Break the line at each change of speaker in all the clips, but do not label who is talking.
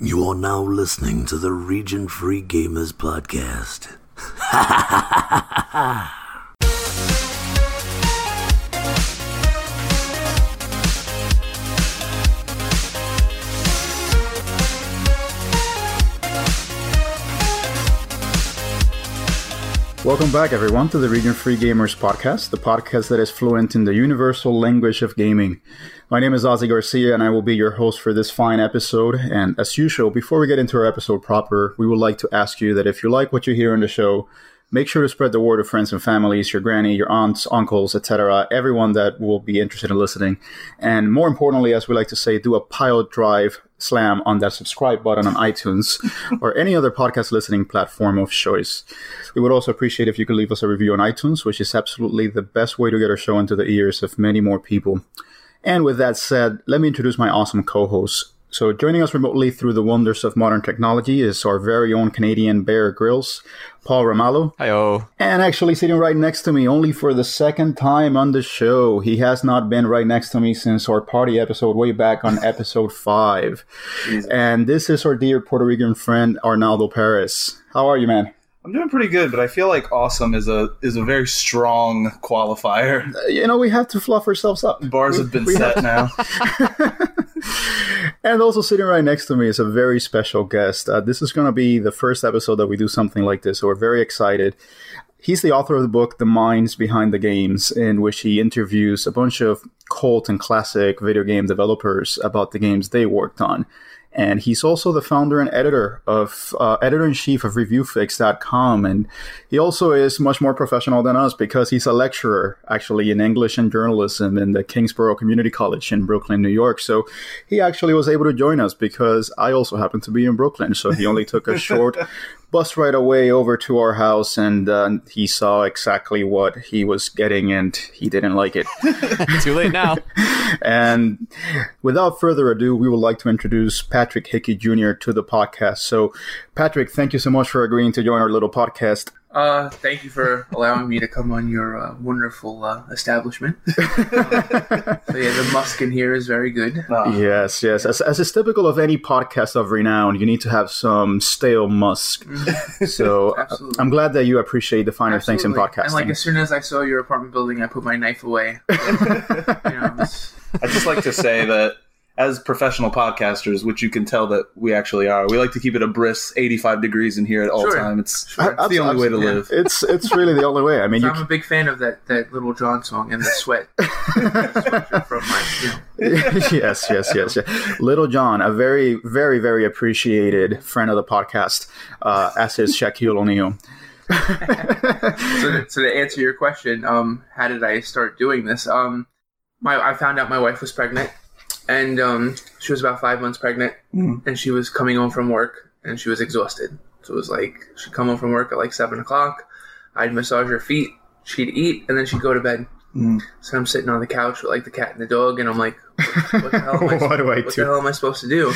You are now listening to the Region Free Gamers Podcast.
Welcome back, everyone, to the Region Free Gamers podcast, the podcast that is fluent in the universal language of gaming. My name is Ozzy Garcia, and I will be your host for this fine episode. And as usual, before we get into our episode proper, we would like to ask you that if you like what you hear on the show, make sure to spread the word to friends and families, your granny, your aunts, uncles, etc., everyone that will be interested in listening. And more importantly, as we like to say, do a pile drive slam on that subscribe button on iTunes or any other podcast listening platform of choice. We would also appreciate if you could leave us a review on iTunes, which is absolutely the best way to get our show into the ears of many more people. And with that said, let me introduce my awesome co host. So, joining us remotely through the wonders of modern technology is our very own Canadian Bear Grylls, Paul Ramallo.
Hi-oh.
And actually sitting right next to me, only for the second time on the show. He has not been right next to me since our party episode way back on episode five. And this is our dear Puerto Rican friend Arnaldo Perez. How are you, man?
I'm doing pretty good, but I feel like awesome is a is a very strong qualifier.
Uh, You know, we have to fluff ourselves up.
Bars have been set now.
And also sitting right next to me is a very special guest. Uh, this is going to be the first episode that we do something like this, so we're very excited. He's the author of the book The Minds Behind the Games, in which he interviews a bunch of cult and classic video game developers about the games they worked on. And he's also the founder and editor of uh, editor in chief of ReviewFix.com, and he also is much more professional than us because he's a lecturer actually in English and journalism in the Kingsborough Community College in Brooklyn, New York. So he actually was able to join us because I also happen to be in Brooklyn. So he only took a short bus ride away over to our house and uh, he saw exactly what he was getting and he didn't like it.
Too late now.
And without further ado, we would like to introduce Patrick Hickey Jr. to the podcast. So, Patrick, thank you so much for agreeing to join our little podcast.
Uh, thank you for allowing me to come on your uh, wonderful uh, establishment. so yeah, the musk in here is very good.
Uh,
Yes, yes. As, as is typical of any podcast of renown, you need to have some stale musk. So uh,
Absolutely.
I'm glad that you appreciate the finer things in
Absolutely.
podcasting.
And like as soon as I saw your apartment building, I put my knife away. you know, it's-
I just like to say that as professional podcasters, which you can tell that we actually are, we like to keep it a brisk 85 degrees in here at all
Sure.
time. It's,
Sure.
it's the only way to
Yeah.
live.
it's it's really the only way. I mean,
so
you
I'm a big fan of that, that little John song and the sweat sweatshirt from my. You know,
yes, yes, yes, yes. Little John, a very, very, very appreciated friend of the podcast, uh, as is Shaquille O'Neal.
so, to, so to answer your question, um, how did I start doing this? Um, my I found out my wife was pregnant, and um, she was about five months pregnant,
Hmm.
and she was coming home from work, and she was exhausted. So it was like she'd come home from work at like seven o'clock. I'd massage her feet, she'd eat, and then she'd go to bed.
Hmm.
Mm.
So I'm sitting on the couch with like the cat and the dog, and I'm like, what the hell am I,
What do I
what
do?
the hell am I supposed to do?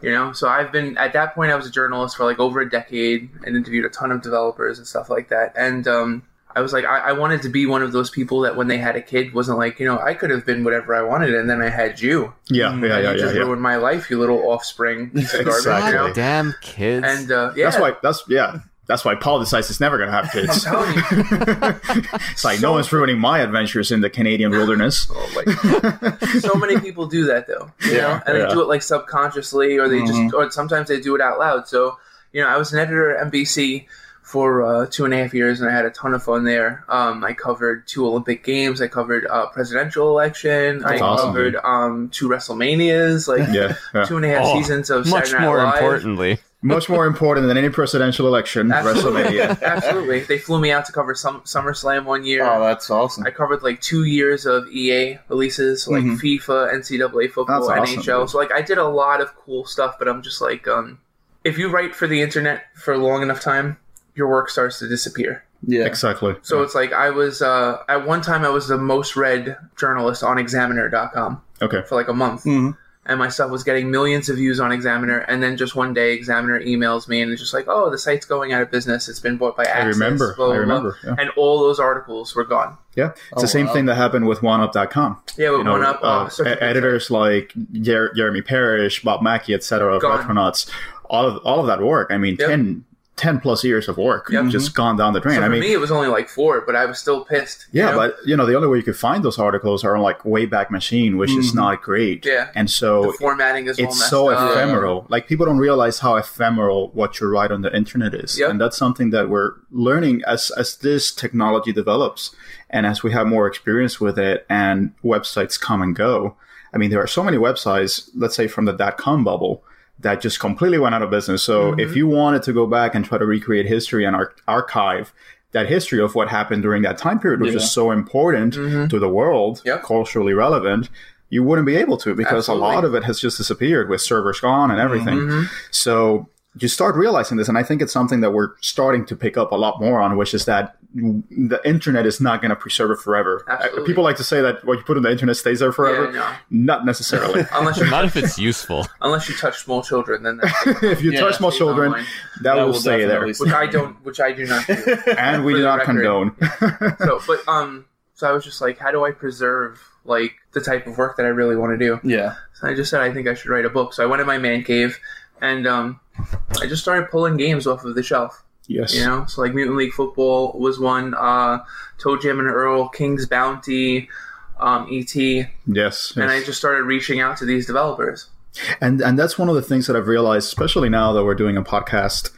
You know, so I've been at that point. I was a journalist for like over a decade and interviewed a ton of developers and stuff like that. And um, I was like, I-, I wanted to be one of those people that when they had a kid wasn't like, you know, I could have been whatever I wanted, and then I had you.
Yeah, yeah, yeah,
Mm, you
yeah.
just
yeah.
ruined my life, you little offspring. piece of garbage, you
Exactly.
know?
Damn kids.
And uh, yeah,
That's why. That's yeah. That's why Paul decides he's never going to have
I'm
kids.
telling you.
it's like no one's ruining my adventures in the Canadian wilderness.
Oh my God. so many people do that though, you know, and
Yeah. Mm-hmm.
they do it like subconsciously, or they
Mhm.
just, or sometimes they do it out loud. So, you know, I was an editor at NBC for uh, two and a half years, and I had a ton of fun there. Um, I covered two Olympic games, I covered uh, presidential election, I
That's awesome,
covered um, two WrestleManias, like
Yeah, yeah.
two and a half
Oh,
seasons of
Much
Saturday Night
more
Live.
importantly.
Much more important than any presidential election,
Absolutely.
WrestleMania.
Absolutely, they flew me out to cover some SummerSlam one year.
Oh, that's awesome.
I covered like two years of EA releases, like
Mhm.
FIFA, NCAA football,
Mm-hmm. That's awesome,
NHL. So like I did a lot of cool stuff, but I'm just like, um, if you write for the internet for long enough time, your work starts to disappear.
Yeah.
Exactly.
So it's like I was uh, at one time I was the most read journalist on Examiner.com
okay.
for like a month.
Mhm.
and my stuff was getting millions of views on Examiner. And then just one day, Examiner emails me and it's just like, "Oh, the site's going out of business. It's been bought by
I
Access."
remember.
blah,
I
blah, blah."
remember. Yeah.
And all those articles were gone.
Yeah. It's the same
wow.
thing that happened with OneUp.com.
Yeah, with
You know,
one up.
uh,
Uh, such a
e-
big
editors like Jer- Jeremy Parrish, Bob Mackey, etc., of
Gone.
Retronauts, all of all of that work. I mean,
Yep.
10, 10 plus years of work
Yep.
just gone down the drain.
So for
I mean,
me, it was only like four, but I was still pissed. you
yeah,
know?
but you know, the only way you could find those articles are on like Wayback Machine, which is
Mhm.
not great.
Mm-hmm. Yeah.
and
the
so
formatting is all
it's
messed
so
up.
ephemeral. Like people don't realize how ephemeral what you write on the internet is,
Yep.
and that's something that we're learning as as this technology develops and as we have more experience with it, and websites come and go. I mean, there are so many websites, let's say from the dot com bubble, that just completely went out of business. So
Mm-hmm.
if you wanted to go back and try to recreate history and ar- archive that history of what happened during that time period, which
Yeah.
is so
Mm-hmm.
important to the world,
Yep.
culturally relevant, you wouldn't be able to because a lot
Absolutely. Mm-hmm.
of it has just disappeared with servers gone and everything. So you start realizing this, and I think it's something that we're starting to pick up a lot more on, which is that the internet is not going to preserve it forever. Uh,
Absolutely.
People like to say that what you put on the internet stays there forever.
Yeah, no.
Not necessarily.
Unless you
Not if it's useful.
unless you touch small children, then that's
if you
Yeah,
touch small
stays
children,
online.
that, will,
will
stay there.
definitely stay.
which I don't, which I do not do.
And we
For
do
the
not
record.
condone.
So, but um, so I was just like, how do I preserve like the type of work that I really want to do?
Yeah.
So I just said I think I should write a book. So I went in my man cave, and um, I just started pulling games off of the shelf.
yes.
You know, so like Mutant League Football was one, uh, Toe Jam and Earl, King's Bounty, um, ET,
Yes.
and
yes.
I just started reaching out to these developers.
And and that's one of the things that I've realized, especially now that we're doing a podcast,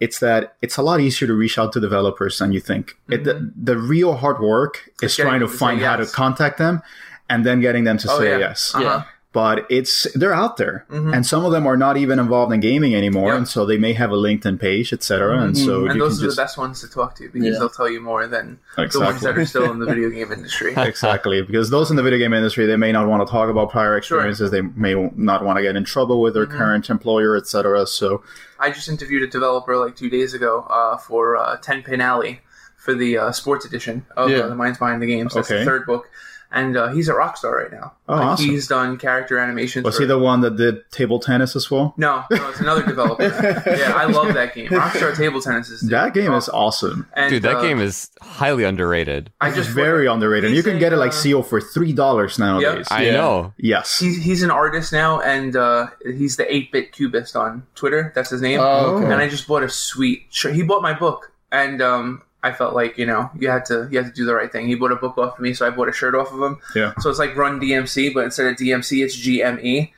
it's that it's a lot easier to reach out to developers than you think. It, the, the real hard work is
Mm-hmm. getting
trying to
them to
find
say
how to
yes.
contact them and then getting them to
Oh,
say
yeah. Mm-hmm.
yes.
Uh-huh.
But it's they're out there, and some of them are not even involved in gaming anymore,
Yep.
and so they may have a LinkedIn page, etc. And so
Mm-hmm. And
you
those
can
are
just
the best ones to talk to because
Yeah.
they'll tell you more than the ones
Exactly.
that are still in the video game industry.
exactly because those in the video game industry they may not want to talk about prior experiences, they may not want to get in trouble with
Mm-hmm.
their current employer, etc. So
I just interviewed a developer like two days ago uh, for uh, Ten Pin Alley for the uh, sports edition of
Yeah.
uh, The Minds Behind the Games. That's
Okay.
the third book, and uh, he's a rock star right now.
Oh,
Like,
awesome.
He's done character animations.
Was
for-
he the one that did table tennis as well?
No, no, it's another developer. yeah, I love that game. Rockstar Table Tennis is
That game is awesome.
and,
Dude, that
uh,
game is highly underrated.
I just
Very underrated.
he's
You can
a,
get it like
uh,
seal for three dollars nowadays.
I
Yeah.
know.
Yes.
He's, he's an artist now, and uh, he's the 8 bit cubist on Twitter. That's his name.
Oh,
and
okay.
I just bought a sweet shirt. He bought my book, and um, I felt like you know you had to you had to do the right thing. He bought a book off of me, so I bought a shirt off of him.
Yeah.
So it's like Run DMC, but instead of DMC, it's GME.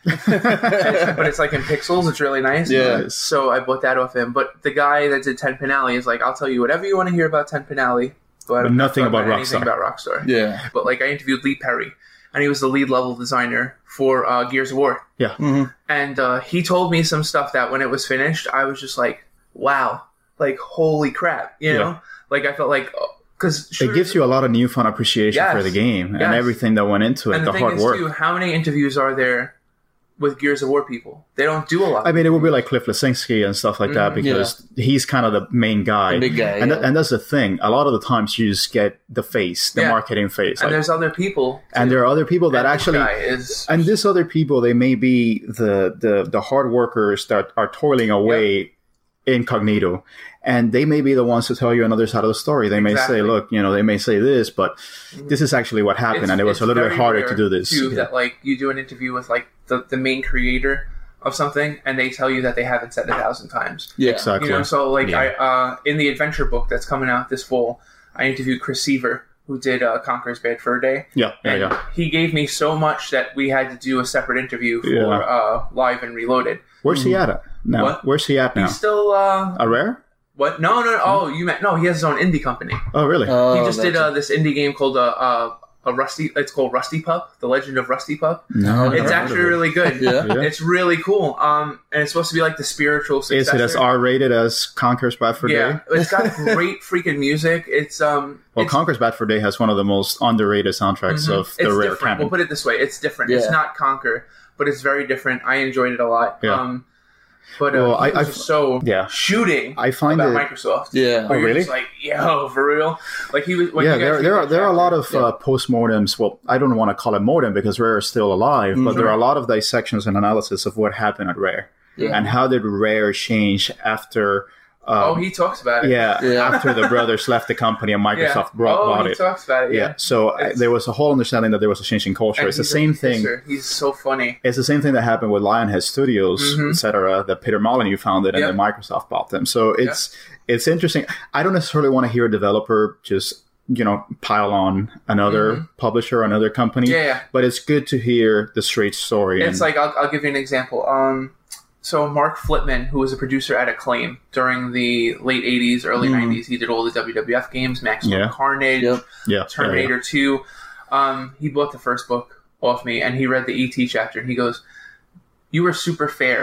but it's like in pixels. It's really nice.
Yeah.
Nice.
So I bought that off him. But the guy that did Ten Pin Alley is like, I'll tell you whatever you want to hear about Ten Pin Alley, but,
But nothing
I'm not
about
anything
Rockstar.
about Rockstar.
Yeah.
But like I interviewed Lee Perry, and he was the lead level designer for uh, Gears of War
yeah.
Mm-hmm.
and uh, he told me some stuff that when it was finished, I was just like, "Wow, like holy crap!" You
Yeah.
know, like I felt like uh, because
It gives you a lot of newfound appreciation
Yes.
for the game and
Yes.
everything that went into it,
and
the,
the, thing
hard
is
work.
too, how many interviews are there with Gears of War people? They don't do a lot.
I mean, it would be like Cliff Lesinski and stuff like
Mm-hmm.
that because he's kind of the main guy.
The big guy,
And, that,
yeah.
and that's the thing. A lot of the times you just get the face, the
Yeah.
marketing face.
and
like-
there's other people.
and there are other people that
This
actually
guy is
and these other people they may be the the, the hard workers that are toiling away incognito and they may be the ones to tell you another side of the story they may
Exactly. Mm-hmm.
say look you know they may say this but this is actually what happened
it's-
and it was
it's
a little bit
very
harder
rare,
to do this
too,
Yeah.
That like you do an interview with like the, the main creator of something, and they tell you that they haven't said it a thousand times.
Yeah.
exactly
You know, so like
Yeah.
I uh, in the adventure book that's coming out this fall, I interviewed Chris Seaver, who did uh, Conqueror's Bad Fur Day.
yeah yeah
And
yeah
he gave me so much that we had to do a separate interview for
Yeah.
uh, Live and Reloaded.
where's he at now
Mm-hmm. What?
where's he at now
He's still uh,
a rare
what? No, no. Oh, you meant no. He has his own indie company.
oh really
he just did uh, this indie game called uh, uh, a Rusty. It's called Rusty Pup: The Legend of Rusty Pup.
no
It's
no.
actually really good.
Yeah.
Yeah.
It's really cool. Um, and it's supposed to be like the spiritual
is
successor.
it as r-rated as conquer's bad for
yeah,
day
it's got great freaking music. It's um,
well
it's,
conquer's bad for day has one of the most underrated soundtracks
Mhm.
of the
it's
rare
different.
canon
We'll put it this way: it's different. It's
Yeah.
not Conquer, but it's very different. I enjoyed it a lot.
Yeah.
Um, But uh,
Well,
I,
I-
was
I-
just so
yeah.
shooting
I find
about
it.
Microsoft.
Yeah.
Oh,
Where you're
really?
just like, yo, for real? Like he was. When
yeah,
you guys
there,
did
there, are,
that
there are a lot
chapter-
of uh, postmortems. Well, I don't want to call it modem because Rare is still alive, but there are
Mm-hmm.
a lot of dissections and analysis of what happened at Rare
Yeah.
and how did Rare change after. Um,
oh, he talks about it.
yeah,
Yeah.
after the brothers left the company and
Yeah.
Microsoft brought,
oh,
bought
he
it.
talks about it.
yeah.
Yeah.
so I,
It's-
there was a whole understanding that there was a change in culture.
And
It's the
he's a
same thing.
kisser. He's so funny.
It's the same thing that happened with Lionhead Studios,
Mhm.
etc. That Peter Molyneux founded and
Yeah.
then Microsoft bought them. So it's it's interesting. I don't necessarily want to hear a developer just you know pile on another publisher, another company.
Mm-hmm. Yeah, yeah.
But it's good to hear the straight story.
It's like I'll, I'll give you an example. Um, so Mark Flipman, who was a producer at Acclaim during the late '80s, early '90s, he did all the WWF games, Maximum
Mm. Yeah.
Carnage,
Yep.
yeah,
Terminator 2. Um, he bought the first book off me, and he read the ET chapter, and he goes, "You were super fair,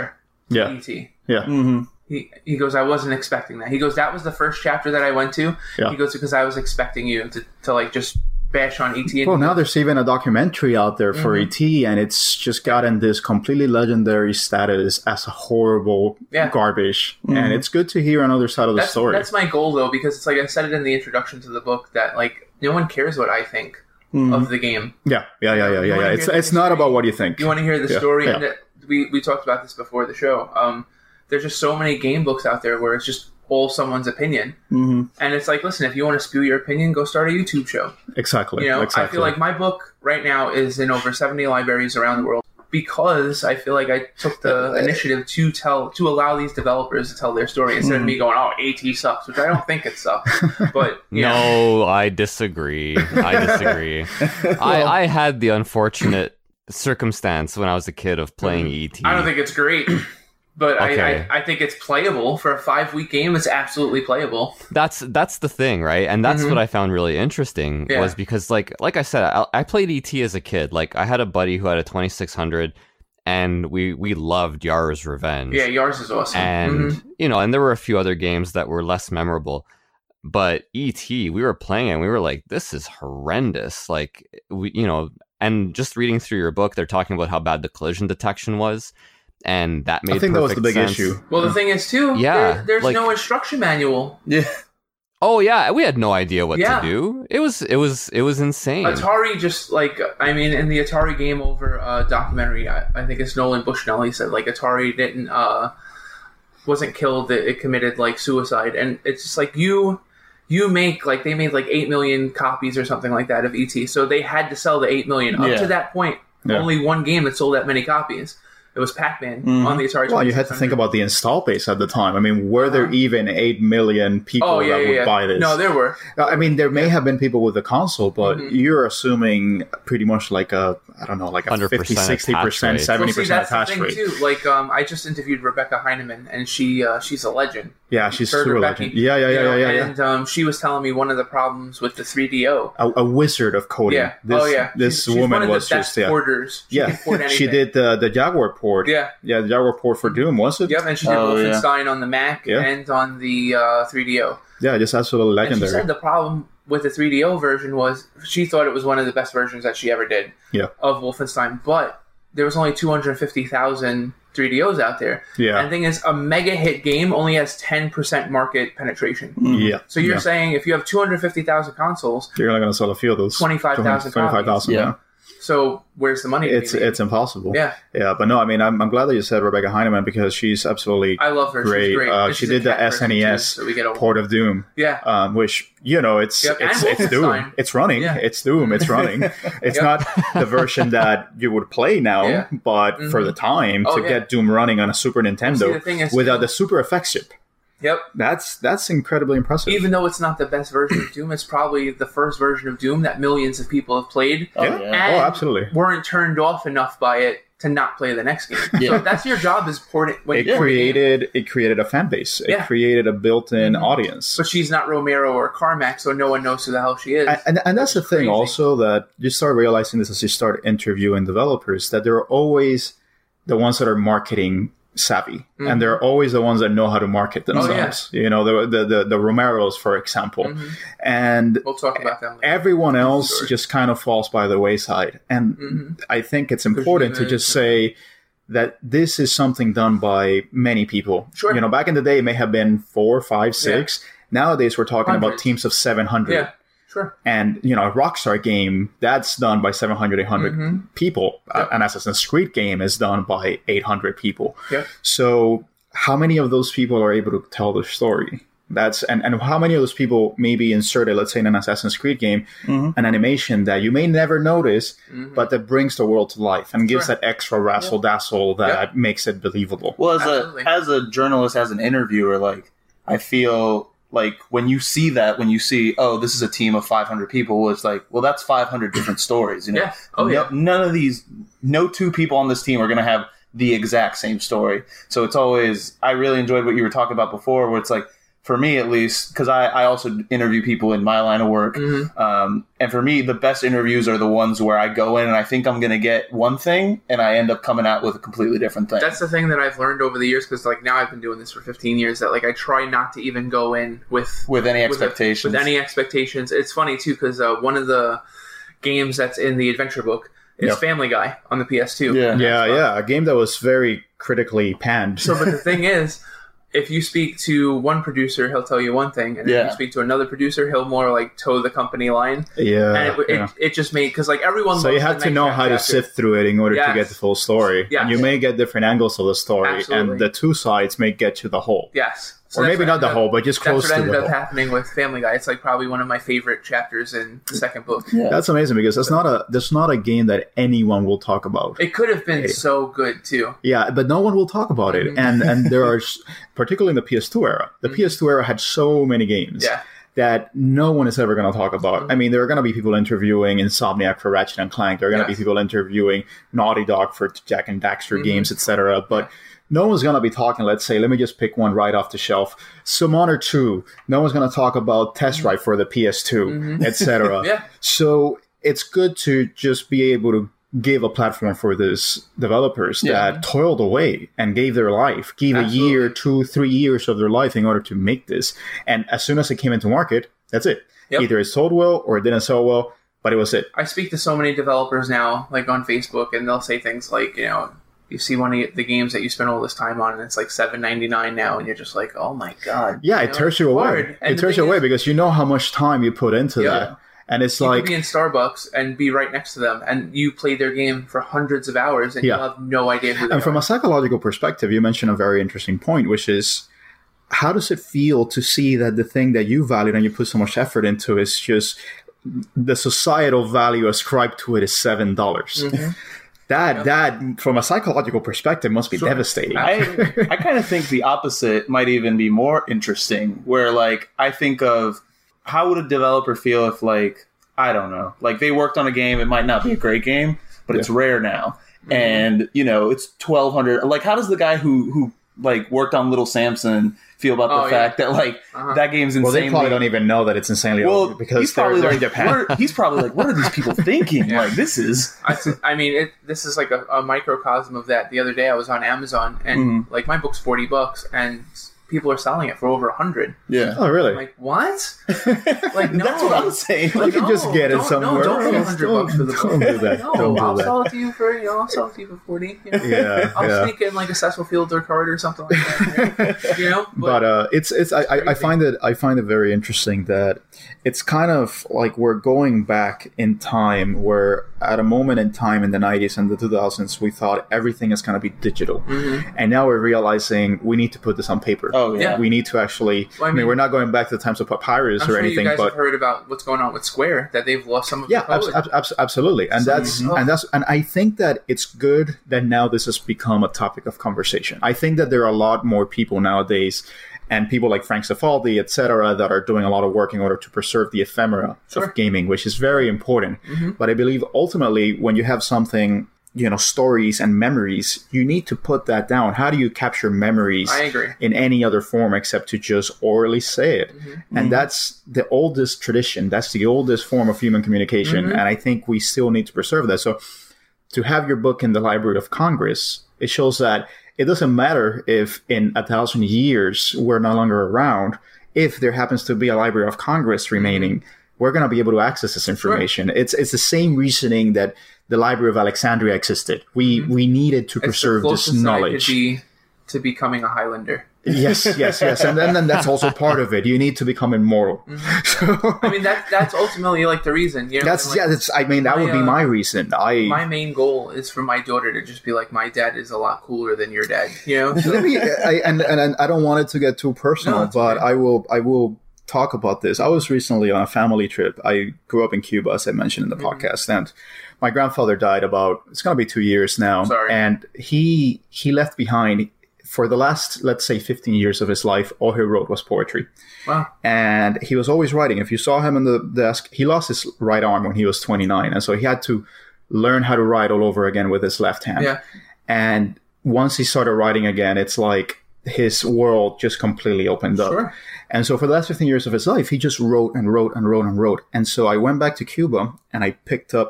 Yeah, yeah,
ET."
yeah.
Mm-hmm.
He, he goes, I wasn't expecting that. He goes, that was the first chapter that I went to.
Yeah.
He goes, because I was expecting you to, to like just bash on ET. And
Well, now there's even a documentary out there for
Mm-hmm.
ET, and it's just gotten this completely legendary status as a horrible
Yeah. Mm-hmm.
garbage. And it's good to hear another side of the
that's,
story.
that's my goal though, because it's like I said it in the introduction to the book that like no one cares what I think
Mm-hmm.
of the game.
Yeah, yeah, yeah, yeah,
You
yeah.
wanna
yeah.
hear
It's
the
it's not
history.
about what you think.
You want to hear the
Yeah,
story?
yeah.
And that we we talked about this before the show. Um, there's just so many game books out there where it's just all someone's opinion,
Mm-hmm.
and it's like, listen, if you want to spew your opinion, go start a YouTube show.
exactly.
You know,
exactly.
I feel like my book right now is in over 70 libraries around the world because I feel like I took the initiative to tell to allow these developers to tell their story instead
Hmm.
of me going, "Oh, AT sucks," which I don't think it sucks. But you know,
No, I disagree. I disagree. I, I had the unfortunate circumstance when I was a kid of playing E ET.
Mm. I don't think it's great. But
Okay.
I, I, I think it's playable for a five week game. It's absolutely playable.
that's that's the thing, right? And that's
Mhm.
Mm-hmm.
what I found really interesting
Yeah.
was because, like, like I said, I, I played ET as a kid. Like, I had a buddy who had a 2600, and we we loved Yara's Revenge.
Yeah, yours is awesome.
Hmm. and
Mm-hmm.
Mhm.
you know, and there were a few other games that were less memorable. But ET, we were playing and we were like, this is horrendous. Like we, you know, and just reading through your book, they're talking about how bad the collision detection was, and that made.
I think that was the
perfect
big
sense.
issue.
well, the thing is too.
Hmm. Yeah,
there- there's
like-
no instruction manual.
Yeah.
Oh yeah, we had no idea what
Yeah.
to do. It was it was it was insane.
Atari just like I mean in the Atari Game Over uh, documentary, I, I think it's Nolan Bushnell. He said like Atari didn't uh, wasn't killed; it, it committed like suicide, and it's just like you you make like they made like eight million copies or something like that of ET, so they had to sell the eight million. Up
Yeah.
to that point,
Yeah.
only one game that sold that many copies. It was Pac Man
Mm-hmm.
on the Atari.
well, you had to
2600.
think about the install base at the time. I mean, were there even eight million people
Uh-huh. Oh yeah,
that
yeah,
would
yeah.
buy this? Uh,
No, there Mm-hmm. were.
I mean, there may have been people with the console, but you're assuming pretty much like a I don't know, like a
100%
50, 60 percent,
attach
seventy
Well, see,
percent
that's the
attach
thing
rate.
too. Like, um, I just interviewed Rebecca Heineman, and she uh, she's a legend.
Yeah, she's
Turd
true
or
legend.
Becky.
Yeah, yeah,
You
yeah,
know,
yeah, yeah.
And um, she was telling me one of the problems with the 3DO.
A, a wizard of coding.
Yeah.
This,
oh yeah.
This
She's- she's
woman
one of the
was
best
just yeah.
porters. She
yeah,
can port
she
anything.
did the the Jaguar port.
Yeah.
yeah, the Jaguar port for Doom, was it?
Yep, and she did
Oh, yeah.
Wolfenstein on the Mac
Yeah.
and on the uh, 3DO.
Yeah, just absolutely
And she
legendary.
said the problem with the 3DO version was she thought it was one of the best versions that she ever did
Yeah.
of Wolfenstein, but there was only 250,000 3DOs out there.
Yeah.
And the thing is, a mega hit game only has 10% market penetration.
yeah.
So you're
yeah.
saying if you have 250,000 consoles,
You're only going to sell a few of those.
25,000
25,000,
copies.
yeah.
so where's the money?
It's,
being made?
it's impossible.
yeah.
Yeah, but no, I mean, I'm, I'm glad that you said Rebecca Heineman because she's absolutely
I love her.
Great.
She's great.
Uh,
And
she
she's a
did the
cat person, too,
SNES
so we get over.
Port of Doom.
yeah.
Um, which you know it's
Yep,
it's
and
it's Doom,
Wolfenstein.
it's running,
Yeah.
it's Doom, it's running. It's
Yep.
not the version that you would play now,
Yeah.
but for the time
Oh,
to
yeah.
get Doom running on a Super
See,
Nintendo
the thing is,
without the Super FX chip,
yep.
that's that's incredibly impressive.
Even though it's not the best version of Doom, it's probably the first version of Doom that millions of people have played.
yeah,
Oh, yeah.
And
oh absolutely.
Weren't turned off enough by it to not play the next game. So
Yeah.
that's your job is port it. When
It
you port a game.
created it created a fan base. It
Yeah. Mm-hmm.
created a built-in audience.
But she's not Romero or Carmack, so no one knows who the hell she is.
And- and, and that's the thing
Crazy.
also that you start realizing this as you start interviewing developers that they're always the ones that are marketing savvy and they're always the ones that know how to market
Mm-hmm. Oh, yeah. Mm-hmm.
themselves you know the the the, the romeros for example and
we'll talk about them. Later.
everyone
Mm-hmm.
else just kind of falls by the wayside and i think it's important to
Kojima,
just say that this is something done by many people.
Sure.
You know, back in the day, it may have been four, five, six. Nowadays, we're talking about
Hundreds.
teams of 700.
Yeah, sure.
And, you know, a Rockstar game, that's done by 700, 800
Mhm.
people.
Yeah.
An Assassin's Creed game is done by 800 people.
Yeah.
So, how many of those people are able to tell the story? That's and, and how many of those people maybe inserted, let's say, in an Assassin's Creed game,
Mhm.
Mm-hmm.
an animation that you may never notice,
Mhm.
but that brings the world to life and gives
Sure.
that extra razzle dazzle that makes it believable.
Well, as
Absolutely.
a as a journalist, as an interviewer, like I feel like when you see that, when you see, oh, this is a team of 500 people, well, it's like, well, that's 500 different stories. You know,
yeah. Oh
No-
yeah.
none of these, no two people on this team are going to have the exact same story. So it's always, I really enjoyed what you were talking about before, where it's like, for me at least, because I, I also interview people in my line of work.
Mhm.
Um, and for me, the best interviews are the ones where I go in and I think I'm going to get one thing, and I end up coming out with a completely different thing.
That's the thing that I've learned over the years because like now I've been doing this for 15 years that like I try not to even go in with
with any
with a-
expectations.
With any expectations. It's funny too because uh, one of the games that's in the adventure book is
Yep.
Family Guy on the PS2.
Yeah.
Yeah, yeah, a game that was very critically panned.
So, but the thing is, if you speak to one producer, he'll tell you one thing, and if
Yeah.
you speak to another producer, he'll more like toe the company line. and
yeah,
it,
Uh, yeah.
it, it just made because like everyone.
So you
loves the
have to
next
know
chapter
how to
after.
sift through it in order to
Yes.
get the full story.
Yes.
And you may get different angles of the story,
Absolutely.
and the two sides may get to the whole,
Yes, So
or
that's
maybe
what
not the
ended up-
whole, but just
That's
close
what
to
ended
the
up
whole.
happening with Family Guy. It's like probably one of my favorite chapters in the second book.
That's amazing because that's not a that's not a game that anyone will talk about.
It could have been so good too.
Yeah, but no one will talk about it.
Mhm.
And and there are s- particularly in the PS2 era. The
Mhm.
PS2 era had so many games
Yeah.
that no one is ever going to talk about.
Mm-hmm.
I mean, there are going to be people interviewing Insomniac for Ratchet and Clank. There are going to
Yes.
be people interviewing Naughty Dog for Jack and Daxter
Mhm.
games, etc. But no one's going to be talking. Let's say, let me just pick one right off the shelf. Summoner Two. No one's going to talk about Test Drive for the PS2,
Mhm.
etc.
Yeah.
So it's good to just be able to give a platform for these developers
Yeah.
that toiled away and gave their life, gave a
Absolutely.
year, two, three years of their life in order to make this. And as soon as it came into market, that's it.
Yep.
Either it sold well or it didn't sell well, but it was it.
I speak to so many developers now, like on Facebook, and they'll say things like, you know, you see one of the games that you spend all this time on, and it's like seven ninety nine now, and you're just like, oh my god.
Yeah,
know,
it tears you
it's
away.
hard. And
It
the
tears you
thing
away
is-
because you know how much time you put into
Yeah.
that. And it's
You
like
could be in Starbucks and be right next to them, and you play their game for hundreds of hours, and
Yeah.
you have no idea who they
And from
are.
a psychological perspective, you mentioned a very interesting point, which is how does it feel to see that the thing that you valued and you put so much effort into is just the societal value ascribed to it is seven dollars.
Mhm.
That
Yeah.
that from a psychological perspective must be
Sure.
devastating.
I I kind of think the opposite might even be more interesting. Where like I think of how would a developer feel if like I don't know, like they worked on a game. It might not be a great game, but it's rare now,
Mm-hmm.
and you know it's twelve hundred. Like how does the guy who who like worked on Little Samson feel about the
Oh, yeah.
fact that like
Uh-huh.
that game's
well,
insanely
they probably don't even know that it's insanely
Well,
well, because
he's
they're,
probably
they're
like,
in Japan.
what are- he's probably like, what are these people thinking?
Yeah.
Like, this is
I, I mean, it, this is like a, a microcosm of that. The other day, I was on Amazon, and
Mm-hmm.
like my book's forty bucks, and people are selling it for over a hundred.
yeah.
Oh, really?
I'm like, what? Like, no.
That's what I'm saying.
you could just get it
don't-
somewhere.
No, don't pay
else.
100 bucks for the
Don't do that.
No,
don't do
I'll
that.
sell it to you for, you know, I'll sell it to you for 40. You know?
Yeah,
I'll
yeah.
sneak in like a Cecil Field or card or something like that. You know? You know?
but uh, it's it's I, I, I
crazy.
find it I find it very interesting that it's kind of like we're going back in time where at a moment in time in the 90s and the 2000s we thought everything is going to be digital
Mhm.
and now we're realizing we need to put this on paper
Oh yeah.
Yeah.
we need to actually
Well,
I,
I
mean,
mean-
we're not going back to the times of papyrus
I'm
or
sure
anything
you guys
but
have heard about what's going on with Square, that they've lost some of
yeah
the
abs- abs- abs- absolutely and
So-
that's
Mhm.
and that's and i think that it's good that now this has become a topic of conversation i think that there are a lot more people nowadays and people like frank Cifaldi, et cetera, that are doing a lot of work in order to preserve the ephemera
Sure.
of gaming which is very important but i believe ultimately when you have something you know stories and memories you need to put that down how do you capture memories
I agree.
in any other form except to just orally say it.
Mm-hmm.
And that's the oldest tradition. That's the oldest form of human
Mm-hmm.
communication. And I think we still need to preserve that. So to have your book in the Library of Congress, it shows that it doesn't matter if in a thousand years we're no longer around, if there happens to be a Library of Congress remaining.
Mm-hmm.
we're going to be able to access this information. It's it's the same reasoning that the Library of Alexandria existed. We we needed to
Mm-hmm. It's the
preserve this
closest I could
knowledge.
be to becoming a Highlander.
yes, yes, yes, and then, then that's also part of it. You need to become immortal. So
Mm-hmm. I mean, that that's ultimately like the reason. You know,
that's
like,
yeah. That's I mean that
my,
would be
uh,
my reason. I
My main goal is for my daughter to just be like, my dad is a lot cooler than your dad. You know,
Let me- I, and, and and I don't want it to get too personal,
No, it's
but
okay.
I will I will talk about this. I was recently on a family trip. I grew up in Cuba, as I mentioned in the
Mm-hmm.
podcast, and my grandfather died about it's going to be two years now,
Sorry.
and he he left behind for the last let's say 15 years of his life all he wrote was poetry
Wow.
and he was always writing if you saw him on the desk he lost his right arm when he was 29 and so he had to learn how to write all over again with his left hand
Yeah.
and once he started writing again, it's like his world just completely opened up.
Sure.
And so for the last 15 years of his life, he just wrote and wrote and wrote and wrote. And so I went back to Cuba and I picked up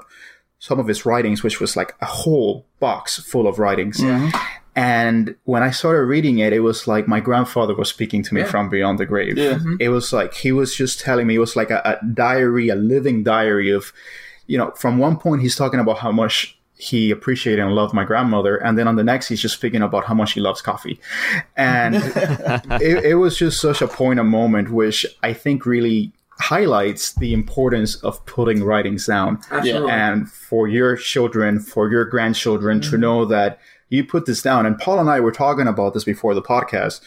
some of his writings, which was like a whole box full of writings.
Mm-hmm.
And when I started reading it, it was like my grandfather was speaking to me
Yeah.
from beyond the grave.
Yeah.
It was like he was just telling me, it was like a, a diary, a living diary of, you know, from one point he's talking about how much he appreciated and loved my grandmother. And then on the next, he's just speaking about how much he loves coffee. And it, it was just such a point of moment, which I think really highlights the importance of putting writings down
Absolutely.
and for your children, for your grandchildren to know that you put this down. And Paul and I were talking about this before the podcast.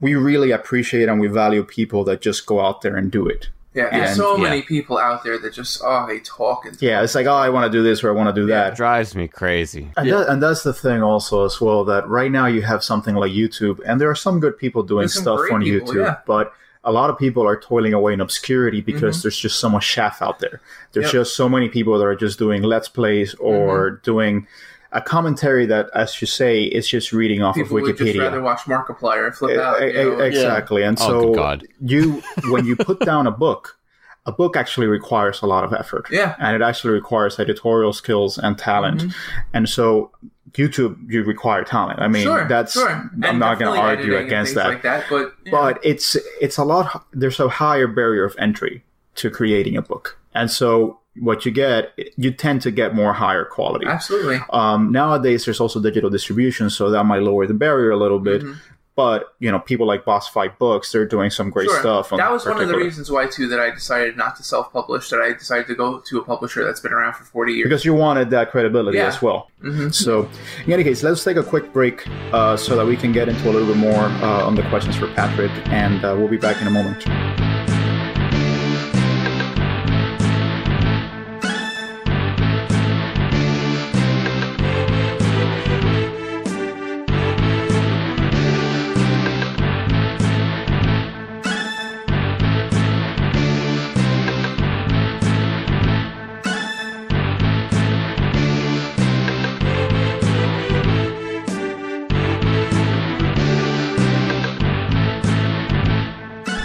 We really appreciate and we value people that just go out there and do it.
Yeah, there's
And-
so
yeah.
many people out there that just oh they talk and
Yeah, it's like, oh, I want to do this or I want to do
That
that.
drives me crazy.
And, that, and that's the thing also as well that right now you have something like YouTube and there are some good people doing
There's some
stuff
great
on
people,
YouTube,
yeah.
but a lot of people are toiling away in obscurity because
Mm-hmm.
there's just so much chaff out there. There's just so many people that are just doing let's plays or
Mm-hmm.
doing a commentary that, as you say, is just reading off
people
of
would just rather
Wikipedia.
watch Markiplier and flip out.
E-
you know,
e- Exactly, and
Oh,
so
good God.
you when you put down a book, a book actually requires a lot of effort
yeah.
and it actually requires editorial skills and talent.
Mm-hmm.
And so, YouTube, you require talent. I mean,
sure,
that's
sure.
I'm
And
not going
definitely
to argue
editing and
against
things
that.
Like that, but yeah.
But it's it's a lot. h- There's a higher barrier of entry to creating a book, and so what you get, you tend to get more higher quality.
absolutely,
Um, nowadays, there's also digital distribution, so that might lower the barrier a little bit.
Mm-hmm.
But you know, people like Boss Fight Books, they're doing some great
sure.
stuff. On
that was one of the
particular-
reasons why too that I decided not to self-publish. That I decided to go to a publisher that's been around for forty years. Mm-hmm.
because you wanted that credibility
Yeah.
as well. Mm-hmm. So, in any case, let's take a quick break uh, so that we can get into a little bit more uh, on the questions for Patrick, and uh, we'll be back in a moment.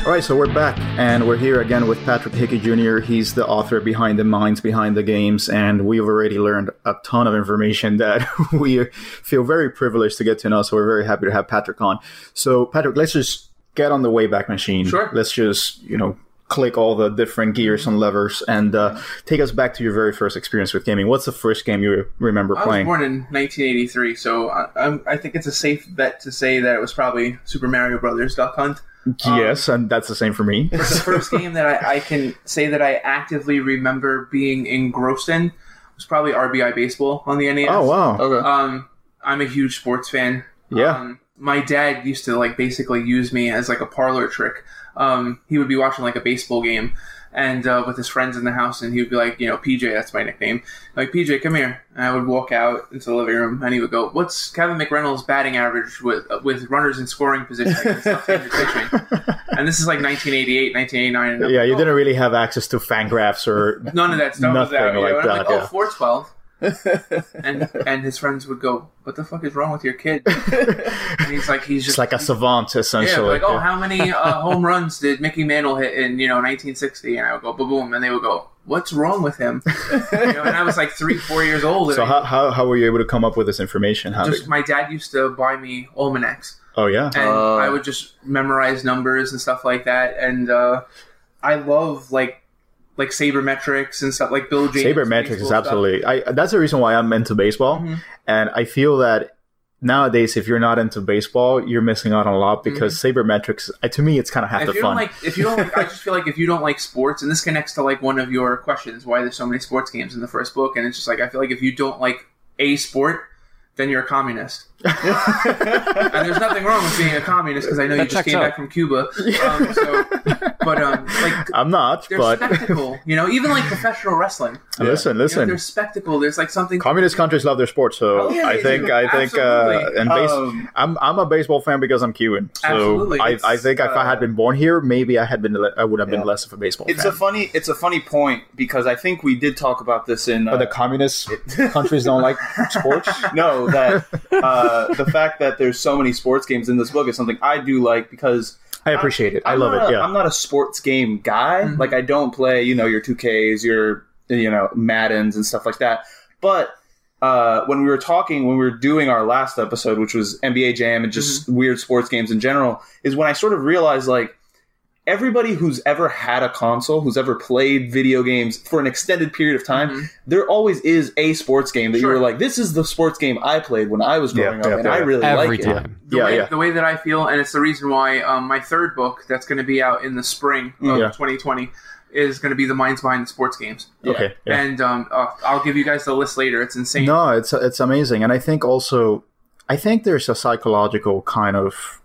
All right, so we're back, and we're here again with Patrick Hickey Jr. He's the author behind the minds behind the games, and we've already learned a ton of information that we feel very privileged to get to know. So we're very happy to have Patrick on. So Patrick, let's just get on the Wayback Machine.
Sure.
Let's just you know click all the different gears and levers, and uh, take us back to your very first experience with gaming. What's the first game you remember
I was
playing?
born in 1983, so I, I'm, I think it's a safe bet to say that it was probably Super Mario Brothers Duck Hunt. uh,
yes, and that's the same for me.
It's the first game that I, I can say that I actively remember being engrossed in. It was probably RBI Baseball on the NES.
oh wow!
Okay.
Um, I'm a huge sports fan.
Yeah.
Um, my dad used to like basically use me as like a parlor trick. Um, he would be watching like a baseball game, and uh, with his friends in the house, and he would be like, you know, PJ, that's my nickname. Like PJ, come here. And I would walk out into the living room, and he would go, "What's Kevin McReynolds' batting average with uh, with runners in scoring position against left-handed pitching?" And this is like 1988, 1989. and I'm
yeah,
like,
you
"Oh,
didn't really have access to Fangraphs or
None of that stuff was out.
Nothing
you know?
like
and I'm
that,
like,
yeah.
oh, 412. and and his friends would go, "What the fuck is wrong with your kid?" and he's like, he's
It's
just
like a savant,
yeah,
essentially.
like oh, how many uh, home runs did Mickey Mantle hit in you know 1960? And I would go, boom, boom, and they would go, "What's wrong with him?" you know, and I was like three, four years old.
so
and
how, how, how were you able to come up with this information? How
just
did-
my dad used to buy me almanacs,
oh yeah,
and
Oh.
I would just memorize numbers and stuff like that. And uh, I love like like sabermetrics and stuff like Bill James.
Sabermetrics
baseball
is
stuff.
absolutely. I that's the reason why I'm into baseball,
Mhm.
and I feel that nowadays, if you're not into baseball, you're missing out on a lot because sabermetrics. I, to me, it's kind of half
And
the
if you
fun.
don't Mm-hmm. like, if you don't, like, I just feel like if you don't like sports, and this connects to like one of your questions, why there's so many sports games in the first book, and it's just like I feel like if you don't like a sport, then you're a communist. and there's nothing wrong with being a communist because I know
That
you just
checks
came
out.
back from Cuba. Um, so, but um, like
I'm not,
there's
but
spectacle, you know, even like professional wrestling.
listen,
You know,
listen.
there's spectacle. There's like something.
Communist countries love their sports, so
Oh, yeah,
I
they
think
do.
I think uh,
Absolutely.
and base,
Um,
I'm I'm a baseball fan because I'm Cuban. So
Absolutely.
I, I
It's,
think if I
uh,
had been born here, maybe I had been le- I would have been
Yeah.
less of a baseball
it's
fan.
a funny it's a funny point because I think we did talk about this in
but
uh,
Oh, the communist countries don't like sports.
no that uh, the fact that there's so many sports games in this book is something I do like because
I appreciate it. I
I'm
love
not
it.
a-
Yeah.
I'm not a sports game guy.
Mhm.
Like I don't play, you know, your 2Ks, your you know, Maddens and stuff like that. But uh, when we were talking, when we were doing our last episode, which was NBA Jam and just
Mm-hmm.
weird sports games in general, is when I sort of realized like everybody who's ever had a console, who's ever played video games for an extended period of time,
Mhm.
there always is a sports game that
Sure.
you were like, this is the sports game I played when I was
Yeah,
growing up,
yeah,
and
yeah.
I really
every
like it.
time.
the,
Yeah,
way,
yeah.
the way that I feel, and it's the reason why um, my third book that's going to be out in the spring of
Mm. Yeah.
2020 is going to be the minds behind the sports games.
Yeah.
Okay. yeah.
And um, uh, I'll give you guys the list later. It's insane.
No, it's it's amazing, and I think also, I think there's a psychological kind of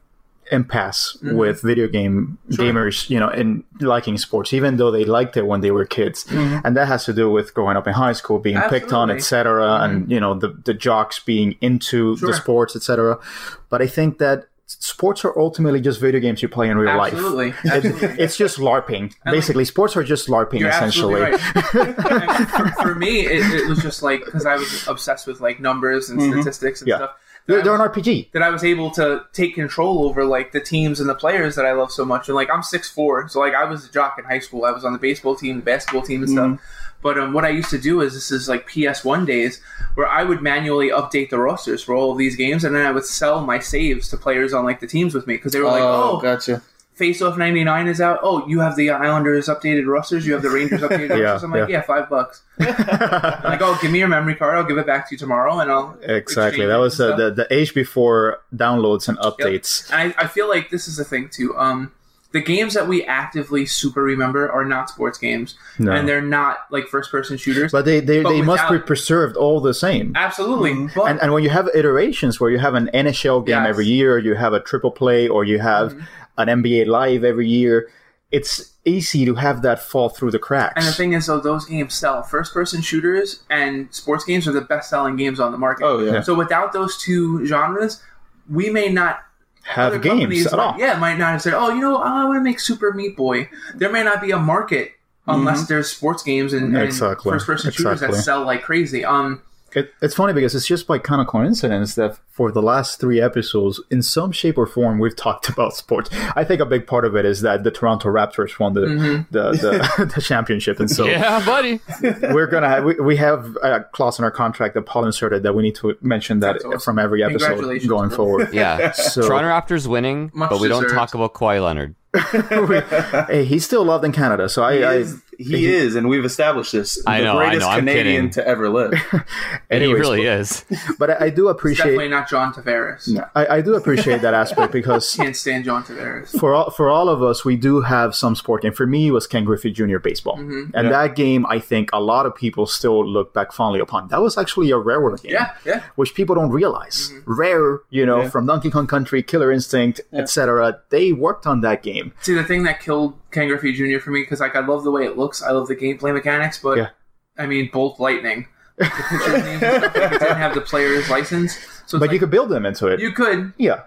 impasse
Mm-hmm.
with video game gamers, you know, in liking sports, even though they liked it when they were kids, and that has to do with growing up in high school, being picked on,
Mm-hmm. Absolutely. Mm-hmm.
etc., and you know the the jocks being into the
Sure.
sports, etc. But I think that sports are ultimately just video games you play in real life.
Absolutely.
It-
Absolutely.
it's just LARPing. Basically, sports are just LARPing,
You're
essentially.
absolutely right. for, for me, it, it was just like because I was obsessed with like numbers and statistics and
Mm-hmm. Yeah.
stuff.
They're,
That
they're
I,
an
was,
RPG.
that I was able to take control over like the teams and the players that I love so much. And like I'm six four, so like I was a jock in high school. I was on the baseball team, the basketball team, and stuff. But um, what I used to do is this is like PS1 days where I would manually update the rosters for all of these games, and then I would sell my saves to players on like the teams with me because they were like, "Oh,
gotcha.
Face Off 99 is out. Oh, you have the Islanders updated rosters. You have the Rangers updated
Yeah,
rosters. I'm like,
yeah.
yeah, five bucks. I'm like, oh, give me your memory card. I'll give it back to you tomorrow, and I'll
Exactly.
exchange
That
it
was
and
uh,
stuff."
the the age before downloads and updates.
And I, I feel like this is the thing too. Um, the games that we actively super remember are not sports games,
No.
and they're not like first-person shooters.
But they they,
But
they must be
without-
preserved all the same.
Absolutely,
Mm,
but
And, and when you have iterations where you have an NHL game
Yes. Mm-hmm.
every year, you have a triple play, or you have an NBA live every year, it's easy to have that fall through the cracks.
and the thing is, though, those games sell. First-person shooters and sports games are the best-selling games on the market.
Oh, yeah. Yeah.
So without those two genres, we may not other
have games
companies
at
might-
all.
Yeah, might not have said, "Oh, you know, I want to make Super Meat Boy." There may not be a market
Mm-hmm.
unless there's sports games and, and
Exactly.
first-person shooters
Exactly.
that sell like crazy. Um,
It, it's funny because it's just by kind of coincidence that for the last three episodes, in some shape or form, we've talked about sports. I think a big part of it is that the Toronto Raptors won the
Mm-hmm.
the, the, the championship, and so
Yeah, buddy.
we're gonna have, we, we have a clause in our contract that Paul inserted that we need to mention that
That's awesome.
from every episode
Congratulations,
going
bro.
forward.
Yeah.
So
Toronto Raptors winning,
Much
but we don't
deserved.
talk about Kawhi Leonard.
hey, he's still loved in Canada. So I,
He
I
is, he is, and we've established this.
I
the
know, I
greatest
know, I'm
Canadian
kidding.
to ever live.
And he
Anyways,
really is.
but I, I do
it's definitely
appreciate
not John Tavares.
I, I do appreciate that aspect because
Can't stand John Tavares.
for all for all of us, we do have some sport game. For me, it was Ken Griffey Jr. baseball,
Mm-hmm.
and that game I think a lot of people still look back fondly upon. That was actually a railroad game,
Yeah, yeah. Mm-hmm.
which people don't realize. Rare, you know, from Donkey Kong Country, Killer Instinct, etc. They worked on that game.
See, the thing that killed Ken Griffey Jr. for me because like I love the way it looks. I love the gameplay mechanics, but
Yeah.
I mean, Bolt Lightning. The pitcher's names and stuff, like, it didn't have the player's license, so it's
But
like,
you could build them into it.
you could.
yeah.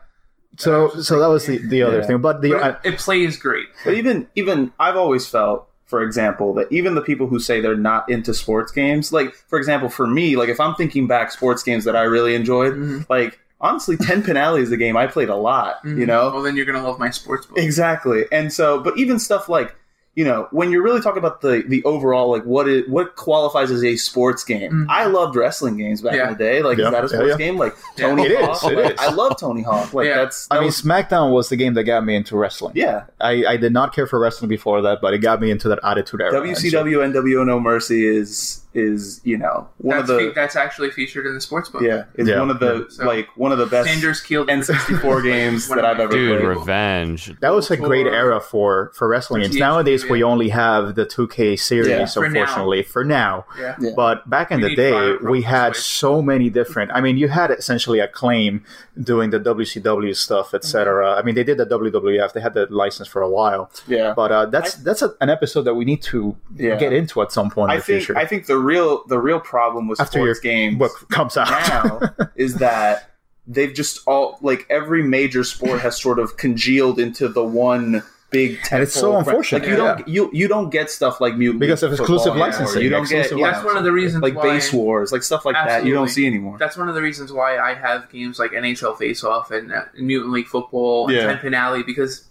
So, so that was the, the other
Yeah.
thing. But the
But
I,
it, it plays great.
But even even I've always felt, for example, that even the people who say they're not into sports games, like for example, for me, like if I'm thinking back sports games that I really enjoyed,
Mm.
like honestly, Ten Pin Alley is a game I played a lot. You know,
Well, then you're gonna love my sports book.
Exactly. And so, but even stuff like you know, when you're really talking about the the overall, like what is what qualifies as a sports game.
Mhm.
I loved wrestling games back
Yeah.
in the day. Like,
Yeah.
is that
Yeah,
a sports
yeah.
game? Like
Yeah.
Tony
It
Hawk.
is, it
Like,
is.
I love Tony Hawk. Like
Yeah.
that's
I
that
mean,
was-
SmackDown was the game that got me into wrestling.
yeah.
I, I did not care for wrestling before that, but it got me into that attitude era.
WCW and WO No Mercy is is you know one
that's,
of
fe-
the
that's actually featured in the sports book.
yeah is
Yeah.
one of the
So-
like one of the best
Sanders killed
N64 games that I've ever
Dude,
played.
revenge.
That was a great
Or-
era for, for wrestling games.
Yeah.
Nowadays, we only have the 2K series,
Yeah.
For now.
unfortunately, for now.
Yeah.
Yeah.
But back in
We
the
need
day,
fire from
we
the
had
Switch.
so many different. I mean, you had essentially a claim doing the WCW stuff, etc. I mean, they did the WWF; they had the license for a while.
Yeah,
But uh, that's that's a, an episode that we need to
Yeah.
get into at some point in
I
the
think
future.
I think the real the real problem with
After
sports
your
games
What comes out?
now is that they've just all like every major sport has sort of congealed into the one big
And it's
tentpole
so
fra-
unfortunate,
like you don't you you don't get stuff like mutant
Because of
League
exclusive
Football anymore.
licensing,
you don't
exclusive
get yeah,
That's one of the reasons
like
why,
base wars like stuff like that you don't
Absolutely.
see anymore
That's one of the reasons why I have games like NHL Face Off and uh, Mutant League Football
Yeah.
and Ten Pin Alley because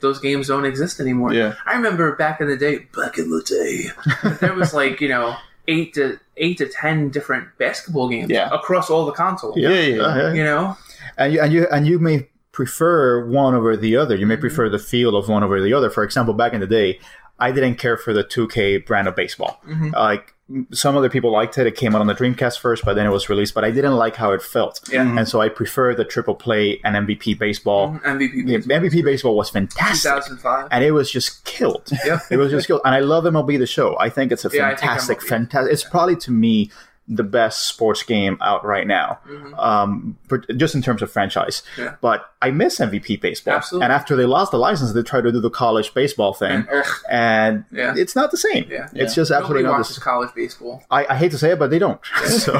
those games don't exist anymore.
Yeah.
I remember back in the day, back in the day, there was like you know eight to eight to ten different basketball games
Yeah.
across all the consoles.
Yeah, yeah, yeah.
Uh,
You know,
and you and you and you may prefer one over the other. You may
Mm-hmm.
prefer the feel of one over the other. For example, back in the day, I didn't care for the 2K brand of baseball.
Mm-hmm.
Mhm.
Like some other people liked it. It came out on the Dreamcast first, but then it was released. But I didn't like how it felt,
Yeah.
and so I prefer the triple play and MVP baseball.
Oh.
MVP
The
Mm-hmm.
MVP baseball was fantastic.
2005.
And it was just killed.
Yeah.
It was just killed. And I love MLB The Show. I think it's a
Yeah, I think
fantastic,
MLB.
fantastic. It's probably to me the best sports game out right now
Mhm.
um, per- just in terms of franchise.
Yeah.
But I miss MVP baseball.
Absolutely.
And after they lost the license, they tried to do the college baseball thing,
And, ugh,
and
Yeah.
it's not the same.
Yeah.
It's just absolutely
nobody
not the
watches
same.
college baseball.
I, I hate to say it, but they don't. so,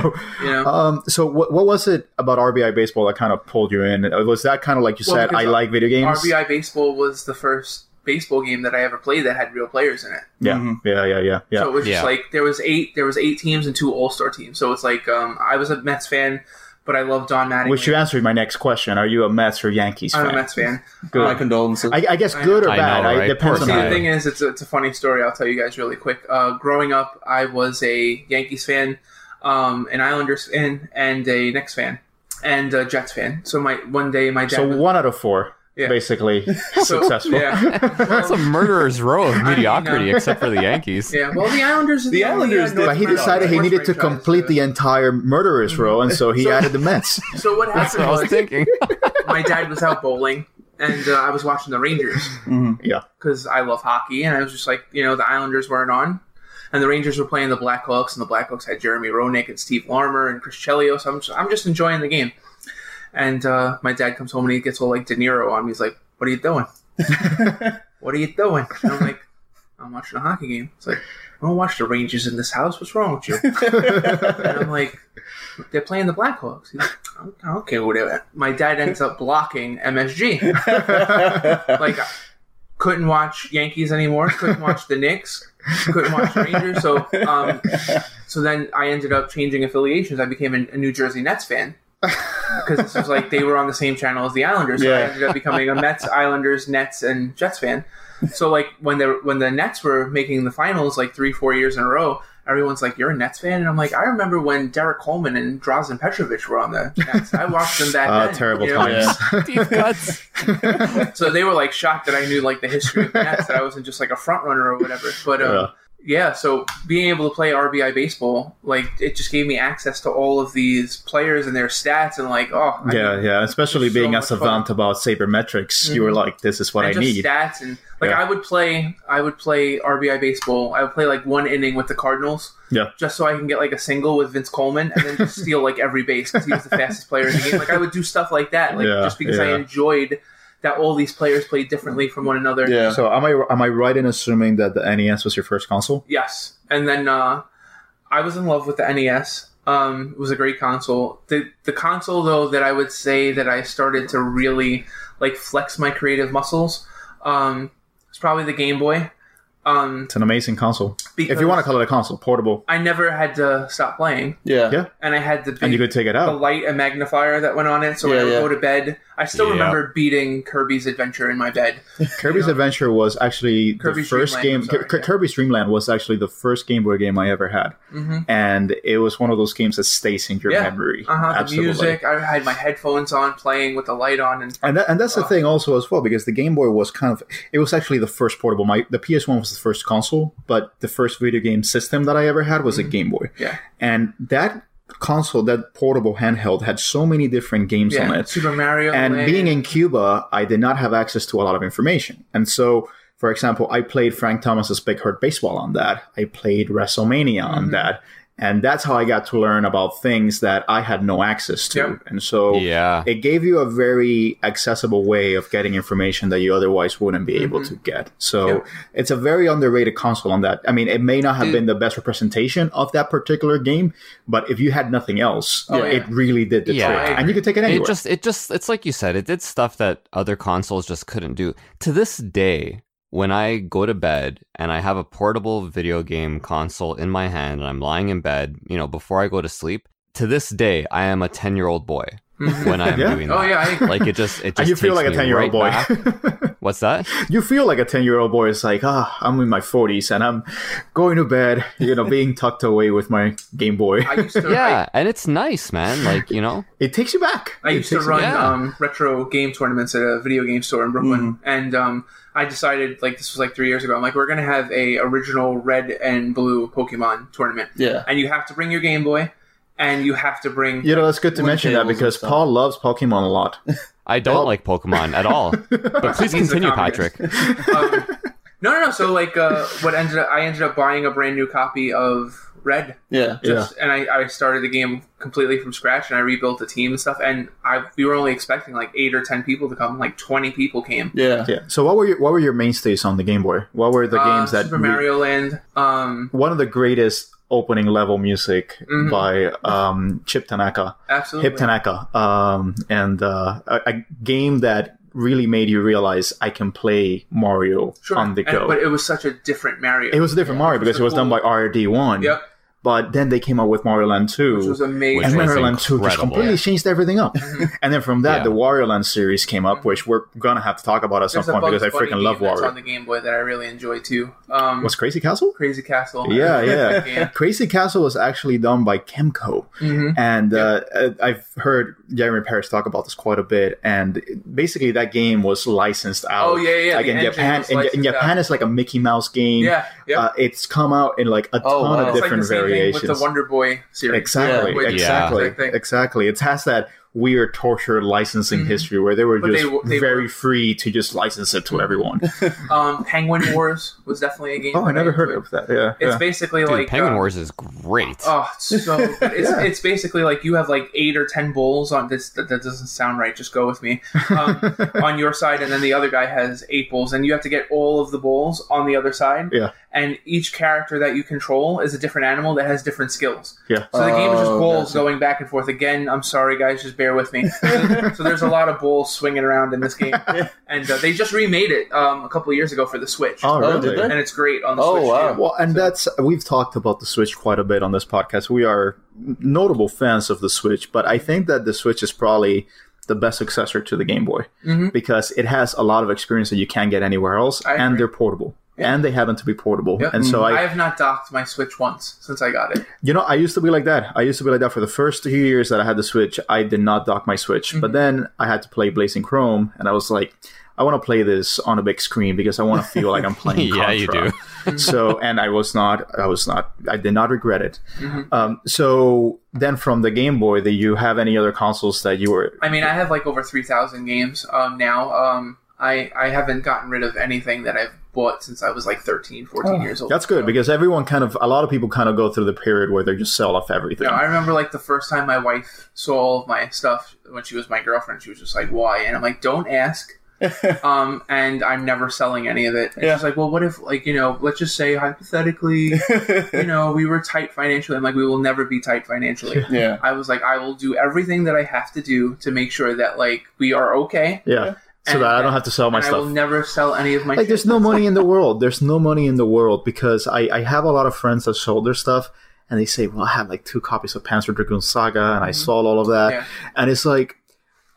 You
Uh,
know,
um, so what, what was it about RBI baseball that kind of pulled you in? Was that kind of like you
Well,
said,
because
I like video games?
RBI baseball was the first baseball game that I ever played that had real players in it.
Yeah,
Mhm.
yeah, yeah, yeah, yeah.
So it was just
Yeah.
like there was eight there was eight teams and two All Star teams. So it's like um, I was a Mets fan, but I love Don Mattingly.
Which you answered my next question. Are you a Mets or Yankees
I'm
fan?
a Mets fan.
Good.
my condolences
I, I guess
I
good or
know. I
bad.
know,
I-
right?
depends
See,
on
Poor
the
guy.
how
thing is, it's a, it's a funny story. I'll tell you guys really quick. Uh, growing up, I was a Yankees fan, um, an Islanders fan, and a Knicks fan, and a Jets fan. So my one day my dad.
So
was-
one out of four,
Yeah.
basically,
so-
successful.
Yeah.
That's a murderer's row of mediocrity, except for the Yankees.
yeah. Well, the uh, Islanders.
The Islanders did-
But he
Right.
decided he needed to complete the entire murderers row, and so he
So-
added the Mets.
So what
That's what I
happened
was
was
thinking.
my dad was out bowling, and uh, I was watching the Rangers.
Mhm.
Yeah.
because I love hockey, and I was just like, you know, the Islanders weren't on, and the Rangers were playing the Blackhawks, and the Blackhawks had Jeremy Roenick and Steve Larmer and Chris Chelios. I'm just, I'm just enjoying the game, and uh, my dad comes home and he gets all like De Niro on me. He's like, "What are you doing? what are you doing?" And I'm like, "I'm watching a hockey game." It's like, "I don't watch the Rangers in this house. What's wrong with you?" and I'm like, "They're playing the Blackhawks." He's like, "I don't care what it-" My dad ends up blocking MSG like couldn't watch Yankees anymore, couldn't watch the Knicks, couldn't watch Rangers. So um, so then I ended up changing affiliations. I became a, a New Jersey Nets fan because this was like they were on the same channel as the Islanders. So I
Yeah.
ended up becoming a Mets, Islanders, Nets, and Jets fan. So like when the when the Nets were making the finals like three four years in a row. Everyone's like, "You're a Nets fan," and I'm like, "I remember when Derek Coleman and Drazen Petrovic were on the Nets. I watched them back
Uh,
then."
terrible
you know?
times.
Deep cuts.
So they were like shocked that I knew like the history of the Nets, that I wasn't just like a front runner or whatever. But um, yeah. so being able to play RBI baseball, like it just gave me access to all of these players and their stats, and like oh I
Yeah,
mean,
yeah. Especially
So
being a
much fun.
savant about sabermetrics, you were like, "This is what
and
I
just
need."
stats and like
Yeah.
I would play, I would play RBI baseball. I would play like one inning with the Cardinals.
Yeah.
Just so I can get like a single with Vince Coleman and then just steal like every base because he was the fastest player in the game. Like I would do stuff like that, like
Yeah,
just because I
yeah.
enjoyed that all these players played differently from one another.
yeah
So am I? Am I right in assuming that the NES was your first console?
Yes, and then uh, I was in love with the NES. Um, it was a great console. The the console though that I would say that I started to really like flex my creative muscles um, was probably the Game Boy. Um,
It's an amazing console. if
Because-
you want to call it a console, portable,
I never had to stop playing,
Yeah.
Yeah.
and I had the
and you could
big-
take it
the
out.
light and magnifier that went on it. So when
Yeah,
I would
yeah.
go to bed, I still
Yeah.
remember beating Kirby's Adventure in my bed.
Kirby's
know.
Adventure was actually the
Kirby's
first
Dreamland,
game.
I'm sorry,
K-
yeah.
Kirby's Dreamland was actually the first Game Boy game I ever had,
hmm
and it was one of those games that stays in your
Yeah.
memory.
Uh-huh, the
Absolutely.
music. I had my headphones on, playing with the light on, and
And, that, and that's the
Oh.
thing also as well because the Game Boy was kind of it was actually the first portable. My the PS One was the first console, but the first video game system that I ever had was a Game Boy.
Mm-hmm. Yeah.
and that console, that portable handheld, had so many different games on
yeah,
it.
Super Mario.
And
Land.
being in Cuba, I did not have access to a lot of information, and so. For example, I played Frank Thomas's Big Hurt Baseball on that. I played WrestleMania on
Mhm.
that. And that's how I got to learn about things that I had no access to.
Yep.
And so
yeah.
it gave you a very accessible way of getting information that you otherwise wouldn't be able
Mhm.
to get. So
Yeah.
it's a very underrated console on that. I mean, it may not have
Did-
been the best representation of that particular game, but if you had nothing else,
Oh,
it
yeah.
really did the
Yeah, I
trick. And you could take it anywhere.
It just it just it's like you said, it did stuff that other consoles just couldn't do. To this day, when I go to bed and I have a portable video game console in my hand and I'm lying in bed, you know, before I go to sleep, to this day I am a 10-year-old boy
Mhm.
when I'm
Mm-hmm. Yeah.
doing that.
oh yeah, I,
Like it just it just
and you feel
takes
like a
me
10 year old
right
boy.
back. What's that?
you feel like a 10 year old boy is like, ah, I'm in my 40s and I'm going to bed, you know, being tucked away with my Game Boy.
I used to.
Yeah, and it's nice, man. Like, you know.
It takes you back.
I
It
used to
takes you
run
back.
Yeah.
um, retro game tournaments at a video game store in Brooklyn, and um, I decided like this was like three years ago. I'm like, we're gonna have a original red and blue Pokemon tournament,
Yeah.
and you have to bring your Game Boy, and you have to bring.
You know, that's good to
Wooden
mention that
tables and
because
stuff.
Paul loves Pokemon a lot.
I don't
Well-
like Pokemon at all. But please
He's a
continue,
communist.
Patrick.
Um, no, no, no. So like, uh, what ended up? I ended up buying a brand new copy of Red,
Yeah.
just and I, I started the game completely from scratch, and I rebuilt the team and stuff. And I we were only expecting like eight or ten people to come, like twenty people came.
Yeah.
Yeah. So what were your, what were your mainstays on the Game Boy? What were the
Uh,
games that
Super
re-
Mario Land. Um,
one of the greatest opening level music
Mhm.
by um, Chip Tanaka,
absolutely.
Hip Tanaka, um, and uh, a, a game that really made you realize I can play Mario
Sure.
on the
And-
go.
but it was such a different Mario.
it was a different Mario because it was done by RD One.
Yep.
But then they came out with Mario Land Two,
Which was amazing.
and
Which was
Mario Land 2 just
incredible.
completely changed everything up. and then from that,
Yeah.
the Wario Land series came up, which we're going to have to talk about at some
Mm-hmm. There's a
point
Bugs
because I
Bunny
freaking love
game that's
Wario.
on the Game Boy that I really enjoy too. Um,
Was Crazy Castle?
Crazy Castle. I
Yeah,
really like that
yeah.
game.
Crazy Castle was actually done by Kemco.
Mhm.
And uh, uh, I've heard Jeremy Paris talk about this quite a bit. And basically, that game was licensed out.
Oh, yeah, yeah,
Like
the
in
engine
Japan,
was
in, in
licensed
Japan, it's like a Mickey Mouse game.
Yeah, yeah.
Uh, it's come out in like a ton
Oh,
of
wow. It's
it's like
different
the same
variations.
thing with the Wonder Boy series.
Exactly,
Yeah, with-
exactly,
same thing.
exactly. It has that weird torture licensing
Mhm.
history where they were
But
just
they w- they
very
were-
free to just license it to everyone.
Um, Penguin Wars was definitely a game.
oh, I
that
never heard
enjoyed.
of that. Yeah,
It's
yeah.
basically
Dude,
like
Penguin
uh,
Wars is
uh,
great.
Oh, it's so good. it's
Yeah.
it's basically like you have like eight or ten bowls on this. That, that doesn't sound right. Just go with me. Um, on your side, and then the other guy has eight bowls, and you have to get all of the bowls on the other side.
Yeah.
And each character that you control is a different animal that has different skills.
Yeah.
So the game is just
Oh,
bowls
gotcha.
going back and forth. Again, I'm sorry guys, just bear with me. so, so there's a lot of bowls swinging around in this game, and uh, they just remade it um, a couple of years ago for the Switch,
Oh,
Oh,
really?
did
and
they?
it's great on the
Oh,
Switch.
wow.
too.
Well, and that's we've talked about the Switch quite a bit on this podcast. We are notable fans of the Switch, but I think that the Switch is probably the best successor to the Game Boy
Mhm.
because it has a lot of experience that you can't get anywhere else,
I
and
agree. Mm-hmm.
they're portable. And they happen to be portable,
Yep.
and so
I
I,
have not docked my Switch once since I got it.
you know, I used to be like that. I used to be like that for the first few years that I had the Switch. I did not dock my Switch,
Mm-hmm.
but then I had to play Blazing Chrome, and I was like, I want to play this on a big screen because I want to feel like I'm playing.
Yeah, you
Contra.
do.
so and I was not I was not I did not regret it.
Mm-hmm.
Um, so then from the Game Boy, do you have any other consoles that you were
I mean, I have like over three thousand games um, now. Um, I I haven't gotten rid of anything that I've bought since I was like 13, 14 years old.
that's good because everyone kind of a lot of people kind of go through the period where they just sell off everything.
No, I remember like the first time my wife saw all of my stuff when she was my girlfriend. She was just like, "Why?" And I'm like, "Don't ask." um, and I'm never selling any of it. And
Yeah.
she's like, "Well, what if like you know, let's just say hypothetically, you know, we were tight financially." I'm like, "We will never be tight financially."
yeah.
I was like, "I will do everything that I have to do to make sure that like we are okay."
yeah, so that I don't have to sell my
and I will
stuff.
never sell any of my
Like, there's
shit.
no money in the world. There's no money in the world because I, I have a lot of friends that sold their stuff and they say, well, I had like two copies of Panzer Dragoon Saga and I sold all of that.
Mm-hmm. Yeah.
And it's like,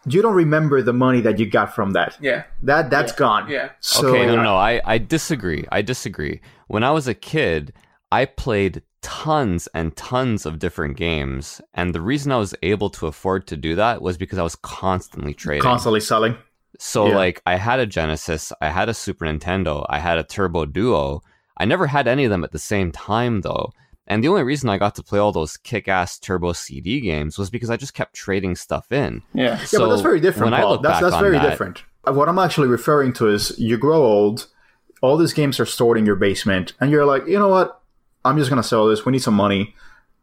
you don't remember the money that you got from that.
Yeah,
That that's gone.
yeah.
So, uh,
okay, no, no, no, I, I disagree. I disagree. When I was a kid, I played tons and tons of different games, and the reason I was able to afford to do that was because I was constantly trading.
Constantly selling.
So
Yeah.
like I had a Genesis, I had a Super Nintendo, I had a Turbo Duo. I never had any of them at the same time though. And the only reason I got to play all those kick-ass Turbo CD games was because I just kept trading stuff in.
Yeah.
Yeah, but that's very different.
When I
Paul.
look
that's
back
that's
on
very
that-
different. Uh, What I'm actually referring to is you grow old, all these games are stored in your basement, and you're like, you know what? I'm just gonna sell this. We need some money.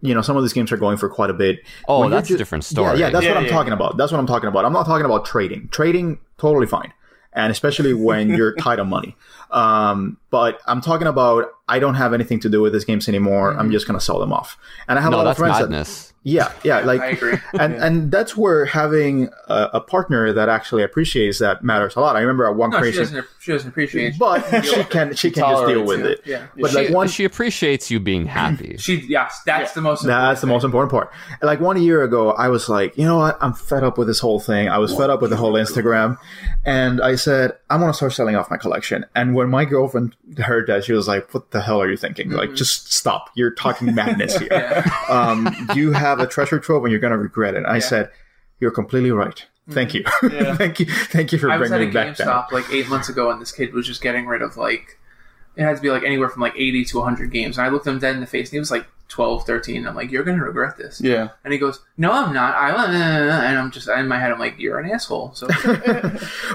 You know, some of these games are going for quite a bit.
Oh,
When you're
that's
ju-
a different
Yeah,
story.
yeah, that's
Yeah,
what I'm
yeah.
talking about. That's what I'm talking about. I'm not talking about trading. Trading, totally fine. And especially when you're tight on money. Um, but I'm talking about I don't have anything to do with these games anymore. I'm just gonna sell them off. And I have a
no,
lot
that's
of friends that
madness.
yeah, yeah, like
I agree.
and and that's where having a, a partner that actually appreciates that matters a lot. I remember at one
No, she
creation,
doesn't. She doesn't appreciate.
but she can she can just deal
Tolerates
with
it.
it.
yeah,
But
she,
like one,
she appreciates you being happy.
she. Yes, that's the most.
that's the most important part. And, Like one year ago, I was like, you know what? I'm fed up with this whole thing. I was fed up with the whole Instagram, and I said I'm gonna start selling off my collection. And when my girlfriend heard that, she was like, "What the hell are you thinking? Like, just stop. You're talking madness here."
Mm-hmm. Yeah.
um, you have a treasure trove and you're going to regret it. I
Yeah. Mm-hmm.
said, you're completely right. Thank you.
Yeah.
thank you. Thank you for
I was at a
bringing me back down.
GameStop like eight months ago, and this kid was just getting rid of like it had to be like anywhere from like eighty to hundred games. And I looked him dead in the face, and he was like 12, 13. And I'm like, you're gonna regret this.
Yeah.
And he goes, No, I'm not. I and I'm just in my head, I'm like, you're an asshole. So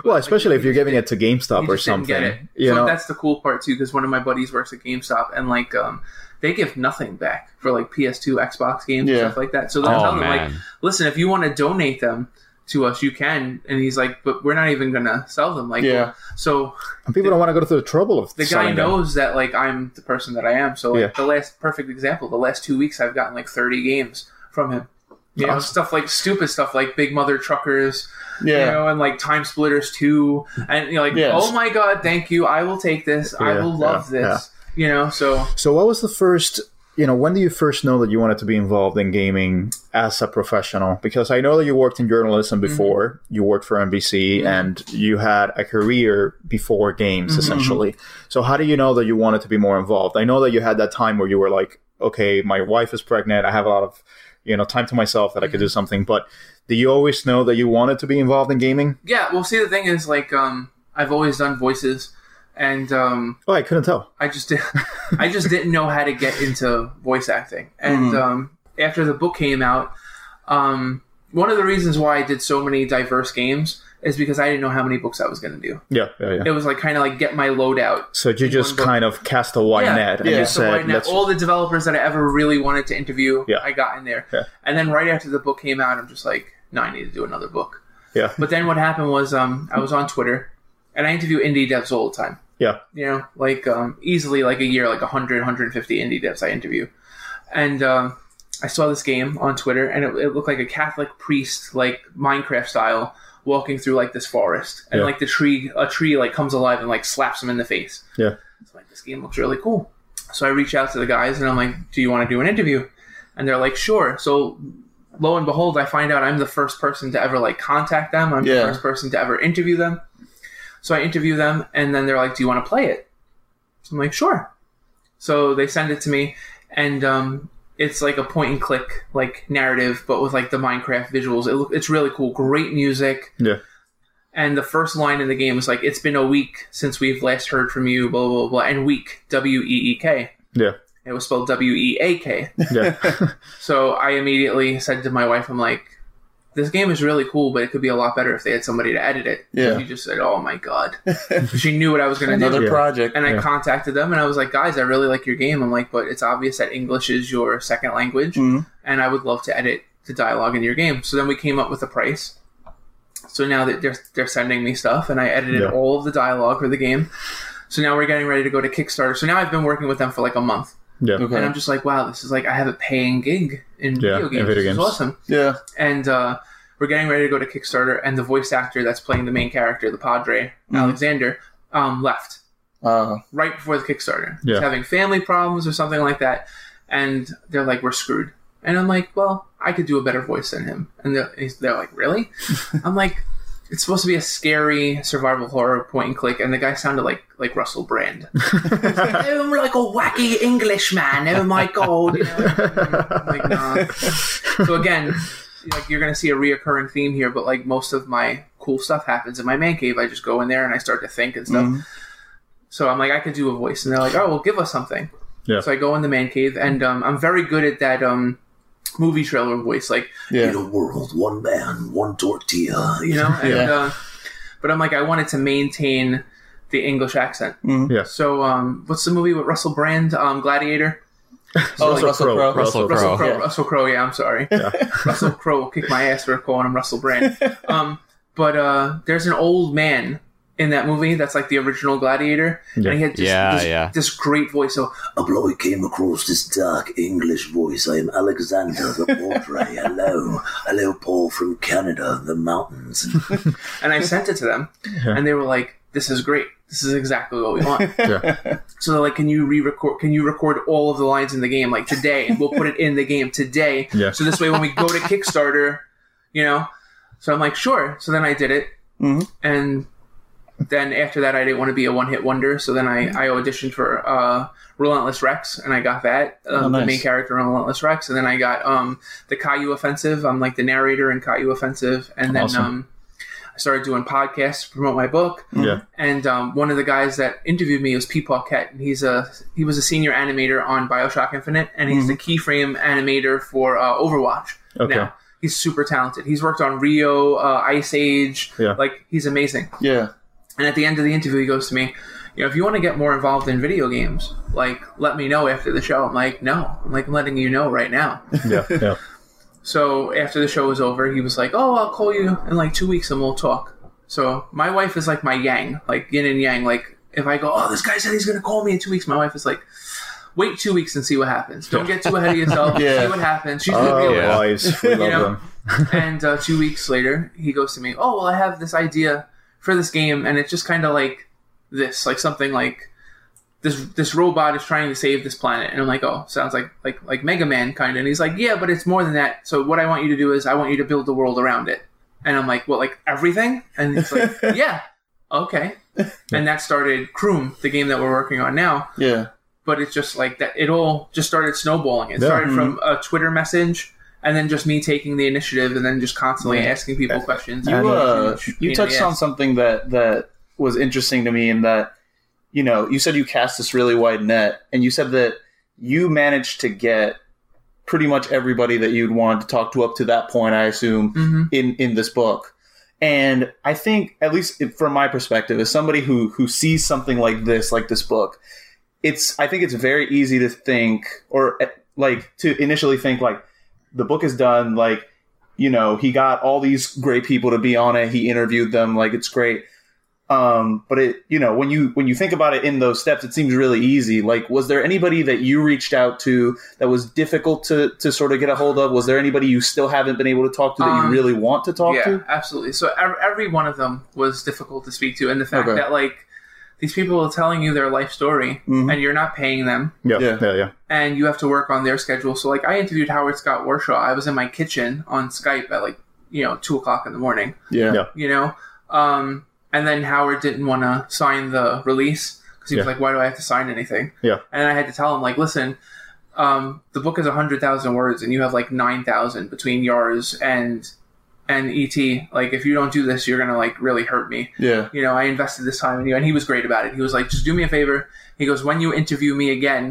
Well, especially if you're
you
giving it to GameStop
you
or
just didn't
something.
get it.
You
so
know,
that's the cool part too, because one of my buddies works at GameStop, and like um, they give nothing back for like PS2, Xbox games,
Yeah.
and stuff like that. So they'll tell
oh
them like,
man.
listen, if you want to donate them to us, you can. And he's like, but we're not even gonna sell them. Like,
Yeah.
so
and people don't want to go through the trouble of
the guy
selling them.
knows that like I'm the person that I am. So like
Yeah.
the last perfect example, the last two weeks I've gotten like 30 games from him. You know,
Awesome.
stuff like stupid stuff like Big Mother Truckers, you
Yeah.
know, and like Time Splitters 2. And you're like,
Yes.
oh my God, thank you. I will take this. I
Yeah,
will love
yeah,
this. You know, so
So, what was the first? You know, when do you first know that you wanted to be involved in gaming as a professional? Because I know that you worked in journalism before, you worked for NBC, and you had a career before games, essentially. So, how do you know that you wanted to be more involved? I know that you had that time where you were like, okay, my wife is pregnant, I have a lot of, you know, time to myself that I could do something. But do you always know that you wanted to be involved in gaming?
yeah, well, see, the thing is, like, um, I've always done voices. And um,
Oh, I couldn't tell.
I just did, I just didn't know how to get into voice acting. And
Mm-hmm.
um, after the book came out, um, one of the reasons why I did so many diverse games is because I didn't know how many books I was going to do.
Yeah, yeah, yeah.
It was like kind of like get my load out.
So you just kind of cast a wide net and
yeah.
you
So why
said,
not?
let's.
all the developers that I ever really wanted to interview,
Yeah.
I got in there.
Yeah.
And then right after the book came out, I'm just like, no, I need to do another book.
Yeah.
But then what happened was um, I was on Twitter and I interview indie devs all the time.
Yeah.
You know, like um, easily like a year, like 100, 150 indie devs I interview. And um, I saw this game on Twitter and it, it looked like a Catholic priest, like Minecraft style, walking through like this forest. And
Yeah.
like the tree, a tree like comes alive and like slaps him in the face.
Yeah.
So like, this game looks really cool. So I reach out to the guys and I'm like, do you want to do an interview? And they're like, sure. So lo and behold, I find out I'm the first person to ever like contact them. I'm the
Yeah.
first person to ever interview them. So I interview them, and then they're like, "Do you want to play it?" I'm like, "Sure." So they send it to me, and um, it's like a point and click like narrative, but with like the Minecraft visuals. It look, it's really cool. Great music.
Yeah.
And the first line in the game is like, "It's been a week since we've last heard from you." Blah blah blah. And week, W E E K.
Yeah.
It was spelled W E A K.
Yeah.
So I immediately said to my wife, I'm like, this game is really cool, but it could be a lot better if they had somebody to edit it.
Yeah.
She just said, oh my God. she knew what I was going to do.
Another
Yeah.
project.
And I
Yeah.
contacted them and I was like, guys, I really like your game. I'm like, but it's obvious that English is your second language
Mm-hmm.
Mhm.
and I would love to edit the dialogue in your game. So then we came up with a price. So now that they're, they're sending me stuff and I edited
Yeah.
all of the dialogue for the game. So now we're getting ready to go to Kickstarter. So now I've been working with them for like a month.
Yeah.
Okay.
And I'm just like, wow, this is like I have a paying gig in
Yeah,
video
in
games.
video
this
games.
is awesome.
yeah.
And uh, we're getting ready to go to Kickstarter, and the voice actor that's playing the main character, the Padre
Mm-hmm.
Alexander, um, left
Uh,
right before the Kickstarter.
Yeah.
He's having family problems or something like that, and they're like, "We're screwed." And I'm like, "Well, I could do a better voice than him." And they're, he's- they're like, "Really?" I'm like, "It's supposed to be a scary survival horror point and click," and the guy sounded like like Russell Brand. "Oh, I'm like a wacky Englishman. Oh my god! You know? I'm like, nah. So again, like you're gonna see a reoccurring theme here, but like most of my cool stuff happens in my man cave. I just go in there and I start to think and stuff. So I'm like, I could do a voice, and they're like, oh, well, give us something.
Yeah.
So I go in the man cave, and um, I'm very good at that um, movie trailer voice, like
yeah.
In a world, one man, one tortilla.
you know. And,
Yeah.
uh, but I'm like, I wanted to maintain the English accent.
Yes.
So um, what's the movie with Russell Brand, um, Gladiator?
oh,
Russell
Russell,
Crowe.
Crowe.
Russell
Russell
Crowe.
Crowe.
Yeah.
Russell Crowe. Yeah, I'm sorry. Russell Crowe will kick my ass for calling him Russell Brand. Um, but uh, there's an old man in that movie that's like the original Gladiator,
Yeah.
and he had just,
Yeah,
this,
yeah.
this great voice. So
A boy came across this dark English voice. I am Alexander the Portrait. Hello. Hello, Paul from Canada, the mountains.
and I sent it to them, and they were like, "This is great. This is exactly what we want."
Yeah.
so they're like, "Can you re-record? Can you record all of the lines in the game like today, and we'll put it in the game today?
Yeah.
So this way, when we go to Kickstarter, you know." So I'm like, "Sure." So then I did it,
Mm-hmm.
Mhm.
and then after that, I didn't want to be a one-hit wonder. So then I, I auditioned for uh, Relentless Rex, and I got that um,
Oh, nice.
the main character in Relentless Rex, and then I got um, the Caillou Offensive. I'm like the narrator in Caillou Offensive, and then
Awesome.
um, I started doing podcasts to promote my book.
Mm-hmm. Yeah.
And um, one of the guys that interviewed me was Pete Paulquette, and he's a he was a senior animator on Bioshock Infinite, and he's the keyframe animator for uh, Overwatch.
Mhm. Okay.
Now he's super talented. He's worked on Rio, uh, Ice Age,
Yeah.
like he's amazing.
Yeah.
And at the end of the interview, he goes to me, you know, if you want to get more involved in video games, like let me know after the show. I'm like, no, I'm like I'm letting you know right now.
Yeah. Yeah.
So after the show was over, he was like, "Oh, I'll call you in like two weeks and we'll talk." So my wife is like my yang, like yin and yang. Like if I go, "Oh, this guy said he's gonna call me in two weeks," my wife is like, "Wait two weeks and see what happens. Don't get too ahead of yourself.
Yeah.
See what happens." She's gonna be
Oh,
like-
Yeah.
wives. We love
know?
them.
and uh, two weeks later, he goes to me, "Oh, well, I have this idea for this game, and it's just kind of like this, like something like this. This robot is trying to save this planet." And I'm like, "Oh, sounds like like like Mega Man kind of." And he's like, "Yeah, but it's more than that. So what I want you to do is I want you to build the world around it." And I'm like, "What, like everything?" And he's like, "Yeah, okay." And that started Croom, the game that we're working on now
Yeah.
but it's just like that it all just started snowballing it
Yeah.
started from a twitter message and then just me taking the initiative and then just constantly asking people questions
You
And,
uh,
huge pain
you
in
touched
the
on
ass.
something that that was interesting to me in that you know you said you cast this really wide net, and you said that you managed to get pretty much everybody that you'd wanted to talk to up to that point. I assume
Mhm.
in in this book and i think at least if- from my perspective as somebody who who sees something like this like this book it's i think it's very easy to think or eh, like to initially think like the book is done like you know he got all these great people to be on it he interviewed them like it's great um but it you know when you when you think about it in those steps it seems really easy like was there anybody that you reached out to that was difficult to to sort of get a hold of was there anybody you still haven't been able to talk to that you
Um,
really want to talk
yeah
to
absolutely so ev- every one of them was difficult to speak to and the fact
Okay.
that like these people are telling you their life story
Mhm.
and you're not paying them
Yeah. Yeah.
Yeah.
Yeah. Yeah.
and you have to work on their schedule so like i interviewed howard scott warshaw i was in my kitchen on skype at like you know two o'clock in the morning
yeah
Yeah.
you know. Um, and then Howard didn't want to sign the release because he was
Yeah.
like, "Why do I have to sign anything?"
Yeah.
And I had to tell him, like, "Listen, um, the book is hundred thousand words, and you have like nine thousand between yours and and ET. Like, if you don't do this, you're gonna like really hurt me."
yeah
you know, I invested this time in you. And he was great about it. He was like, just do me a favor. He goes, when you interview me again,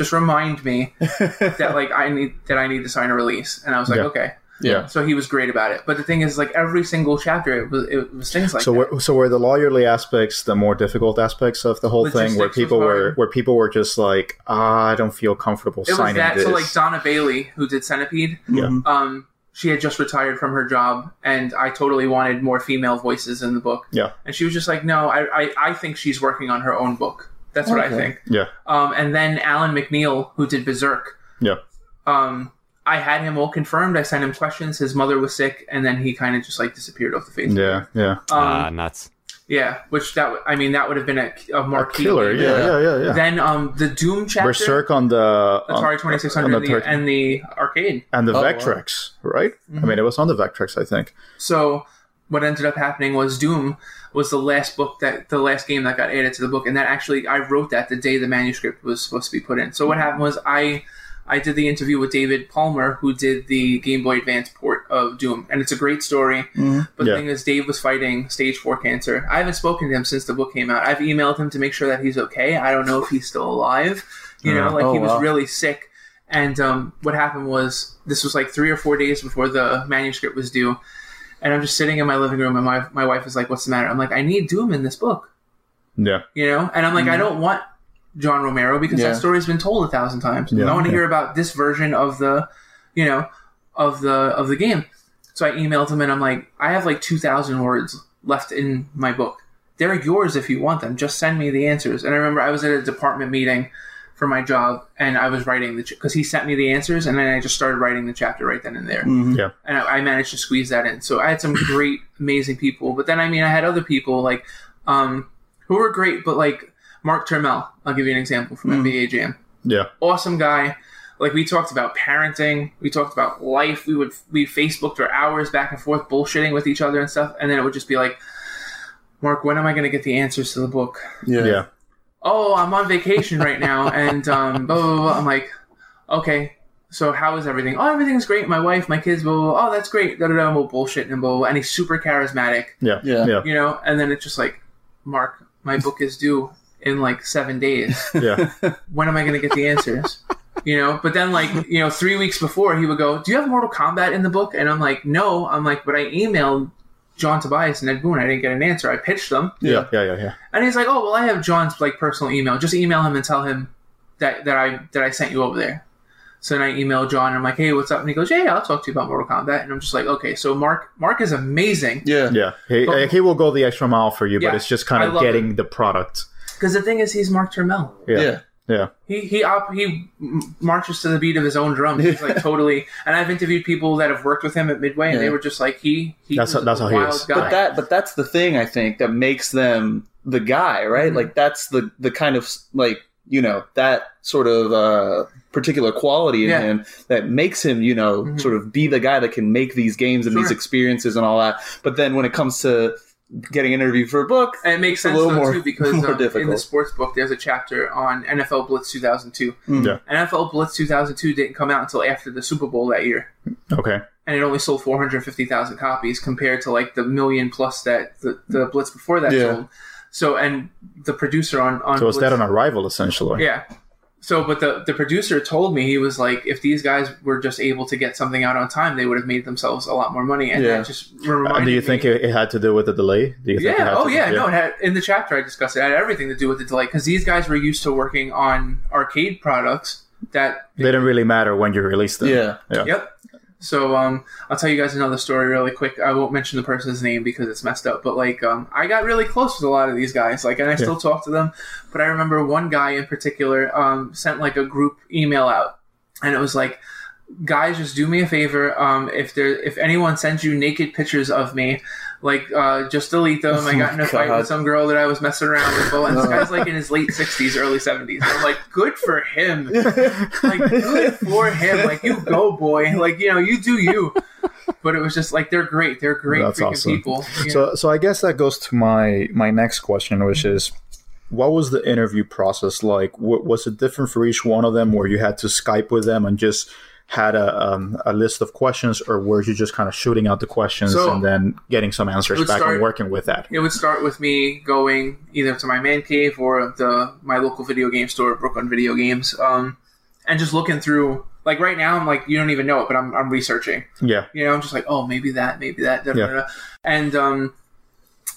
just remind me that like I need that I need to sign a release. And I was like,
Yeah.
okay.
Yeah.
So he was great about it. But the thing is, like every single chapter, it was it was things like
so
that.
were, so were the lawyerly aspects the more difficult aspects of the whole thing where
Logistics was
people were
hard.
where people were just like ah, I don't feel comfortable
it was
signing
that.
this Mm-hmm.
So like Donna Bailey, who did Centipede,
Yeah.
um, she had just retired from her job, and I totally wanted more female voices in the book.
Yeah.
And she was just like, no, I I, I think she's working on her own book. That's what I
Okay.
think.
yeah
Um, and then Alan McNeil, who did Berserk.
yeah
Um, I had him all confirmed. I sent him questions. His mother was sick, and then he kind of just like disappeared off the face.
Yeah, yeah.
Um,
ah, nuts.
yeah, which that w- I mean that would have been a, a
A
marquee
killer.
game.
Yeah, yeah, yeah, yeah.
Then um the Doom chapter,
Berserk on the on-
Atari Twenty Six Hundred,
on the Atari-
and the arcade.
and the
Oh, wow.
Vectrex, right? I mean, it was on the Vectrex, I think.
So what ended up happening was Doom was the last book that the last game that got added to the book, and that actually I wrote that the day the manuscript was supposed to be put in. So what happened was I I did the interview with David Palmer, who did the Game Boy Advance port of Doom, and it's a great story. But
Mm-hmm. Yeah.
the thing is, Dave was fighting stage four cancer. I haven't spoken to him since the book came out. I've emailed him to make sure that he's okay. I don't know if he's still alive. You
Mm-hmm.
know, like
Oh,
he was
wow.
really sick. And um, what happened was, this was like three or four days before the manuscript was due. And I'm just sitting in my living room, and my, my wife is like, What's the matter? I'm like, I need Doom in this book,
Yeah,
you know? And I'm like, I don't want John Romero because
Mm-hmm. Yeah.
that story's been told a thousand times.
Yeah,
I want to
yeah.
hear about this version of the, you know, of the of the game. So I emailed him and I'm like, I have like 2,000 words left in my book. They're yours if you want them. Just send me the answers. And I remember I was at a department meeting for my job and I was writing the, because he sent me the answers and then I just started writing the chapter right then and there.
Yeah.
And I, I managed to squeeze that in. So I had some great, amazing people. But then, I mean, I had other people like, um, who were great, but like Mark Turmel, I'll give you an example
Mm.
from NBA Jam
yeah,
awesome guy. Like we talked about parenting, we talked about life. We would we Facebooked for hours back and forth, bullshitting with each other and stuff. And then it would just be like, Mark, when am I going to get the answers to the book?
yeah, yeah.
Oh, I'm on vacation right now, and um, blah, blah, blah. I'm like, okay. So how is everything? Oh, everything's great. My wife, my kids. Blah, blah, blah. Oh, that's great. Da da da. We'll bullshit and blah, blah, blah. And he's super charismatic
yeah.
Yeah.
yeah.
you know and then it's just like mark my book is due in like seven days
Yeah.
when am i going to get the answers you know but then like you know three weeks before he would go do you have mortal kombat in the book and i'm like no i'm like but i emailed john tobias and ed boon i didn't get an answer i pitched them
Yeah, yeah, yeah, yeah.
and he's like oh well i have john's like personal email just email him and tell him that that i that i sent you over there so then I email John and I'm like, hey, what's up? And he goes, yeah, yeah, I'll talk to you about Mortal Kombat. And I'm just like, okay, so Mark Mark is amazing.
Yeah.
Yeah. He, uh,
But-
he will go the extra mile for you, but
Yeah.
it's just kind
I
of
love
getting the product.
Because the thing is, he's Mark Turmel.
Yeah.
Yeah.
Yeah.
He he op- he m- marches to the beat of his own drum. He's like totally. And I've interviewed people that have worked with him at Midway, and
Yeah.
they were just like he. he
That's
was
how- that's
a
how he
wild
is.
Guy.
But that but that's the thing I think that makes them the guy, right?
Mm-hmm.
Like that's the the kind of like, you know, that sort of uh particular quality in
Yeah.
him that makes him, you know,
Mhm.
sort of be the guy that can make these games and these
Sure.
experiences and all that. But then when it comes to getting interviewed for a book,
and it makes
a
sense
little
though
more-
too because
more
um, in the
difficult.
sports book there's a chapter on NFL Blitz 2002.
Mm.
Yeah.
NFL Blitz 2002 didn't come out until after the Super Bowl that year,
Okay.
and it only sold 450,000 copies compared to like the million plus that the, the Blitz before that
Yeah.
sold. So and the producer on on
So is
Blitz-
that an arrival essentially?
Yeah. So, but the the producer told me he was like, if these guys were just able to get something out on time, they would have made themselves a lot more money. And
Yeah.
that just
Uh,
reminded
do you
me-
think it, it had to do with the delay? Do you think it had
yeah. Oh,
to-
yeah. No, it had in the chapter I discussed it. it had everything to do with the delay because these guys were used to working on arcade products. That
They didn't really matter when you released them.
yeah.
Yeah.
yep. So um, I'll tell you guys another story really quick. I won't mention the person's name because it's messed up. But like, um, I got really close with a lot of these guys. Like, and I still talk to them. But I remember one guy in particular um, sent like a group email out, and it was like, guys, just do me a favor. Um, if there, if anyone sends you naked pictures of me, like, uh, just delete them. I got in a fight
God.
with some girl that I was messing around with. Well, And this guy's like in his late sixties, early seventies. I'm like, good for him like good for him. Like you go, boy. Like you know, you do you. But it was just like they're great. They're great
That's
freaking
awesome.
people. you know?
So so I guess that goes to my my next question, which is what was the interview process like? W- was it different for each one of them where you had to Skype with them and just had a, um, a list of questions or were you just kind of shooting out the questions
So-
and then getting some answers
would
back
start-
and working with that?
it would start with me going either to my man cave or the my local video game store, Brooklyn Video Games, um, and just looking through. Like right now, I'm like you don't even know it, but I'm I'm researching.
Yeah.
You know, I'm just like, oh, maybe that, maybe that, da,
Yeah.
da, da. and um,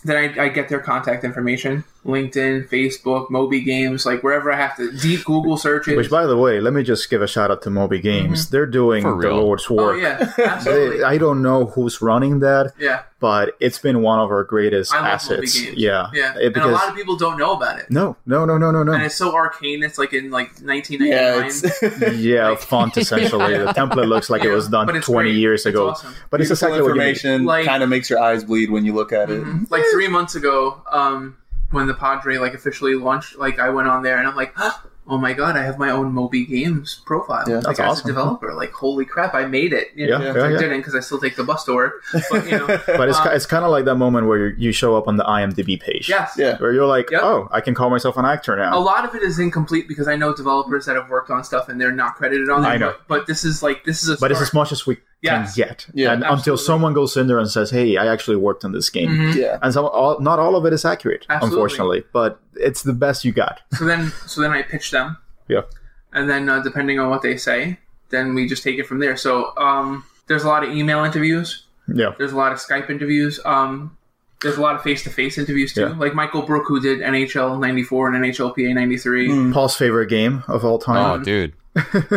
then I, I get their contact information, LinkedIn, Facebook, Moby Games, like wherever I have to deep Google searches.
Which, by the way, let me just give a shout out to Moby Games. They're doing
Mm-hmm. For
the
real.
Lord's
oh
work.
yeah,
They-
absolutely.
I don't know who's running that,
yeah,
but it's been one of our greatest
I love
assets.
Moby Games.
Yeah,
yeah.
It-
and a
because
lot of people don't know about it,
no, no, no, no, no,
and
no.
it's so arcane. It's like in like 1999.
Yeah, it's,
Yeah,
like-
font essentially. The template looks like it
Yeah,
was done
but it's
20
great.
years
It's
ago,
awesome.
but it's
beautiful
exactly what you need.
information.
Like-
kind of makes your eyes bleed when you look at it.
Mhm. Like three months ago, um, when the Padre like officially launched, like I went on there and I'm like, "Huh, oh my god, I have my own Moby Games profile.
Yeah.
like,
That's
as
awesome.
a developer, like holy crap, I made it. You
Yeah,
know,
yeah,
I
yeah.
didn't because I still take the bus to work. But you know,
But it's,
Uh,
it's kind of like that moment where you, you show up on the IMDb page,
yes,
yeah.
where you're like,
Yep.
oh, I can call myself an actor
A
now.
lot of it is incomplete because I know developers that have worked on stuff and they're not credited on it.
I know.
But, but this is like this is a
But it's
start.
as much as we
Yes.
can get,
Yeah,
and until
absolutely.
someone goes in there and says, hey, I actually worked on this game.
Mhm.
Yeah.
and some all, not all of it is accurate,
Absolutely.
unfortunately. But it's the best you got.
So then, so then I pitch them.
Yeah.
And then, uh, depending on what they say, then we just take it from there. So um, there's a lot of email interviews.
Yeah,
There's a lot of Skype interviews. Um, there's a lot of face-to-face interviews too.
Yeah.
Like Michael Brook, who did NHL '94 and NHLPA '93.
Paul's favorite game of all time.
Um,
Oh, dude.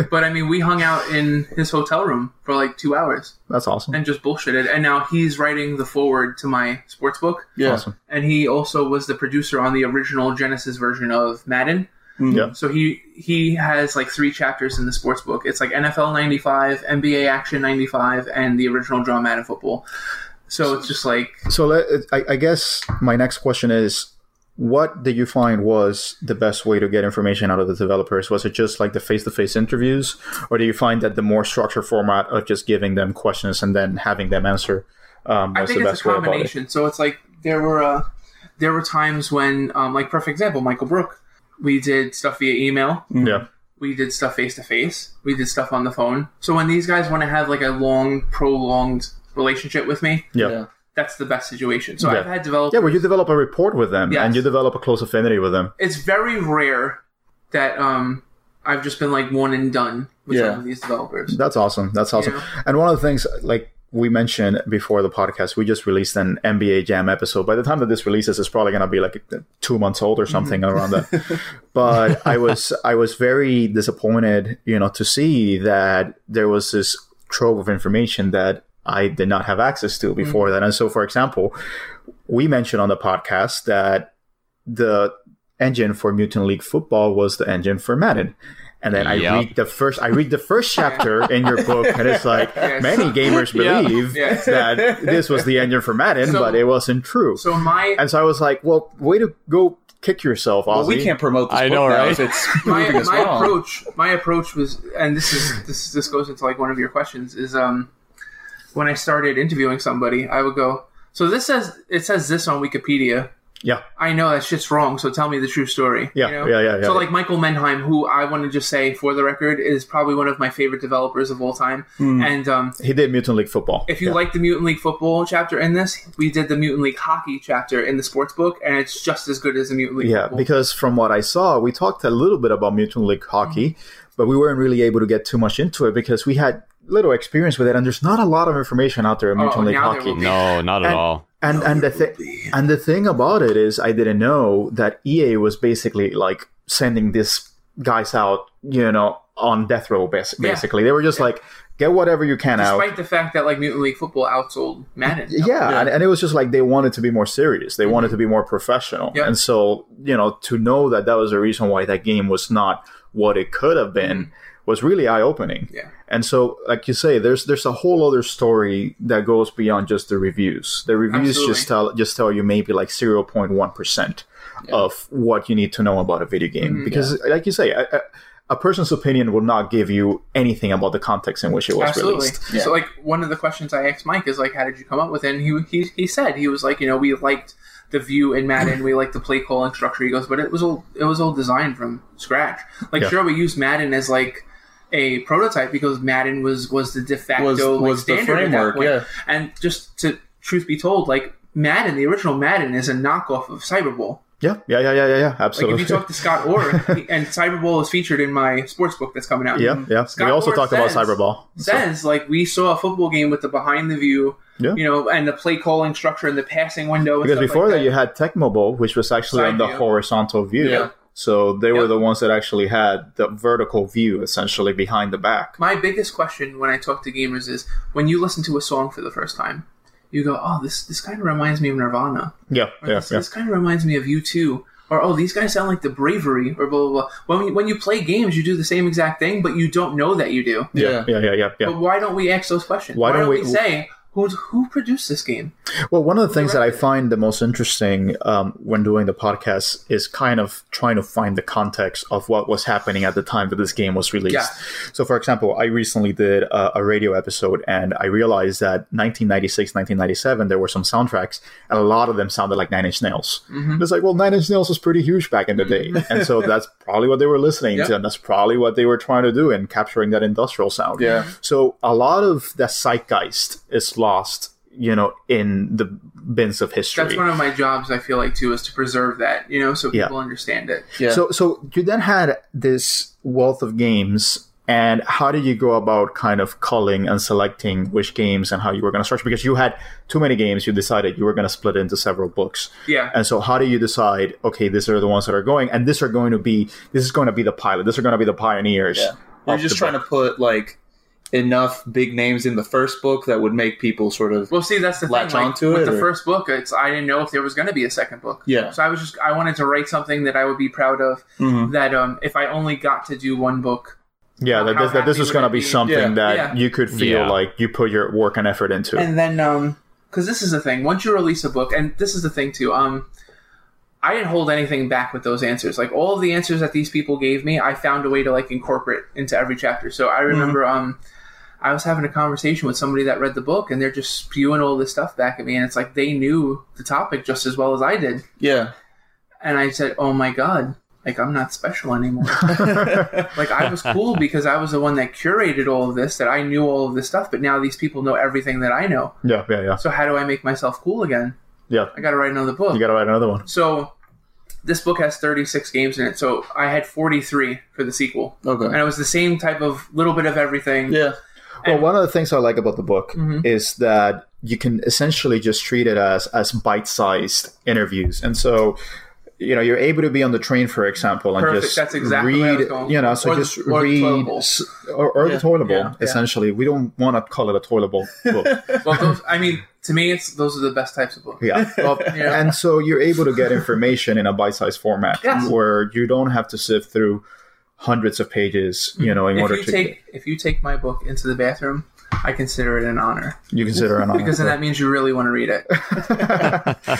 But I mean, we hung out in his hotel room for like two hours
That's awesome.
and just bullshitted. And now he's writing the forward to my sports book.
Yeah.
Awesome.
and he also was the producer on the original Genesis version of Madden.
Mm.
Yeah.
So he he has like three chapters in the sports book. It's like NFL '95, NBA Action '95, and the original Draw Madden Football. So it's just like
So let, I, I guess my next question is. What did you find was the best way to get information out of the developers? Was it just like the face to face interviews, or do you find that the more structured format of just giving them questions and then having them answer um,
I
was the
think it's
best
a
way about it?
combination. So it's like there were uh, there were times when um, like perfect example Michael Brook. We did stuff via email.
Yeah,
We did stuff face to face. We did stuff on the phone. So when these guys want to have like a long, prolonged relationship with me,
yeah, yeah.
Yeah.
that's the best situation. So
Yeah.
I've had developers.
well, you develop a rapport with them,
Yes.
and you develop a close affinity with them.
it's very rare that um I've just been like one and done with
Yeah.
some of these developers.
That's awesome. That's awesome.
Yeah.
And one of the things, like we mentioned before the podcast, we just released an NBA Jam episode. By the time that this releases, it's probably going to be like two months old or something around that. But I was I was very disappointed, you know, to see that there was this trove of information that I did not have access to before that. And so, for example, we mentioned on the podcast that the engine for Mutant League Football was the engine for Madden. And then I
Yep.
read the first I read the first chapter in your book and it's like
Yes.
many gamers
Yeah.
believe
Yes.
that this was the engine for Madden,
So-
but it wasn't true.
So my
and so I was like, Well, way to go kick yourself, Ozzy.
Well, we can't promote this
I
book
know,
now
right?
if it's
my,
proving us
my
wrong.
approach my approach was and this is this this goes into like one of your questions is um when I started interviewing somebody I would go so this says it says this on Wikipedia
Yeah.
I know that shit's wrong so tell me the true story
Yeah,
you know?
yeah, yeah, yeah.
so like Michael Menheim who I want to just say for the record is probably one of my favorite developers of all time
Hmm.
and um
he did Mutant League Football.
If you
Yeah.
like the Mutant League football chapter in this, we did the Mutant League hockey chapter in the sports book, and it's just as good as the Mutant League.
Yeah,
football.
because from what I saw, we talked a little bit about Mutant League hockey,
Mm-hmm.
but we weren't really able to get too much into it because we had little experience with it, and there's not a lot of information out there in
Oh,
Mutant League
now there
hockey.
will be.
No, not at
And-
all.
And and the thing and the thing about it is, I didn't know that EA was basically like sending these guys out, you know, on death row. Bas-
Yeah.
basically, they were just like, get whatever you can out.
despite the fact that like Mutant League football outsold Madden,
yeah, And, and it was just like they wanted to be more serious they wanted to be more professional
Yeah.
and so you know to know that that was the reason why that game was not what it could have been was really eye-opening
Yeah.
and so like you say there's there's a whole other story that goes beyond just the reviews the reviews just
Absolutely.
tell just tell you maybe like 0.1 percent of what you need to know about a video game
Mm-hmm.
because like you say a, a, a person's opinion will not give you anything about the context in which it was
absolutely.
released
Yeah.
So like one of the questions I asked Mike is like, how did you come up with it? And he he he said he was like, you know, we liked the view in Madden, we liked the play calling structure. He goes, but it was all it was all designed from scratch. Like
Yeah.
sure, we used Madden as like. A prototype because Madden was was the de facto
Was-
like,
was the
standard at that
framework,
point.
yeah.
and just to truth be told, like Madden, the original Madden is a knockoff of Cyberball.
yeah yeah yeah yeah yeah, yeah absolutely
Like if you talk to Scott Orr, he- and Cyberball is featured in my sports book that's coming out.
Yeah, yeah.
Scott
we also
Moore
talked about
says-
Cyberball.
Says like we saw a football game with the behind the view
Yeah.
You know, and the play calling structure and the passing window. And
Because
stuff
before
like
that, you had Tech Mobile, which was actually
Side
on the
view.
horizontal view.
Yeah.
So they
Yeah.
were the ones that actually had the vertical view, essentially behind the back.
My biggest question when I talk to gamers is when you listen to a song for the first time, you go, "Oh, this this kind of reminds me of Nirvana."
Yeah,
Or,
yeah,
this,
yeah.
this kind of reminds me of you too. Or oh, these guys sound like the bravery, or blah blah blah. When you, when you play games, you do the same exact thing, but you don't know that you do.
Yeah, yeah, yeah, yeah, yeah.
But why don't we ask those questions?
Why don't we-
say who who produced this game?
Well, one of the things that I find the most interesting um, when doing the podcast is kind of trying to find the context of what was happening at the time that this game was released.
Yeah.
So, for example, I recently did a, a radio episode and I realized that 1996, 1997, there were some soundtracks and a lot of them sounded like Nine Inch Nails.
Mm-hmm.
And it's like, well, Nine Inch Nails was pretty huge back in the day. and so that's probably what they were listening
Yeah.
to and that's probably what they were trying to do in capturing that industrial sound.
Yeah.
So a lot of that zeitgeist is lost, you know, in the bins of history.
That's one of my jobs. I feel like too is to preserve that, you know, so
Yeah.
people understand it.
Yeah.
So, so you then had this wealth of games, and how did you go about kind of culling and selecting which games and how you were going to structure? Because you had too many games, you decided you were going to split into several books.
Yeah.
And so, how do you decide? Okay, these are the ones that are going, and these are going to be this is going to be the pilot. These are going to be the pioneers.
Yeah. We're
of
just
the
trying to put like enough big names in the first book that would make people sort of
Well, see, that's the
Latch
thing. Like,
onto
with
it,
the
or-
first book, it's I didn't know if there was going to be a second book.
Yeah.
So I was just I wanted to write something that I would be proud of.
Mhm.
That um, if I only got to do one book,
Yeah,
How-
that
how
this, that this
happy
is
would
going to
it
be
be?
something
Yeah.
that
Yeah.
you could feel
Yeah.
like you put your work and effort into.
and then um, because this is the thing. Once you release a book, and this is the thing too. Um, I didn't hold anything back with those answers. Like all of the answers that these people gave me, I found a way to like incorporate into every chapter. So I remember um. I was having a conversation with somebody that read the book, and they're just spewing all this stuff back at me, and it's like they knew the topic just as well as I did.
yeah
and I said, "Oh my god, like I'm not special anymore. like I was cool because I was the one that curated all of this, that I knew all of this stuff, but now these people know everything that I know.
yeah, yeah, yeah,
So how do I make myself cool again?
yeah.
I got to write another book.
You got to write another one.
so this book has 36 games in it. So I had 43 for the sequel. And
okay
it was the same type of little bit of everything.
yeah
Well, one of the things I like about the book
Mm-hmm.
is that you can essentially just treat it as as bite sized interviews, and so you know you're able to be on the train, for example, and
Perfect.
just
That's exactly what I was
read.
going
You know,
for.
so
Or the-
just
or the toilet
read
bowl.
s- or, or
Yeah.
the toilet bowl.
Yeah. Yeah.
Essentially, we don't want to call it a toilet bowl book.
Well, those, I mean, to me, it's those are the best types of books.
Yeah. Well,
Yeah.
And so you're able to get information in a bite sized format
Yes.
where you don't have to sift through hundreds of pages, you know, in
Mm-hmm. If
order
you
to
take if you take my book into the bathroom, I consider it an honor
you consider an
because then that means you really want to read it.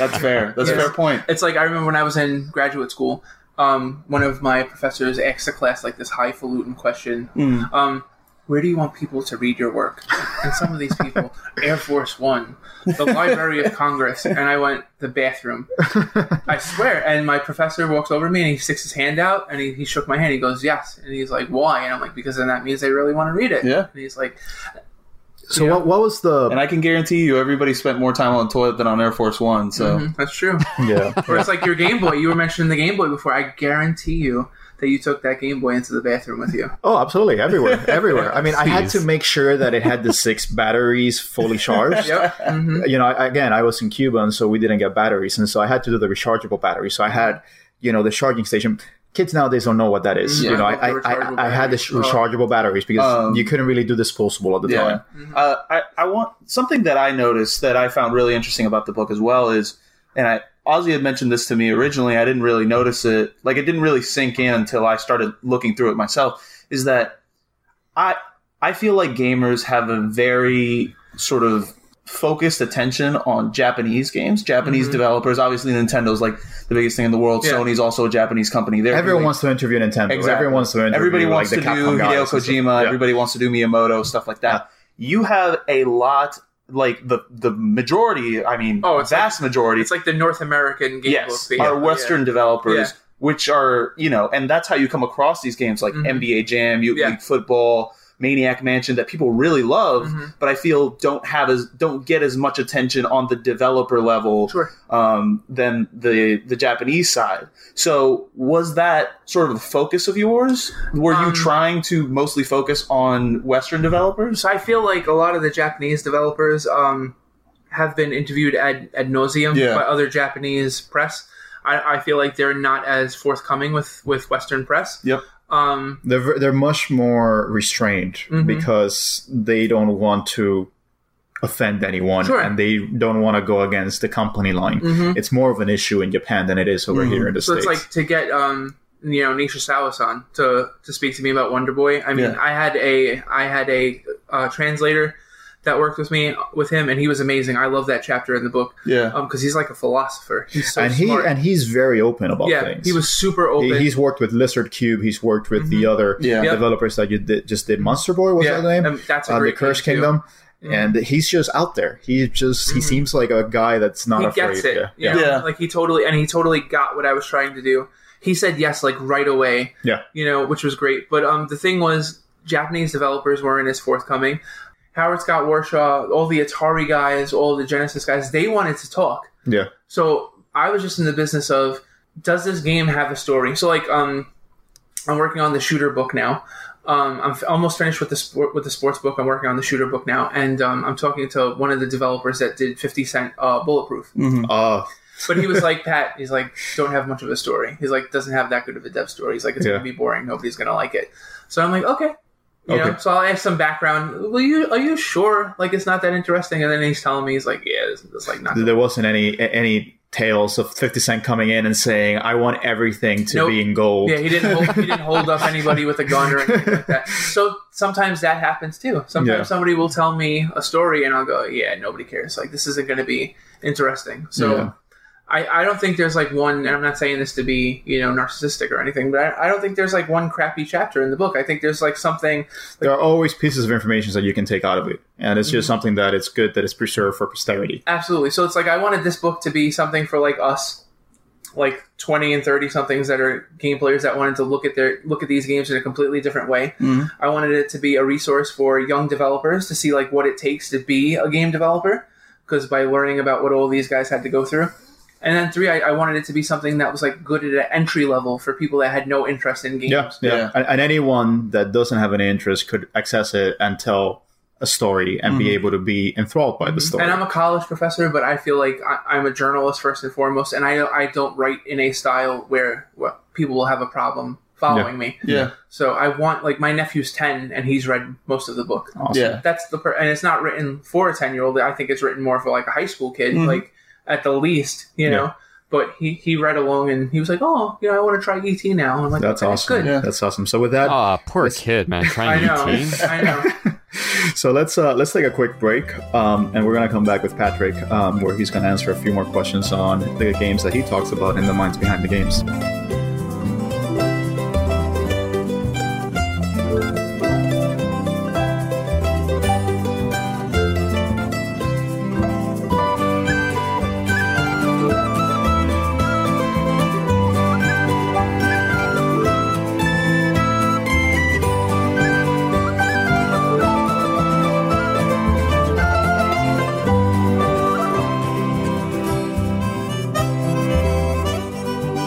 that's fair that's a
Yes.
fair point
It's like I remember when I was in graduate school, um, one of my professors asked the class like this highfalutin question.
Mm.
Um, where do you want people to read your work? And some of these people, Air Force One, the Library of Congress, and I went the bathroom. I swear. And my professor walks over to me and he sticks his hand out and he, he shook my hand. He goes, "Yes," and he's like, "Why?" And I'm like, "Because then that means they really want to read it."
Yeah.
And he's like,
so what, what was the
and i can guarantee you everybody spent more time on the toilet than on air force one so
"Mhm, "That's true."
yeah.
Or it's like your Game Boy. You were mentioning the Game Boy before. I guarantee you that you took that Game Boy into the bathroom with you.
Oh, absolutely. Everywhere. Everywhere. I mean, I had to
Please.
make sure that it had the six batteries fully charged.
Yep. hmm
You know, I- again, I was in Cuba, and so we didn't get batteries. And so I had to do the rechargeable battery. So I had, you know, the charging station. Kids nowadays don't know what that is.
Yeah,
you know, I,
I
I,
love the rechargeable
I, I had the
batteries.
sh- rechargeable batteries because
Um,
you couldn't really do disposable at the
yeah
time.
uh, I, I want something that i noticed that i found really interesting about the book as well is and i ozzy had mentioned this to me originally i didn't really notice it like it didn't really sink in until i started looking through it myself is that i i feel like gamers have a very sort of focused attention on japanese games japanese
Mhm.
developers obviously nintendo's like the biggest thing in the world
Yeah.
sony's also a japanese company they're
Everyone
really-
wants to interview Nintendo.
Exactly.
Everyone wants to interview
Everybody
like,
wants
the
to do
Capcom guys
Hideo
and stuff.
Kojima.
Yeah.
Everybody wants to do Miyamoto stuff like that. You have a lot, like the the majority. I mean,
Oh, it's like-
vast majority.
It's like the North American game book.
yes,
they
are
have.
Western developers,
Yeah.
which are you know, and that's how you come across these games like
Mhm.
NBA Jam, Mutant
Yeah.
League Football, Maniac Mansion that people really love,
Mhm.
but I feel don't have as don't get as much attention on the developer level
Yeah. Sure.
um, than the the Japanese side. So was that sort of the focus of yours? Were you
Um,
trying to mostly focus on Western developers?
So I feel like a lot of the Japanese developers, um, have been interviewed ad, ad nauseum
Yeah.
by other Japanese press. I, I feel like they're not as forthcoming with, with Western press.
Yep.
Um,
They're ver- they're much more restrained
Mhm.
because they don't want to offend anyone
Sure.
and they don't want to go against the company line.
mhm.
It's more of an issue in Japan than it is over
Mhm.
here in the
Mm-hmm. So
states.
it's like to get um, you know Nisha Sawasan to to speak to me about Wonder Boy. I mean,
Yeah.
I had a I had a uh, translator that worked with me with him, and he was amazing. I love that chapter in the book
Yeah.
because he's like a philosopher. He's so
and he
smart.
and he's very open about
yeah,
things.
he was super open. Mm-hmm.
He- he's worked with Lizard Cube. He's worked with the other
Yeah.
Yep.
developers that you did, just did Monster Boy. Was
yeah,
that the name?
and that's a
uh, the
great
Curse
thing, too. Mm-hmm.
Kingdom. And he's just out there. He just he
Mhm.
seems like a guy that's not
he
afraid.
gets it.
Yeah.
you
Yeah.
know?
Yeah.
like he totally and he totally got what I was trying to do. He said yes, like right away.
Yeah.
you know, which was great. But um, the thing was, Japanese developers weren't as forthcoming. Howard Scott Warshaw, all the Atari guys, all the Genesis guys, they wanted to talk.
Yeah.
So I was just in the business of does this game have a story? So like um, I'm working on the shooter book now. Um, I'm f- almost finished with the sport with the sports book. I'm working on the shooter book now, and um, I'm talking to one of the developers that did 50 Cent uh, Bulletproof.
Mhm.
Uh,
But he was like, Pat, he's like, don't have much of a story. He's like, doesn't have that good of a dev story. He's like, it's
Yeah.
gonna be boring. Nobody's gonna like it. So I'm like, okay. You know,
Okay.
so I'll ask some background. Will you are you sure? Like it's not that interesting. And then he's telling me he's like, yeah, it's, it's like not.
there wasn't any any tales of Fifty Cent coming in and saying, "I want everything to
Nope.
be in gold."
Yeah, he didn't hold, he didn't hold up anybody with a gun or anything like that. So sometimes that happens too. Sometimes
Yeah.
somebody will tell me a story and I'll go, yeah, nobody cares. Like this isn't going to be interesting. So
Yeah.
I, I don't think there's like one, and I'm not saying this to be you know narcissistic or anything, but I, I don't think there's like one crappy chapter in the book. I think there's like something.
There are always pieces of information that you can take out of it, and it's
Mm-hmm.
just something that it's good that it's preserved for posterity.
Absolutely. So it's like I wanted this book to be something for like us, like twenty and thirty somethings that are game players that wanted to look at their look at these games in a completely different way.
Mhm.
I wanted it to be a resource for young developers to see like what it takes to be a game developer, because by learning about what all these guys had to go through. And then three, I, I wanted it to be something that was like good at an entry level for people that had no interest in games.
Yeah, yeah.
Yeah.
And, and anyone that doesn't have any interest could access it and tell a story and be able to be enthralled by the story.
Mm-hmm. And I'm a college professor, but I feel like I, I'm a journalist first and foremost, and I I don't write in a style where well, people will have a problem following me.
Yeah.
So I want like my nephew's ten, and he's read most of the book.
Awesome.
Yeah.
That's the per- and it's not written for a ten year old. I think it's written more for like a high school kid,
Mhm.
like at the least, you
Mm-hmm. Yeah.
know. But he he read along and he was like, oh, you know, I want to try ET now. And I'm like,
That's
okay,
awesome.
Good.
Yeah.
That's awesome. So with that,
Ah, poor kid, man.
uh, I
Trying
know.
to eat tea.
I know.
So let's uh, let's take a quick break, um, and we're gonna come back with Patrick, um, where he's gonna answer a few more questions on the games that he talks about and the minds behind the games.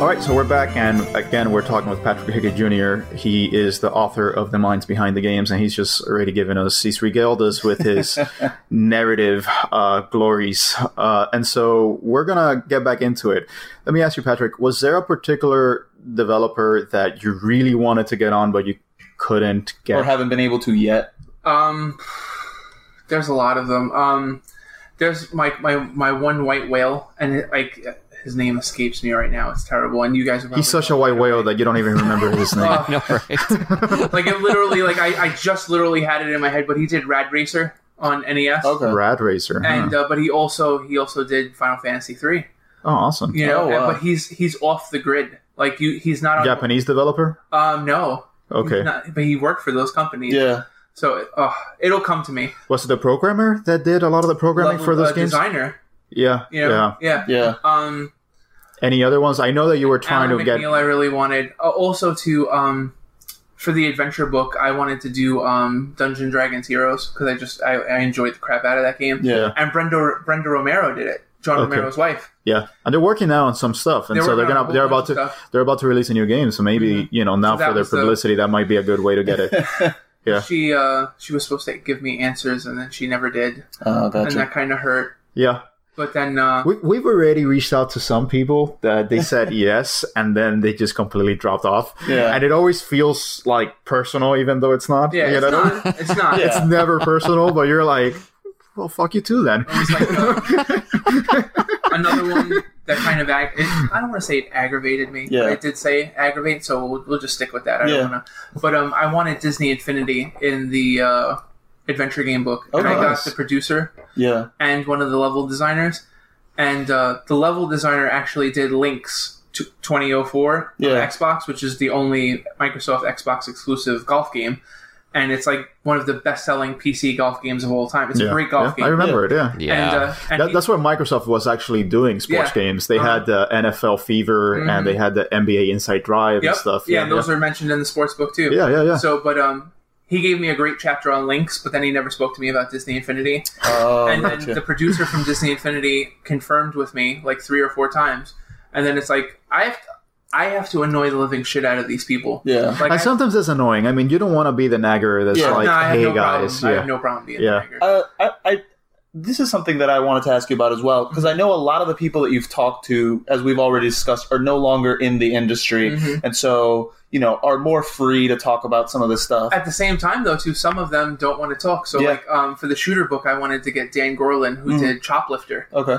All right, so we're back, and again, we're talking with Patrick Hickey Jr. He is the author of The Minds Behind the Games, and he's just already given us, he's regaled us with his narrative uh, glories. Uh, and so we're going to get back into it. Let me ask you, Patrick, was there a particular developer that you really wanted to get on, but you couldn't get?
Or haven't been able to yet.
Um, there's a lot of them. Um, there's my my my one white whale, and it, like his name escapes me right now. It's terrible, and you guys are. probably-
he's such a white whale that you don't even remember his name.
Oh,
No, right?
like it literally, like I, I just literally had it in my head, but he did Rad Racer on E NES,
Okay.
Rad Racer. Hmm. huh?
uh, and uh, but he also he also did Final Fantasy three.
oh, awesome.
You know,
Oh, wow.
but he's he's off the grid. Like you, he's not on.
Japanese developer?
Um, no.
Okay.
He's not- but he worked for those companies.
Yeah.
So uh, it'll come to me.
Was it the programmer that did a lot of the programming
Level-
for those
uh,
games?
designer.
Yeah,
You know,
yeah.
yeah.
Yeah.
Um.
Any other ones? I know that you were trying
Alan
to
McNeil,
get.
I really wanted. Uh, also, to um, for the adventure book, I wanted to do um, Dungeon Dragons Heroes because I just I, I enjoyed the crap out of that game.
Yeah.
And Brenda Brenda Romero did it. John
Okay.
Romero's wife.
Yeah, and they're working now on some stuff, and
They
so
were
they're
working on
gonna
a whole
they're about
bunch
to
of stuff. Mm-hmm.
they're about to release a new game. So maybe you know now
that
for their
was the-
publicity, that might be a good way to get it. yeah.
She uh she was supposed to give me answers and then she never did,
Oh,
and
gotcha.
that kind of hurt.
Yeah.
But then, uh,
We, we've already reached out to some people that they said yes, and then they just completely dropped off.
Yeah.
And it always feels like personal, even though it's not.
yeah,
you
it's
know?
not. It's not.
Yeah.
It's never personal, but you're like, well, fuck you too then.
It was like uh, another one that kind of ag- it, I don't want to say it aggravated me.
Yeah.
but it did say aggravate, so we'll, we'll just stick with that. I
Yeah.
don't want to. But um, I wanted Disney Infinity in the uh, adventure game book, and I
Okay.
got
Nice.
the producer
Yeah.
and one of the level designers, and uh, the level designer actually did links. to 2004 on
Yeah.
Xbox, which is the only Microsoft Xbox exclusive golf game, and it's like one of the best-selling PC golf games of all time. It's a great golf
yeah,
game.
I remember it, yeah.
Yeah.
And, uh, and
That,
he-
that's what Microsoft was actually doing sports
Yeah.
games. They
Uh-huh. Mm-hmm.
had the NFL Fever and they had the NBA Inside Drive
Yep.
and stuff.
Yeah, and those are mentioned in the sports book too.
yeah, yeah, yeah.
So, but um, he gave me a great chapter on links, but then he never spoke to me about Disney Infinity.
Oh,
and then
gotcha.
the producer from Disney Infinity confirmed with me like three or four times, and then it's like I have to, I have to annoy the living shit out of these people.
yeah.
Like,
and sometimes that's annoying. I mean, you don't want to be the nagger that's
Yeah.
I,
like,
no, I have
hey
no
guys,
problem. I
yeah.
have no problem being
Yeah.
a tiger.
Uh, I, I, this is something that I wanted to ask you about as well, because I know a lot of the people that you've talked to, as we've already discussed, are no longer in the industry,
Mhm.
and so you know are more free to talk about some of this stuff.
At the same time, though, too, some of them don't want to talk. So,
Yeah.
like, um, for the shooter book, I wanted to get Dan Gorlin, who
Mm.
Mhm.
did Choplifter.
okay,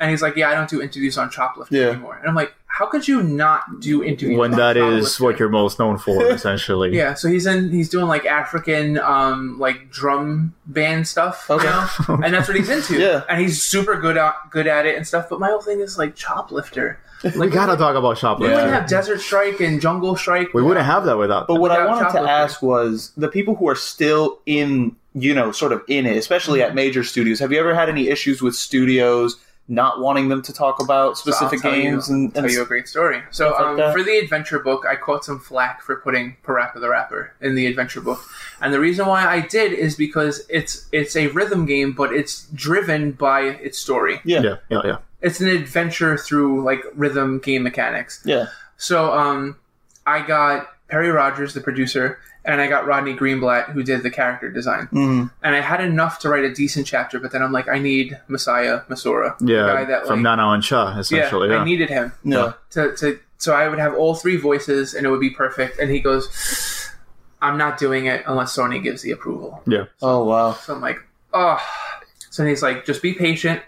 And he's like, "Yeah, I don't do interviews on Choplifter
Yeah.
anymore." And I'm like, "How could you not do interviews
when
on
that is
Choplifter?"
what you're most known for, essentially.
Yeah, so he's in. He's doing like African, um, like drum band stuff,
Okay.
you know, and that's what he's into.
Yeah.
and he's super good at good at it and stuff. But my whole thing is like Choplifter.
We gotta talk about
We
shoplifting.
wouldn't have Desert Strike and Jungle Strike.
We wouldn't have that without.
but what
Yeah,
I wanted to
chocolate
ask was the people who are still in, you know, sort of in it, especially
Mm-hmm.
at major studios. Have you ever had any issues with studios not wanting them to talk about
So I'll
specific
tell you-
games and, and
tell you a great story. So
Stuff like
um,
that.
for the adventure book, I caught some flack for putting Parappa the Rapper in the adventure book, and the reason why I did is because it's it's a rhythm game, but it's driven by its story.
yeah, yeah,
Yeah, yeah, yeah.
It's an adventure through like rhythm game mechanics.
yeah,
So um, I got Perry Rogers, the producer, and I got Rodney Greenblatt, who did the character design.
Mhm.
And I had enough to write a decent chapter, but then I'm like, I need Messiah Masora, the
Yeah,
guy that,
from
like-
Nana and Cha, essentially.
yeah,
Yeah,
I needed him
no,
to, to so I would have all three voices and it would be perfect. And he goes, I'm not doing it unless Sony gives the approval.
oh wow,
So I'm like, oh. So he's like, just be patient.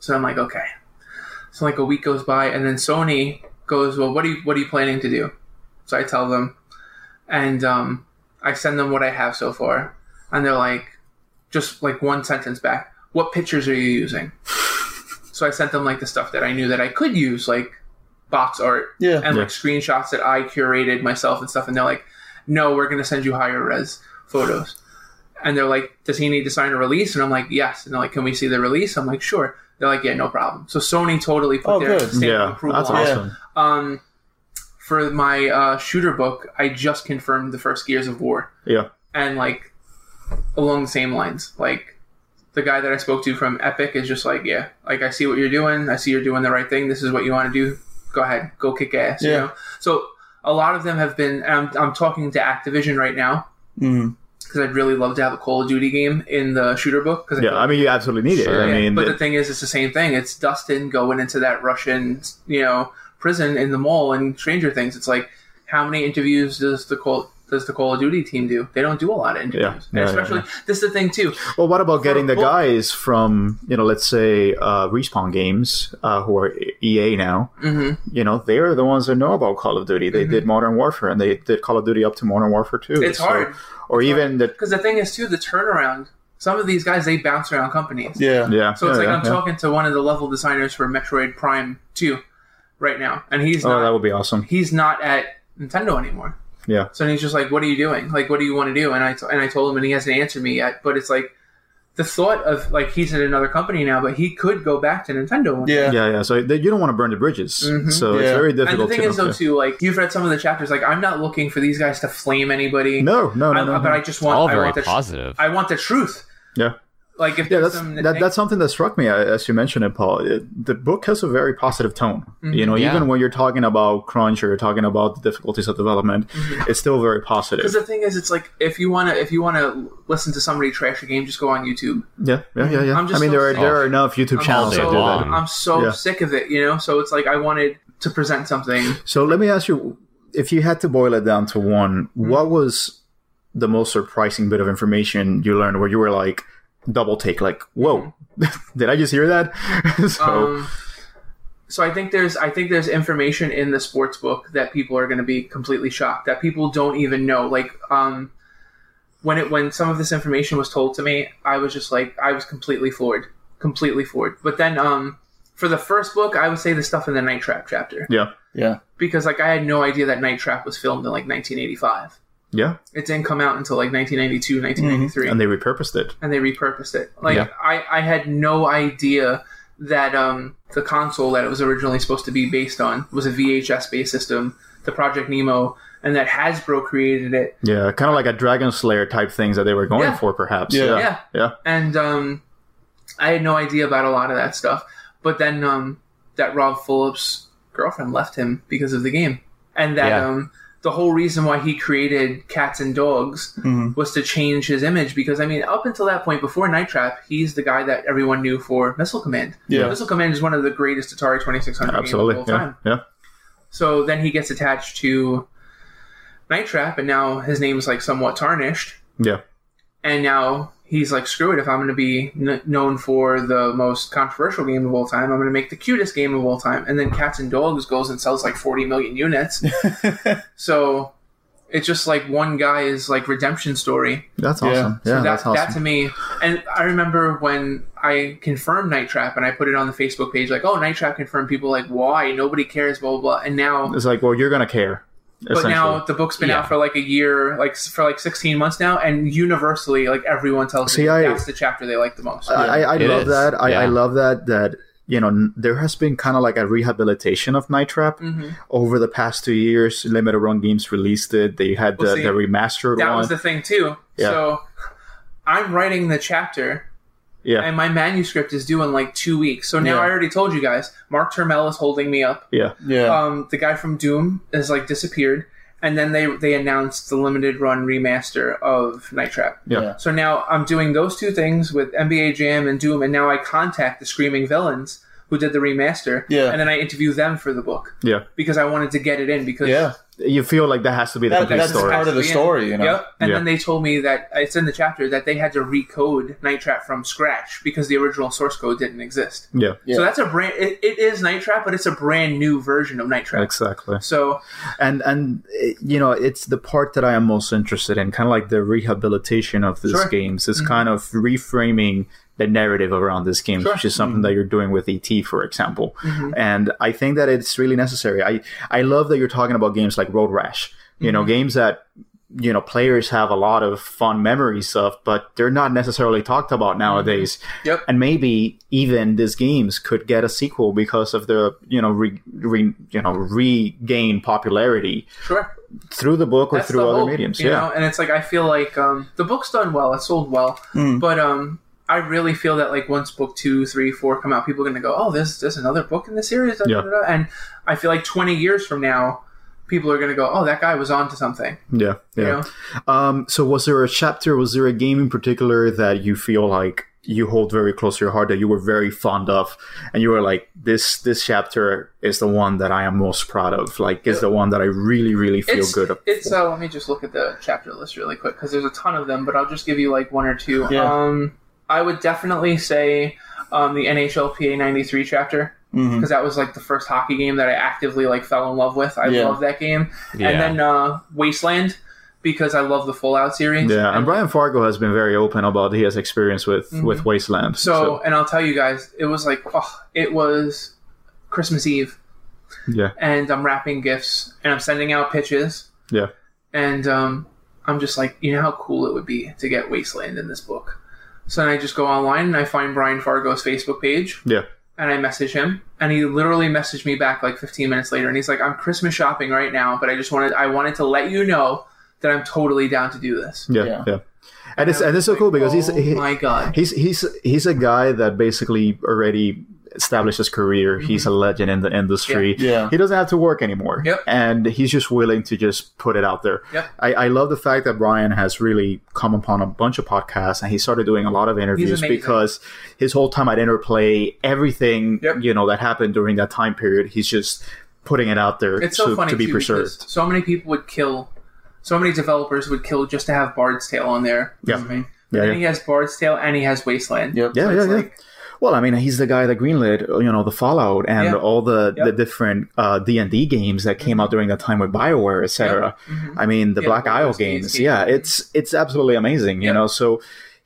So I'm like, okay. So like a week goes by, and then Sony goes, well, what are you what are you planning to do? So I tell them, and um, I send them what I have so far, and they're like, just like one sentence back, what pictures are you using? so I sent them like the stuff that I knew that I could use, like box art
yeah,
and
Yeah.
like screenshots that I curated myself and stuff. And they're like, no, we're going to send you higher res photos. And they're like, does he need to sign a release? And I'm like, yes. And they're like, can we see the release? I'm like, sure. They're like, yeah, no problem. So Sony totally put
Oh,
their
good.
stamp of
yeah,
approval
that's
on it.
awesome.
Um, for my uh, shooter book, I just confirmed the first Gears of War
Yeah,
and like along the same lines like the guy that i spoke to from epic is just like yeah like i see what you're doing i see you're doing the right thing this is what you want to do go ahead go kick ass you
Yeah.
know so a lot of them have been and i'm, I'm talking to activision right now
Mhm.
because i'd really love to have a call of duty game in the shooter book because
yeah. I mean, you absolutely need
Sure.
it. I mean,
but the
it-
thing is, it's the same thing. It's Dustin going into that Russian, you know, prison in the mall in Stranger Things. It's like, how many interviews does the Call does the Call of Duty team do? They don't do a lot of interviews,
Yeah. Yeah,
And especially this is the thing too.
well, what about getting the
book-
guys from you know, let's say uh, Respawn Games, uh, who are EA now?
hmm
You know, they are the ones that know about Call of Duty. They did Modern Warfare, and they did Call of Duty up to Modern Warfare Two.
Mm-hmm. It's
So-
hard
or even the
because the thing is too the turnaround. Some of these guys they bounce around companies.
yeah,
yeah.
So it's
yeah,
like
yeah,
I'm
yeah.
talking to one of the level designers for Metroid Prime Two right now, and he's
Oh,
not
that would be awesome.
he's not at Nintendo anymore.
Yeah.
So he's just like, "What are you doing? Like, what do you want to do?" And I t- and I told him, and he hasn't answered me yet. But it's like the thought of like he's at another company now, but he could go back to Nintendo. One day.
yeah.
Yeah, yeah. So th- you don't want to burn the bridges.
Mhm.
So it's
Yeah.
very
And the
difficult
thing
to.
is, though, too, like you've read some of the chapters. Like, I'm not looking for these guys to flame anybody.
no, no, no,
I,
no.
but
no.
I just
It's
want,
all
I
very
want the, tr-
positive.
I want the truth.
Yeah.
Like if
Yeah,
there's
that's
some
that,
nitpick-
that's something that struck me uh, as you mentioned it, Paul. It, the book has a very positive tone.
Mm-hmm.
You know,
Yeah.
even when you're talking about crunch or you're talking about the difficulties of development, it's still very positive.
Because the thing Mm-hmm. is, it's like if you wanna if you wanna listen to somebody trash a game, just go on YouTube.
yeah, yeah, yeah, yeah.
I'm just
I mean,
so
there are
sick.
there are enough YouTube
I'm
channels
so,
that do that.
long.
I'm so
Yeah.
sick of it, you know. So it's like I wanted to present something.
So let me ask you: if you had to boil it down to one,
Mm-hmm.
what was the most surprising bit of information you learned where you were like double take, like, "Whoa, did I just hear that?" so
Mm-hmm. Um, so I think there's I think there's information in the sports book that people are going to be completely shocked that people don't even know. Like um, when it when some of this information was told to me, I was just like I was completely floored, completely floored. But then um, for the first book, I would say the stuff in the Night Trap chapter
yeah,
Yeah.
because like I had no idea that Night Trap was filmed in like 1985.
yeah,
It didn't come out until like 1992, 1993
and they repurposed it.
and they repurposed it. Like
Yeah.
I, I had no idea that um, the console that it was originally supposed to be based on was a VHS based system, the Project Nemo, and that Hasbro created it.
Yeah, kind of like a Dragon Slayer type things that they were going
Yeah.
for, perhaps.
Yeah.
yeah,
Yeah.
yeah.
And um, I had no idea about a lot of that stuff. But then um, that Rob Phillips' girlfriend left him because of the game, and that
Yeah.
um, the whole reason why he created Cats and Dogs
Mhm.
was to change his image. Because I mean, up until that point, before Night Trap, he's the guy that everyone knew for Missile Command.
Yeah.
Missile Command is one of the greatest Atari Twenty Six Hundred games of all
Absolutely. Yeah,
time.
yeah.
So then he gets attached to Night Trap, and now his name's like somewhat tarnished
Yeah.
and now he's like, screw it. If I'm going to be n- known for the most controversial game of all time, I'm going to make the cutest game of all time. And then Cats and Dogs goes and sells like 40 million units. so it's just like one guy is like redemption story.
That's
Yeah.
awesome. Yeah,
so that,
that's awesome.
that to me, and I remember when I confirmed Night Trap and I put it on the Facebook page, like, oh, Night Trap confirmed. People were like, why? Nobody cares, blah, blah, blah. And now
it's like, well, you're gonna care.
but
essentially.
now the book's been
Yeah.
out for like a year, like s- for like sixteen months now, and universally, like everyone tells
See,
me
I-
that's the chapter they like the most.
I, I I
It
love
is.
that. I, I
Yeah.
love that. That you know, n- there has been kind of like a rehabilitation of Night Trap
Mhm.
over the past two years. Limited Run Games released it. They had
Well,
the,
see,
the remastered
that
one.
was the thing too.
Yeah.
So I'm writing the chapter,
yeah,
and my manuscript is due in like two weeks. So now
Yeah.
I already told you guys, Mark Turmel is holding me up.
yeah,
Yeah.
Um, the guy from Doom is like disappeared, and then they they announced the limited run remaster of Night Trap.
yeah,
Yeah.
So now I'm doing those two things with NBA Jam and Doom, and now I contact the Screaming Villains who did the remaster,
Yeah.
and then I interview them for the book
yeah.
because I wanted to get it in because
Yeah.
You feel like that has to be the
That-
complete
that's
story.
part of the
Yeah.
story, you know.
Yep. And
Yeah.
then they told me that it's in the chapter that they had to recode Night Trap from scratch because the original source code didn't exist.
yeah,
So
Yeah.
that's a brand. It, it is Night Trap, but it's a brand new version of Night Trap.
exactly.
So
And and eh, you know, it's the part that I am most interested in, kind of like the rehabilitation of these
Sure. Mm-hmm.
games. It's kind of reframing the narrative around these games,
Sure. Mm-hmm.
which is something that you're doing with ET, for example. And I think that it's really necessary. I I love that you're talking about games like Road Rash. You
Mm-hmm.
know, games that you know players have a lot of fun memories of, but they're not necessarily talked about
Mm-hmm.
nowadays
Yep.
and maybe even these games could get a sequel because of the you know re, re you know regain popularity
sure.
through the book or
That's
through
the
other
hope,
mediums.
you
Yeah,
know? and it's like I feel like um, the book's done well; it sold well.
Hmm.
But um, I really feel that like once book two, three, four come out, people are gonna go, "Oh, there's there's another book in the series." da, da,
Yeah.
da, da." And I feel like twenty years from now, people are gonna go, "Oh, that guy was onto something."
yeah, yeah.
You know?
Um, so was there a chapter? Was there a game in particular that you feel like you hold very close to your heart that you were very fond of, and you were like, this this chapter is the one that I am most proud of. Like, is the one that I really really feel
It's
good.
it's uh, let me just look at the chapter list really quick because there's a ton of them, but I'll just give you like one or two.
Yeah.
Um, I would definitely say um, the NHLPA '93 chapter.
Mhm.
because that was like the first hockey game that I actively like fell in love with. I
Yeah.
love that game,
Yeah.
and then uh, Wasteland because I love the Fallout series.
yeah, and Brian Fargo has been very open about his experience with with Wasteland.
Mm-hmm. So, and I'll tell you guys, it was like oh, it was Christmas Eve,
so yeah,
and I'm wrapping gifts and I'm sending out pitches,
yeah.
and um, I'm just like, you know how cool it would be to get Wasteland in this book. So then I just go online and I find Brian Fargo's Facebook page,
Yeah.
and I message him, and he literally messaged me back like 15 minutes later, and he's like, "I'm Christmas shopping right now, but I just wanted I wanted to let you know that I'm totally down to do this.
yeah, yeah.
Yeah.
And it's and it's so cool because he's
oh
he-
my god.
he's he's he's a guy that basically already established his career.
Mm-hmm.
He's a legend in the industry.
Yeah.
He doesn't have to work anymore.
Yep.
And he's just willing to just put it out there.
Yep.
I, I love the fact that Brian has really come upon a bunch of podcasts and he started doing a lot of interviews
amazing.
because his whole time at Interplay, everything
Yep.
you know that happened during that time period, he's just putting it out there
It's so
to,
funny
to be
too,
preserved.
because So many people would kill. So many developers would kill just to have Bard's Tale on there. You know
Yeah.
what I mean?
Yeah,
and
yeah.
he has Bard's Tale and he has Wasteland.
Yep.
Yeah,
So
yeah,
it's
yeah.
like,
Well, I mean, he's the guy that greenlit, you know, the Fallout and
Yeah.
all the,
Yep.
the different uh, D&D games that came out during that time with BioWare, etc.
mm-hmm.
I mean, the
Yeah,
Black
the
Isle
Baldur's Gate
games.
game.
Yeah, it's it's absolutely amazing, you
Yep.
know. So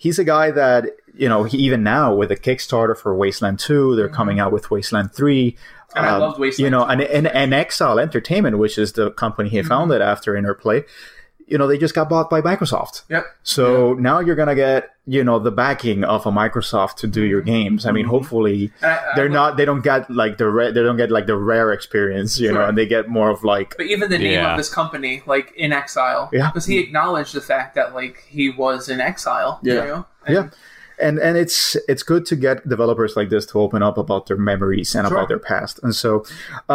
he's a guy that, you know, he, even now with the Kickstarter for Wasteland 2, they're coming out with Wasteland 3.
Mm-hmm. And I
um,
loved Wasteland
You know, and, and, and Exile Entertainment, which is the company he founded after Interplay, you know, they just got bought by Microsoft.
Yep.
So now you're gonna get you know the backing of a Microsoft to do your games. I mean,
Mm-hmm.
hopefully
and I- I
they're
love-
not they don't get like the rare they don't get like the rare experience, you know,
Sure.
and they get more of like
But even the name
Yeah.
of this company, like in exile,
Yeah.
because he acknowledged the fact that like he was in exile. You
Yeah.
know?
yeah. And and it's it's good to get developers like this to open up about their memories and
Sure.
about their past. And so,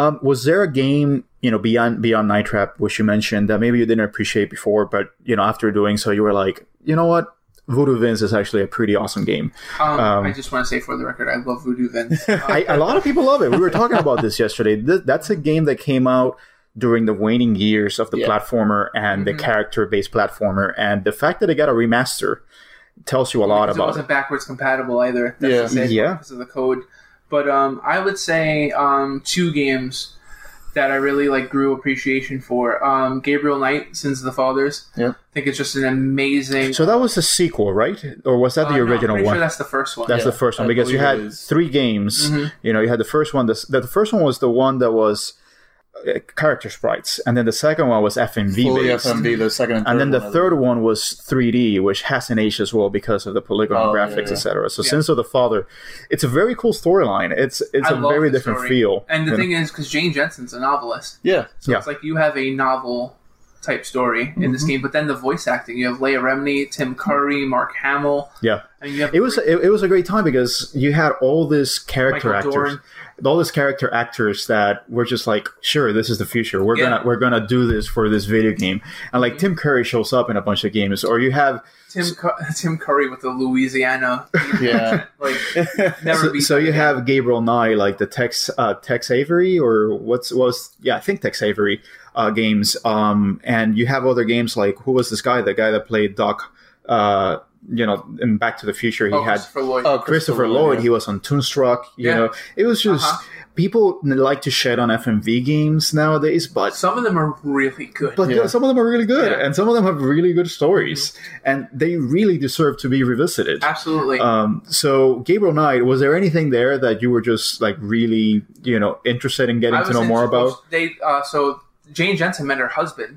um, was there a game you know beyond beyond Night Trap, which you mentioned that maybe you didn't appreciate before, but you know after doing so, you were like, you know what, Voodoo Vince is actually a pretty awesome game.
Um,
Um,
I just want to say for the record, I love Voodoo Vince.
I, a lot of people love it. We were talking about this yesterday. Th- that's a game that came out during the waning years of the
Yeah.
platformer and the
Mhm.
character-based platformer, and the fact that it got a remaster tells you a lot
because it
about
wasn't backwards compatible either. That's
Yeah.
the same
Yeah.
because of the code. But um, I would say um, two games that I really like grew appreciation for. Um, Gabriel Knight, Sins of the Fathers.
Yeah.
I think it's just an amazing.
it. So that was the sequel, right? Or was that
Uh,
the
no, I'm
original
pretty
one?
Sure that's the first one.
That's
Yeah,
the first one
I
because you
believe
had
it is.
three games.
Mhm.
You know, you had the first one. The, the first one was the one that was uh, character sprites, and then the second one was FMV
Fully
based,
FMV, the second and third.
and then the
one, I
third one was 3D, which has an age as well because of the polygon
Oh, yeah,
graphics,
yeah.
etc. So,
Yeah.
Sins of the Father, it's a very cool storyline. It's it's
I
a
love
very
the
different
story.
feel.
And the
you know?
thing is, because Jane Jensen's a novelist,
Yeah.
So
Yeah. Mm-hmm.
it's like you have a novel type story in this game, but then the voice acting. You have Leia Remini, Tim Curry, Mark Hamill,
yeah.
and you have
It was it, it was a great time because you had all these character
Michael
actors, all these character actors that were just like, sure, this is the future. We're
Yeah. Mhm.
gonna we're gonna do this for this video game. And like Tim Curry shows up in a bunch of games, or you have
Tim Cu- Tim Curry with the Louisiana
Yeah.
like never
so,
beat
so
that
you
again.
have Gabriel Nye, like the Tex uh, Tex Avery or what's was yeah, I think Tex Avery uh, games. Um, and you have other games like who was this guy? The guy that played Doc. Uh, you know, in Back to the Future, he
oh,
had
Christopher Lloyd.
Oh,
Christopher Lloyd, he was on Toonstruck. You
Yeah.
know, it was just
Uh-huh.
people like to shed on FMV games nowadays, but
Some of them are really good.
but
Yeah.
some of them are really good,
Yeah.
and some of them have really good stories, and they really deserve to be revisited.
Absolutely.
Um, so Gabriel Knight, was there anything there that you were just like really, you know, interested in
I
getting
was
to know
in-
more about?
They uh, so Jane Jensen met her husband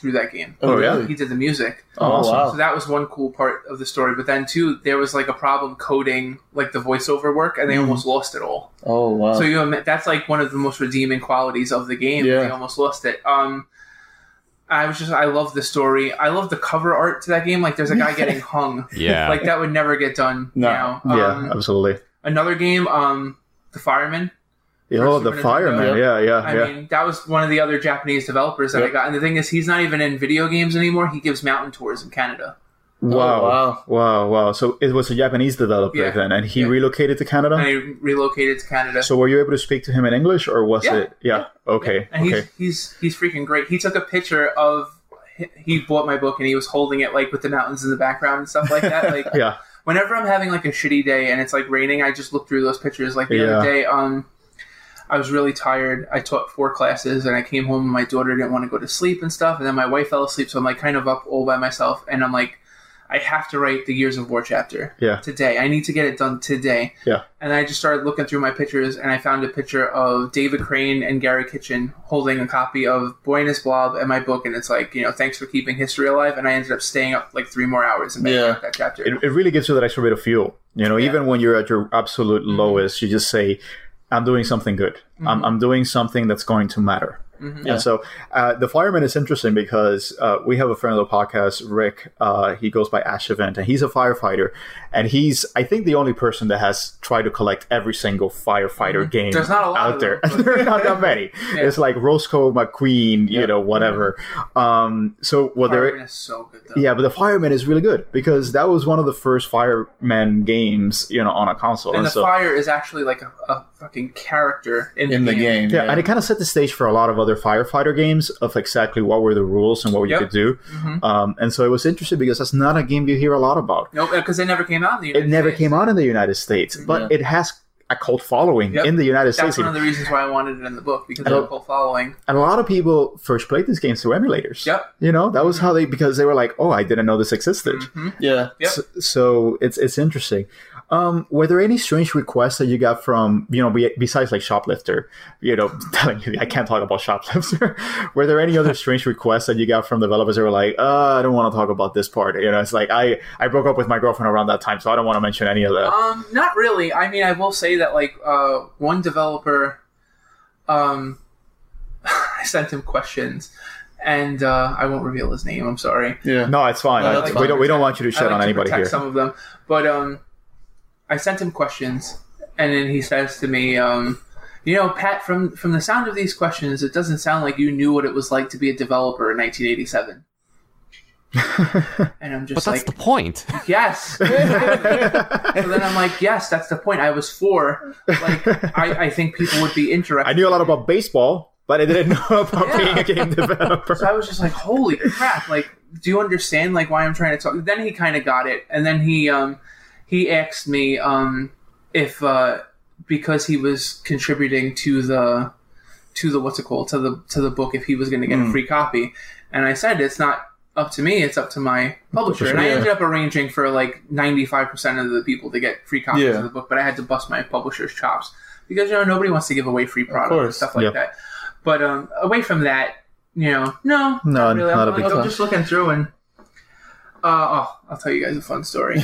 through that game.
Oh, yeah.
He did the music.
Oh,
Awesome.
wow.
So that was one cool part of the story. But then too, there was like a problem coding like the voiceover work,
Hmm.
and they almost lost it all.
oh, wow.
So you admit- that's like one of the most redeeming qualities of the game.
Yeah.
They almost lost it. Um, I was just I love the story. I love the cover art to that game. Like there's a guy getting hung.
Yeah.
Like that would never get done
No.
now.
yeah,
Um,
absolutely.
another game, um, The Fireman.
Oh, the
Super Nintendo,
fireman. Yeah, yeah,
I
yeah.
mean, that was one of the other Japanese developers that I
Yep.
got. And the thing is, he's not even in video games anymore. He gives mountain tours in Canada.
wow.
Oh, wow.
wow, wow. So it was a Japanese developer
Yeah.
then, and he
Yeah.
relocated to Canada.
And he relocated to Canada.
So were you able to speak to him in English, or was
Yeah.
it? Yeah. Okay.
and
okay.
he's he's he's freaking great. He took a picture of he bought my book and he was holding it like with the mountains in the background and stuff like that. Like
Yeah.
whenever I'm having like a shitty day and it's like raining, I just look through those pictures. Like the
Yeah.
other day, um, I was really tired. I taught four classes and I came home and my daughter didn't want to go to sleep and stuff. And then my wife fell asleep, so I'm like kind of up all by myself. And I'm like, I have to write the Years of War chapter
Yeah.
today. I need to get it done today.
Yeah.
And I just started looking through my pictures and I found a picture of David Crane and Gary Kitchen holding a copy of Buenos Blob and my book. And it's like, you know, thanks for keeping history alive. And I ended up staying up like three more hours and making
Yeah.
up that chapter.
It, it really gives you that extra bit of fuel. You know,
Yeah. Mm-hmm.
even when you're at your absolute lowest, you just say, "I'm doing something good. I'm, I'm doing something that's going to matter."
Mhm.
Yeah.
And so uh, the fireman is interesting because uh, we have a friend of the podcast, Rick. Uh, he goes by Ashevent, and he's a firefighter. And he's, I think, the only person that has tried to collect every single firefighter game
Mm-hmm. There's not a lot
out
of
there.
them, but-
there are not that many.
Yeah.
It's like Roscoe McQueen, you
Yeah.
know, whatever. Um, so what there.
Fireman is so good though.
Yeah, but the Fireman is really good because that was one of the first Fireman games, you know, on a console.
And the
so,
fire is actually like a, a fucking character in,
in the game.
yeah, and it kind of set the stage for a lot of other firefighter games of exactly what were the rules and what
Yep.
you could do.
Mhm.
Um, and so it was interesting because that's not a game you hear a lot about.
No, because uh, it never came out in the
It
United
never
States.
came out in the United States, but
Yeah.
it has a cult following
Yep.
in the United
That's
States.
one of the reasons why I wanted it in the book because
I don't-
of the cult following.
and a lot of people first played these games through emulators.
Yep. Mm-hmm.
You know, that was how they, because they were like, oh, I didn't know this existed.
Mhm.
yeah.
Yep.
So, so it's it's interesting. Um, were there any strange requests that you got from you know be, besides like shoplifter? You know, telling you I can't talk about shoplifter. were there any other strange requests that you got from developers that were like, uh, I don't want to talk about this part. You know, it's like I I broke up with my girlfriend around that time, so I don't want to mention any of that.
Um, not really. I mean, I will say that like uh, one developer, um, I sent him questions, and uh, I won't reveal his name. I'm sorry.
Yeah.
no, it's fine.
No,
I-
that's
We
fine.
don't we don't want you to
I
shit
like
on
to
anybody
protect
here.
Some of them, but um, I sent him questions, and then he says to me, um, you know, Pat, from from the sound of these questions, it doesn't sound like you knew what it was like to be a developer in 1987. and I'm
But
just
that's
like,
the point.
yes. So then I'm like, yes, that's the point. I was four. Like, I, I think people would be interested.
I knew a lot about baseball, but I didn't know about
Yeah.
being a game
So
developer.
I was just like, holy crap! Like, do you understand like why I'm trying to talk? Then he kind of got it, and then he um he asked me um if uh because he was contributing to the to the what's it called to the to the book if he was going to get a free copy, and I said it's not up to me; it's up to my publisher. And I
Yeah.
ended up arranging for like ninety five percent of the people to get free copies
Yeah.
of the book, but I had to bust my publisher's chops because you know nobody wants to give away free product and
course.
stuff like
Yeah.
that. But um, away from that, you know, no,
No,
not really.
not a
I'm,
big
like, I'm
deal.
just looking through and. Uh, oh, I'll tell you guys a fun story.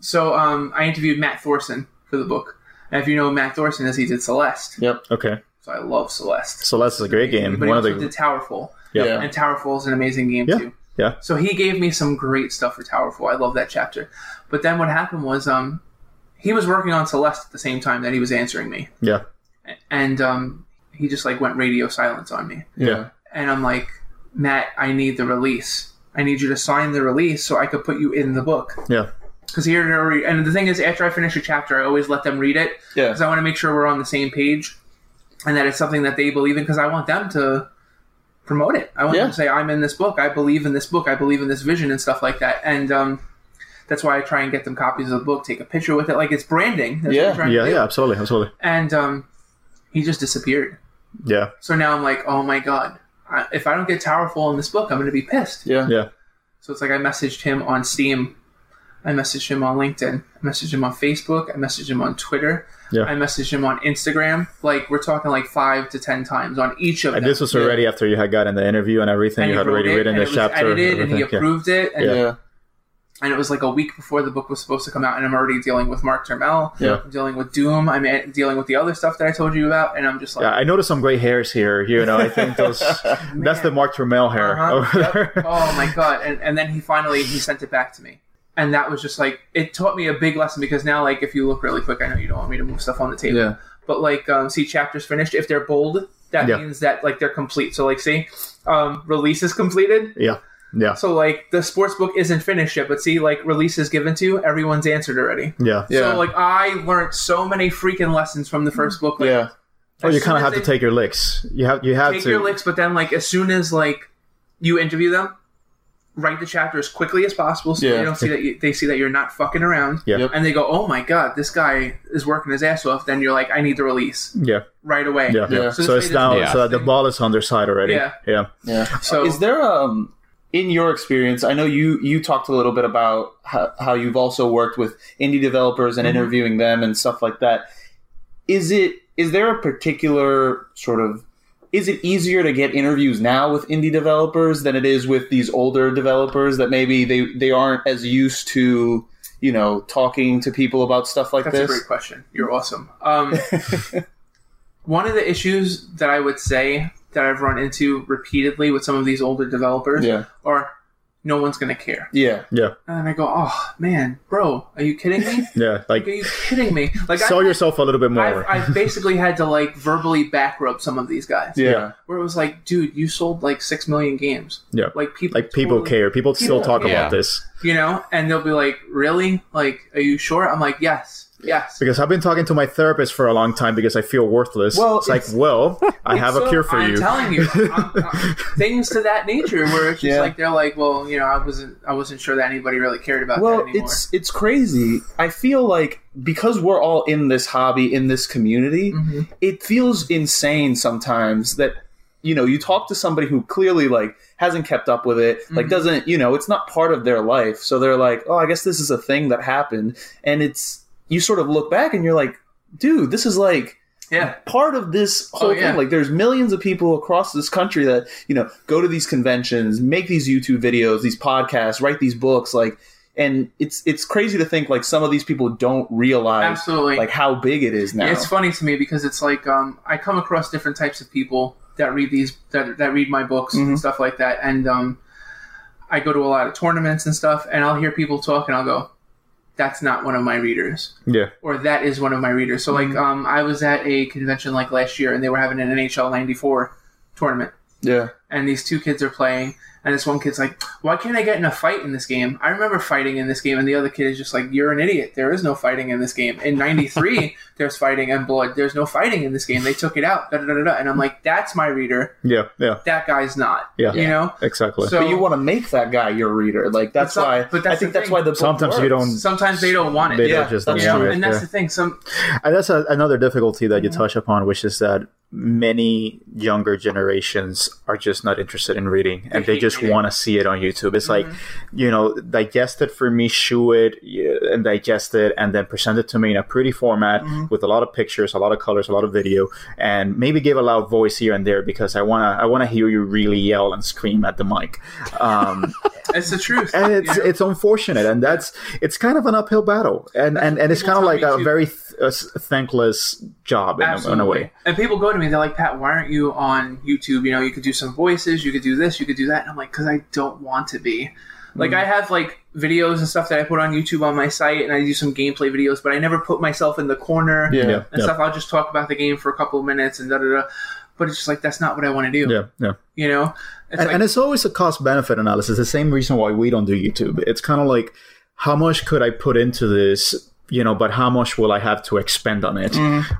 so, um, I interviewed Matt Thorson for the book. And if you know who Matt Thorson is, he did Celeste.
Yep.
Okay,
So I love Celeste.
so that's a great game.
But he
One of
also
the
did Towerfall.
Yeah.
Yeah.
And Towerfall is an amazing game,
Yeah.
too.
Yeah.
So he gave me some great stuff for Towerfall. I love that chapter. But then what happened was um, he was working on Celeste at the same time that he was answering me.
yeah
And um, he just, like, went radio silence on me
yeah.
and I'm like, Matt, I need the release. I need you to sign the release so I could put you in the book.
Yeah.
Because here, it already- and the thing is, after I finish a chapter, I always let them read it
Yeah.
because I want to make sure we're on the same page and that it's something that they believe in because I want them to promote it. I want
Yeah.
them to say, I'm in this book. I believe in this book. I believe in this vision and stuff like that. And um, that's why I try and get them copies of the book, take a picture with it. Like it's branding. That's what
Yeah.
I'm trying to
Yeah,
do.
yeah, absolutely, absolutely.
And um, he just disappeared.
Yeah,
So now I'm like, oh my god, I, if I don't get Towerfall in this book, I'm going to be pissed.
Yeah.
yeah.
So it's like I messaged him on Steam, I messaged him on LinkedIn, I messaged him on Facebook, I messaged him on Twitter,
Yeah.
I messaged him on Instagram. Like we're talking like five to ten times on each of
And
them.
this was already after you had gotten the interview and everything.
and
you
he
had
wrote
already
it,
written
and
the
it was
chapter.
edited, and he
everything, yeah.
approved it, and,
Yeah.
and it was like a week before the book was supposed to come out, and I'm already dealing with Mark Termel,
Yeah.
I'm dealing with Doom, I'm a- dealing with the other stuff that I told you about, and I'm just like,
Yeah, I noticed some gray hairs here. You know, I think those that's the Mark Tramiel hair
Uh-huh.
over
Yep.
there.
oh my god and, and then he finally he sent it back to me and that was just like it taught me a big lesson because now like if you look really quick i know you don't want me to move stuff on the table
Yeah.
but like um, see chapters finished if they're bold that
Yeah.
means that like they're complete so like see um, release is completed
Yeah, yeah,
so like the sports book isn't finished yet but see like release is given to everyone's answered already
yeah.
Yeah.
so like i learned so many freaking lessons from the first book like,
Yeah.
Oh,
as
you
soon
kind of
as
have to
they-
take your licks. You have you have
take
to.
your licks, but then like as soon as like you interview them, write the chapter as quickly as possible so
Yeah.
they don't see that you, they see that you're not fucking around.
Yeah.
Yep.
And they go, "Oh my god, this guy is working his ass off." Then you're like, "I need the release
Yeah,
right away."
yeah,
Yeah.
yeah.
So
So,
this
it's
way
now
there's
no
so that the ball is on their side already.
Yeah.
yeah.
Yeah.
So-
is there um in your experience? I know you you talked a little bit about how, how you've also worked with indie developers and interviewing them and stuff like that. Is it is there a particular sort of is it easier to get interviews now with indie developers than it is with these older developers that maybe they they aren't as used to you know talking to people about stuff like
That's a
this?
great question. You're awesome. Um, one of the issues that I would say that I've run into repeatedly with some of these older developers
Yeah.
are no one's gonna care.
Yeah.
And then I go, oh man, bro, are you kidding me?
Yeah, like
Like, are you kidding me? Like
sell
I,
yourself a little bit
I've,
more.
I've basically had to like verbally back rub some of these guys.
Yeah.
Where it was like, dude, you sold like six million games.
Yeah.
Like people,
like people
totally-
care. People still
People-
talk
yeah.
about this
you know, and they'll be like, really? Like, are you sure? I'm like, yes, yes.
because I've been talking to my therapist for a long time because I feel worthless.
Well,
it's like,
it's-
well, I have a
So
cure for
I'm
you.
telling you, I'm, i things to that nature, where it's just
Yeah.
like they're like, well, you know, I wasn't, I wasn't sure that anybody really cared about
Well,
that anymore.
it's it's crazy. I feel like because we're all in this hobby, in this community,
Mhm.
it feels insane sometimes that you know you talk to somebody who clearly like hasn't kept up with it like
Mhm.
doesn't you know it's not part of their life so they're like oh i guess this is a thing that happened and it's you sort of look back and you're like dude this is like
yeah,
part of this whole
Oh, yeah.
thing. Like, there's millions of people across this country that you know go to these conventions, make these YouTube videos, these podcasts, write these books. Like, and it's it's crazy to think like some of these people don't realize
absolutely.
like how big it is now.
It's funny to me because it's like um, I come across different types of people that read these that, that read my books
Mhm.
and stuff like that, and um, I go to a lot of tournaments and stuff, and I'll hear people talk, and I'll go, "That's not one of my readers,"
yeah,
or "That is one of my readers." So like um, I was at a convention like last year, and they were having an NHL '94 tournament,
yeah,
and these two kids are playing. And this one kid's like, "Why can't I get in a fight in this game? I remember fighting in this game." And the other kid is just like, "You're an idiot. There is no fighting in this game. In '93, there's fighting and blood. There's no fighting in this game. They took it out." Da, da, da, da, da. And I'm like, "That's my reader.
yeah, yeah,
That guy's not."
Yeah.
you know.
exactly.
So
but you want to make that guy your reader. Like that's
But some-
why.
but that's
I think
the
that's
thing.
why the book
Sometimes you
works.
don't-
sometimes they don't want it.
they
yeah,
don't just don't
that's
You
true.
want
know?
it.
And that's
yeah.
the Mm-hmm. thing. Some
And that's a, another difficulty that you touch upon, which is that many younger generations are just not interested in reading and
They
they
hate
just
reading. Mm-hmm.
want to see it on YouTube. It's like, you know, digest it for me, chew it, yeah, and digest it, and then present it to me in a pretty format
Mm-hmm.
with a lot of pictures, a lot of colors, a lot of video, and maybe give a loud voice here and there because I wanna I wanna hear you really yell and scream at the mic. Um,
it's the truth.
and it's
you know?
it's unfortunate, and that's it's kind of an uphill battle, and and, and it's
People
kind of like
tell me
a
too.
very th- uh, s- thankless job in a, in a way.
And people go to me, they're like, Pat, why aren't you on YouTube? You know, you could do some voices, you could do this, you could do that. And I'm like, because I don't want to be. Like,
Mm.
I have like videos and stuff that I put on YouTube on my site, and I do some gameplay videos, but I never put myself in the corner
Yeah.
Yeah,
and
yeah,
stuff. I'll just talk about the game for a couple of minutes and da da da. But it's just like, that's not what I want to do.
yeah, yeah.
You know?
And,
It's like,
and it's always a cost benefit analysis. The same reason why we don't do YouTube. It's kind of like how much could I put into this. You know, but how much will I have to expend on it?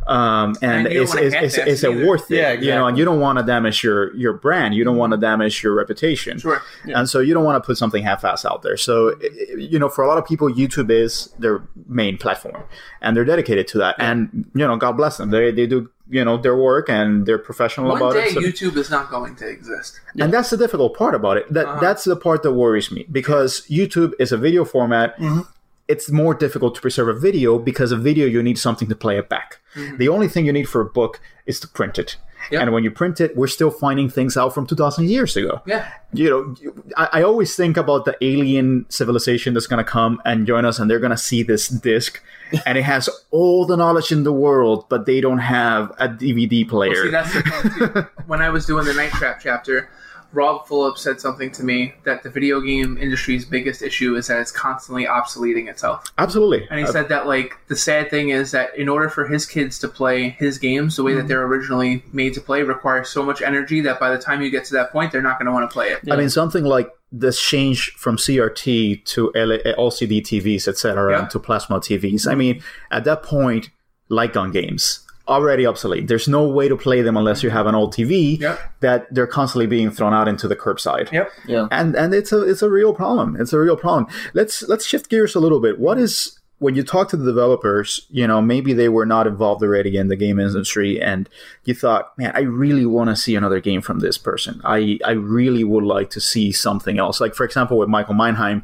Um, and
Mm-hmm. And you don't
is,
wanna
is,
get
is,
that
is it
either.
worth it? You
Yeah,
know, and
exactly.
you don't want to damage your your brand. You don't want to damage your reputation.
sure.
And so you don't want to put something half-assed out there. So, i- i- you know, for a lot of people, YouTube is their main platform and they're dedicated to that. And, you know, God bless them. They, they do, you know, their work and they're professional
One
about
day,
it. So-
YouTube is not going to exist.
and that's the difficult part about it. That
Uh-huh.
That's the part that worries me because YouTube is a video format.
Mm-hmm.
It's more difficult to preserve a video because a video, you need something to play it back.
Mm-hmm.
The only thing you need for a book is to print it.
Yep.
And when you print it, we're still finding things out from 2,000 years ago
Yeah.
you know, you- I, I always think about the alien civilization that's going to come and join us, and they're going to see this disc, and it has all the knowledge in the world, but they don't have a DVD
Well, see,
player.
that's the thing, too. when I was doing the Night Trap chapter, Rob Phillips said something to me that the video game industry's biggest issue is that it's constantly obsoleting itself.
Absolutely.
And he
Uh,
said that, like, the sad thing is that in order for his kids to play his games the way
Mhm.
that they're originally made to play requires so much energy that by the time you get to that point, they're not going to want to play it.
I mean, something like this change from CRT to L- LCD TVs, etc.,
Yeah.
and to plasma TVs. I mean, at that point, light gun games already obsolete. There's no way to play them unless you have an old TV
Yep.
that they're constantly being thrown out into the curbside.
Yep.
Yeah.
and and it's a it's a real problem. It's a real problem. Let's let's shift gears a little bit. What is when you talk to the developers, you know, maybe they were not involved already in the game industry, and you thought, man, I really want to see another game from this person. I I really would like to see something else. Like for example, with Michael Meinheim.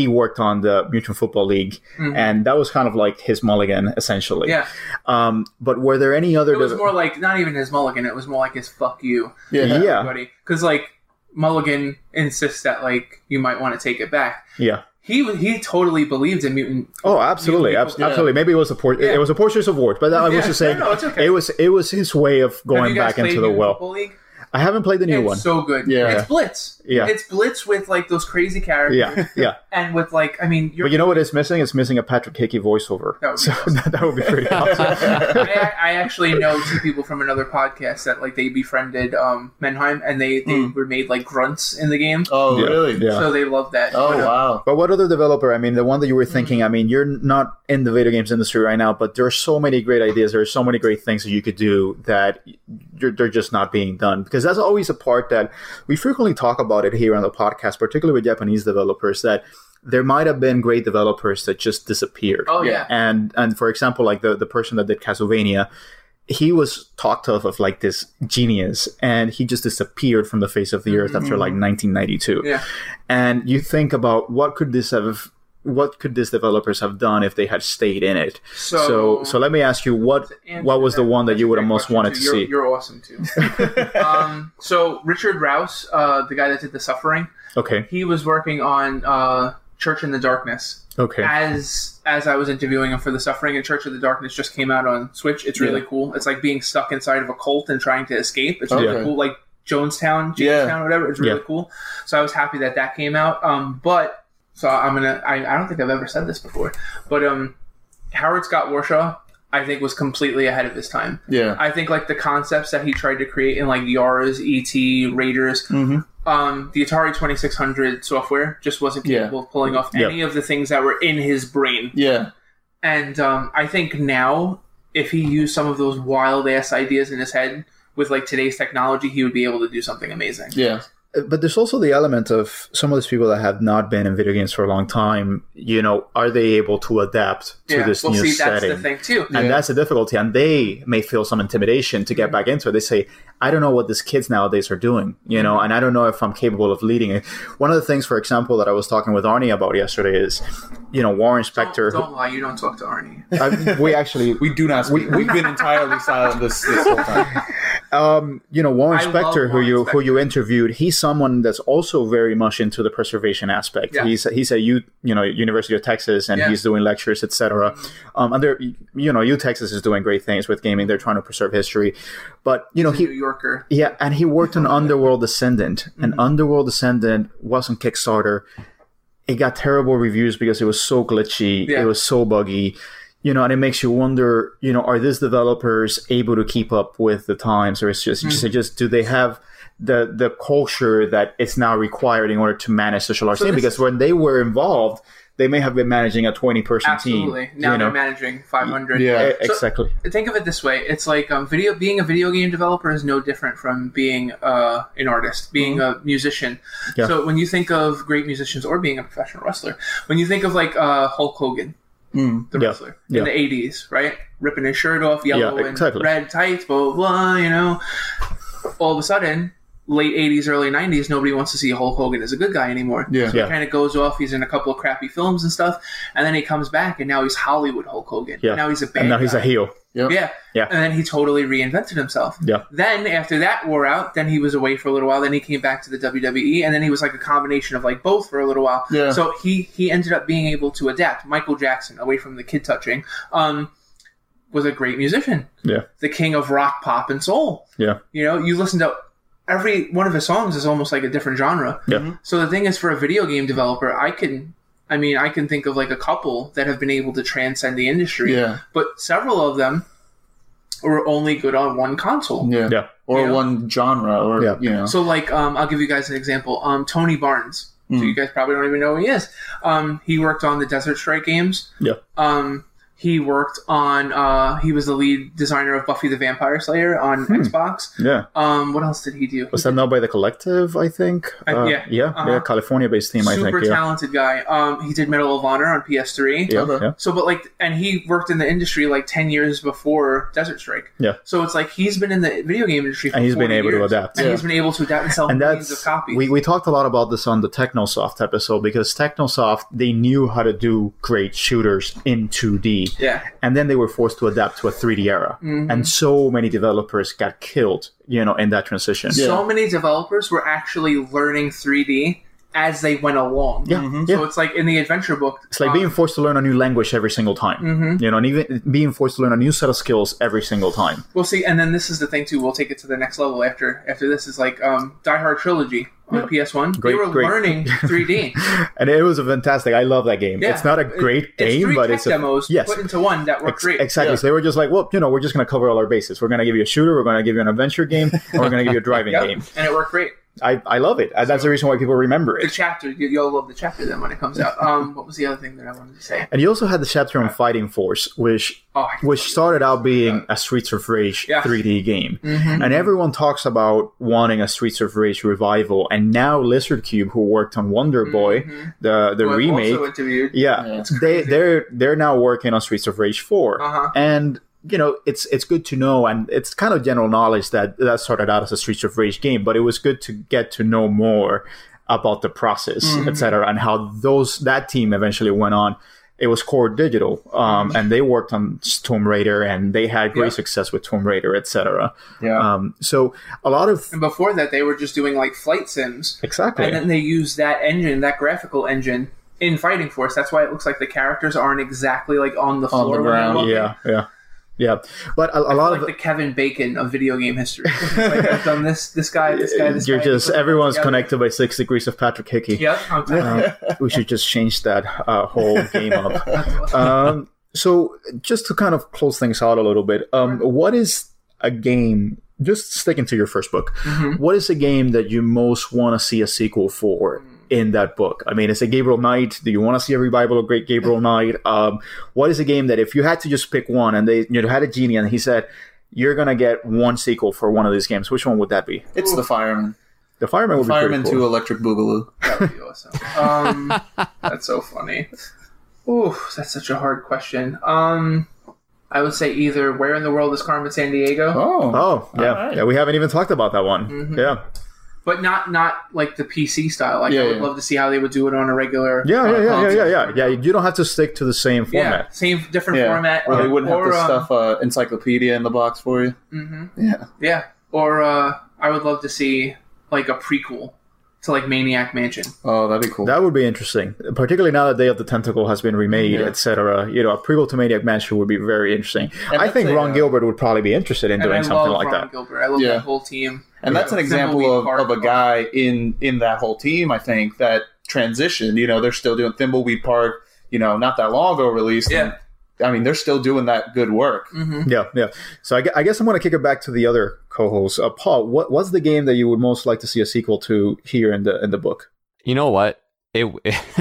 He worked on the Mutant Football League, and that was kind of like his mulligan, essentially.
Mm-hmm. Yeah.
Um, but were there any other?
It was
dev-
more like, not even his mulligan, it was more like his fuck you.
yeah, yeah,
Everybody. Because, like, Mulligan insists that, like, you might want to take it back. He, he totally believed in mutant
Oh, absolutely,
people-
abs- absolutely. Maybe it was a por- it was a portrait of words, but I was
Yeah.
just saying
No, no, it's okay.
it was it was his way of
Have
going
you guys
back into
played
the
Mutant
well.
Football League?
I haven't played the new
it's
one.
so good.
Yeah.
It's Blitz.
Yeah.
It's Blitz with like those crazy characters.
yeah, yeah.
And with like, I mean, you're,
But you know what it's missing? It's missing a Patrick Hickey voiceover.
That would be
so that, that would be pretty awesome.
I, I actually know two people from another podcast that like they befriended um, Menheim and they, they were made like grunts in the game.
Oh,
Yeah,
really?
Hmm. yeah.
So they love that.
Oh,
But, uh,
wow.
But what other developer? I mean, the one that you
Mm.
were thinking. I mean, you're not in the video games industry right now, but there are so many great ideas. There are so many great things that you could do that you're, they're just not being done because that's always a part that we frequently talk about it here on the podcast, particularly with Japanese developers. That there might have been great developers that just disappeared.
Oh, yeah.
And and for example, like the the person that did Castlevania, he was talked of of like this genius, and he just disappeared from the face of the earth after like 1992.
Mm-hmm. Yeah.
And you think about what could this have, what could these developers have done if they had stayed in it?
So-
so, so let me ask you, what
answer
what was the
that-
one that
that's
you
a
would have
great
most
question,
wanted
too.
to
you're,
see?
You're awesome too. um, so Richard Rouse, uh, the guy that did The Suffering,
okay,
he was working on uh, Church in the Darkness.
okay,
As as I was interviewing him for The Suffering and Church of the Darkness just came out on Switch. It's really cool. It's like being stuck inside of a cult and trying to escape. It's really
Okay.
cool. Like Jonestown, Jamestown,
Yeah.
whatever. It's really
Yeah.
cool. So I was happy that that came out. Um, but so I'm gonna. I, I don't think I've ever said this before, but um, Howard Scott Warshaw, I think, was completely ahead of his time.
Yeah.
I think like the concepts that he tried to create in like Yara's, ET, Raiders,
Mhm.
um, the Atari Twenty Six Hundred software just wasn't
Yeah.
capable of pulling off
Yep.
any of the things that were in his brain.
Yeah.
And um, I think now, if he used some of those wild ass ideas in his head with like today's technology, he would be able to do something amazing.
Yeah.
but there's also the element of some of these people that have not been in video games for a long time. You know, are they able to adapt to
Yeah.
this
well,
new
see, that's
setting?
the thing too.
And that's the difficulty. And they may feel some intimidation to
Mm.
get back into it. They say, I don't know what these kids nowadays are doing, you
Mm.
know, and I don't know if I'm capable of leading it. One of the things, for example, that I was talking with Arnie about yesterday is, you know, Warren
Don't,
Spector.
don't lie, you don't talk to Arnie.
who- I- we actually,
We do not speak. We've been entirely silent this, this whole time.
um, you know, Warren
I love
Spector, who
Warren
you who
Spector.
you interviewed, he's someone that's also very much into the preservation aspect.
Yeah.
He's he's a U, you know University of Texas, and
Yeah.
he's doing lectures, etc. Um, and they're you know U Texas is doing great things with gaming. They're trying to preserve history, but you know he
New Yorker.
Yeah, and he worked on Underworld Descendant. And
Mm-hmm.
Underworld Descendant was on Kickstarter. It got terrible reviews because it was so glitchy.
Yeah.
It was so buggy. You know, and it makes you wonder, you know, are these developers able to keep up with the times? Or it's just,
Mm.
it's just do they have the the culture that is now required in order to manage social arts?
So
team?
this
Because when they were involved, they may have been managing a 20 person
Absolutely.
team.
Now
you know?
they're managing five hundred.
Yeah.
E- Exactly.
think of it this way: it's like um, video. Being a video game developer is no different from being uh, an artist, being a musician.
Mm-hmm. Yeah.
So when you think of great musicians or being a professional wrestler, when you think of like uh, Hulk Hogan, the
Yeah.
wrestler
Yeah.
in the '80s, right, ripping his shirt off, yellow
Yeah, exactly.
and red tights, blah blah, blah you know, all of a sudden. Late '80s, early '90s, nobody wants to see Hulk Hogan as a good guy anymore.
Yeah.
so
Yeah.
he kind of goes off. He's in a couple of crappy films and stuff, and then he comes back, and now he's Hollywood Hulk Hogan.
Yeah.
now he's a bad
And now he's
guy.
a heel.
Yeah.
Yeah.
And then he totally reinvented himself.
Yeah.
Then after that wore out, then he was away for a little while, then he came back to the WWE, and then he was like a combination of like both for a little while.
Yeah.
So he he ended up being able to adapt. Michael Jackson, away from the kid touching, um, was a great musician.
Yeah.
The king of rock, pop, and soul.
Yeah.
You know, you listen to every one of his songs is almost like a different genre.
Yeah.
So the thing is, for a video game developer, I can, I mean, I can think of like a couple that have been able to transcend the industry.
Yeah.
But several of them were only good on one console.
Yeah.
Yeah.
Or
Yeah.
one genre or,
Yeah.
you know.
So, like, um, I'll give you guys an example. Um, Tony Barnes. So
Hmm.
Mm.
you guys probably don't even know who he is. Um, he worked on the Desert Strike games.
Yeah.
Um, he worked on. Uh, he was the lead designer of Buffy the Vampire Slayer on Xbox.
Yeah.
Um, what else did he do?
Hmm. Was that not by the collective? I think.
Uh,
Uh,
yeah.
yeah,
Uh-huh.
yeah. California-based team, I
Super
think. Yeah,
talented guy. Um, he did Medal of Honor on PS3.
yeah,
Okay.
yeah.
So, but like, and he worked in the industry like ten years before Desert Strike.
Yeah.
So it's like he's been in the video game industry, for
And he's been
40
able to
years,
adapt.
and
Yeah.
he's been able to adapt and sell
And
millions of
that's
copies.
we, we talked a lot about this on the Technosoft episode because Technosoft they knew how to do great shooters in 2D,
yeah, Mm-hmm.
and then they were forced to adapt to a 3D era, and so many developers got killed, you know, in that transition.
Yeah.
so many developers were actually learning 3D as they went along.
Yeah,
Mm-hmm.
yeah.
So it's like in the adventure book. uh,
It's like being forced to learn a new language every single time.
Mhm.
You know, and even being forced to learn a new set of skills every single time.
We'll see, and then this is the thing too. We'll take it to the next level after after this is like um, Die Hard trilogy on PS One. They
Great,
were
great.
learning 3D.
And it was a fantastic. I love that game.
Yeah.
It's not a
It-
great game,
it's three
but
tech
it's a
demos
yes,
put into one that were
Ex-
great.
exactly.
Yeah.
So they were just like, well, you know, we're just going to cover all our bases. We're going to give you a shooter. We're going to give you an adventure game. and we're going to give you a driving
Yep,
game.
and it worked great.
I, I love it. And That's the reason why people remember
The
it.
chapter, you, you'll love the chapter then when it comes out. Um, what was the other thing that I wanted to say?
And you also had the chapter on Fighting Force, which
Oh, I-
which started out being a Streets of Rage
Yeah.
3D game.
Mhm.
And everyone talks about wanting a Streets of Rage revival. And now Lizard Cube, who worked on Wonder Boy,
Mhm.
the the
Who I've
remake,
Also interviewed.
yeah,
Yeah. It's
they they're they're now working on Streets of Rage 4
Uh-huh.
and you know it's it's good to know, and it's kind of general knowledge that that started out as a Streets of Rage game, but it was good to get to know more about the process,
Mm-hmm.
et cetera, and how those that team eventually went on. It was Core Digital, um, and they worked on Tomb Raider, and they had great
Mm-hmm. Yeah.
success with Tomb Raider, et cetera.
Yeah.
Um, so a lot of
And before that, they were just doing like flight sims,
exactly,
and then they used that engine, that graphical engine, in Fighting Force. That's why it looks like the characters aren't exactly like on the floor.
the
when they're
ground,
walking.
yeah, yeah, yeah. But a, a lot
like
of
the Kevin Bacon of video game history. like I've done this, this guy, this guy, this
you're
guy.
just
Put them
everyone's
together.
connected by six degrees of Patrick Hickey.
Yep, I'm telling
Um, we should just change that uh, whole game up.
you.
Um, so, just to kind of close things out a little bit, um, what is a game? Just sticking to your first book,
Mhm.
what is a game that you most want to see a sequel for in that book? I mean, is it Gabriel Knight? Do you want to see a revival of Great Gabriel Knight? Um, what is a game that if you had to just pick one and they you know, had a genie and he said you're gonna get one sequel for one of these games, which one would that be?
It's the fireman.
The Fireman would be
Fireman
pretty
to
cool.
Electric Boogaloo.
That would be awesome. Um, that's so funny. Ooh, that's such a hard question. Um, I would say either where in the world is Carmen San Diego,
Oh.
Oh yeah,
Alright.
yeah. We haven't even talked about that one.
Mhm.
Yeah,
but not not like the PC style. Like
Yeah,
I would
yeah.
love to see how they would do it on a regular.
yeah,
uh,
yeah, yeah, yeah,
console.
yeah, yeah, yeah. You don't have to stick to the same
Yeah,
format.
same different
Yeah.
format.
Or they wouldn't have
or,
to
um,
stuff uh, encyclopedia in the box for you.
mhm.
Yeah.
Yeah, or uh, I would love to see like a prequel to like Maniac Mansion.
Oh, that'd be cool.
That would be interesting, particularly now that Day of the Tentacle has been remade,
Yeah.
etc. You know, a prequel to Maniac Mansion would be very interesting. I
that's
think
a,
Ron
uh,
Gilbert would probably be interested in
And
doing
I
something
love
like
Ron
that.
Gilbert. I love
Yeah.
that whole team.
and that's an example of,
Thimbleweed
of a
Park.
guy in in that whole team i think that transitioned you know they're still doing thimbleweed park you know not that long ago released
Yeah.
and, i mean they're still doing that good work
hmm
Yeah, yeah. So I, gue- I guess I'm going to kick it back to the other co-host, uh, Paul. What, what's the game that you would most like to see a sequel to here in the in the book?
You know what? It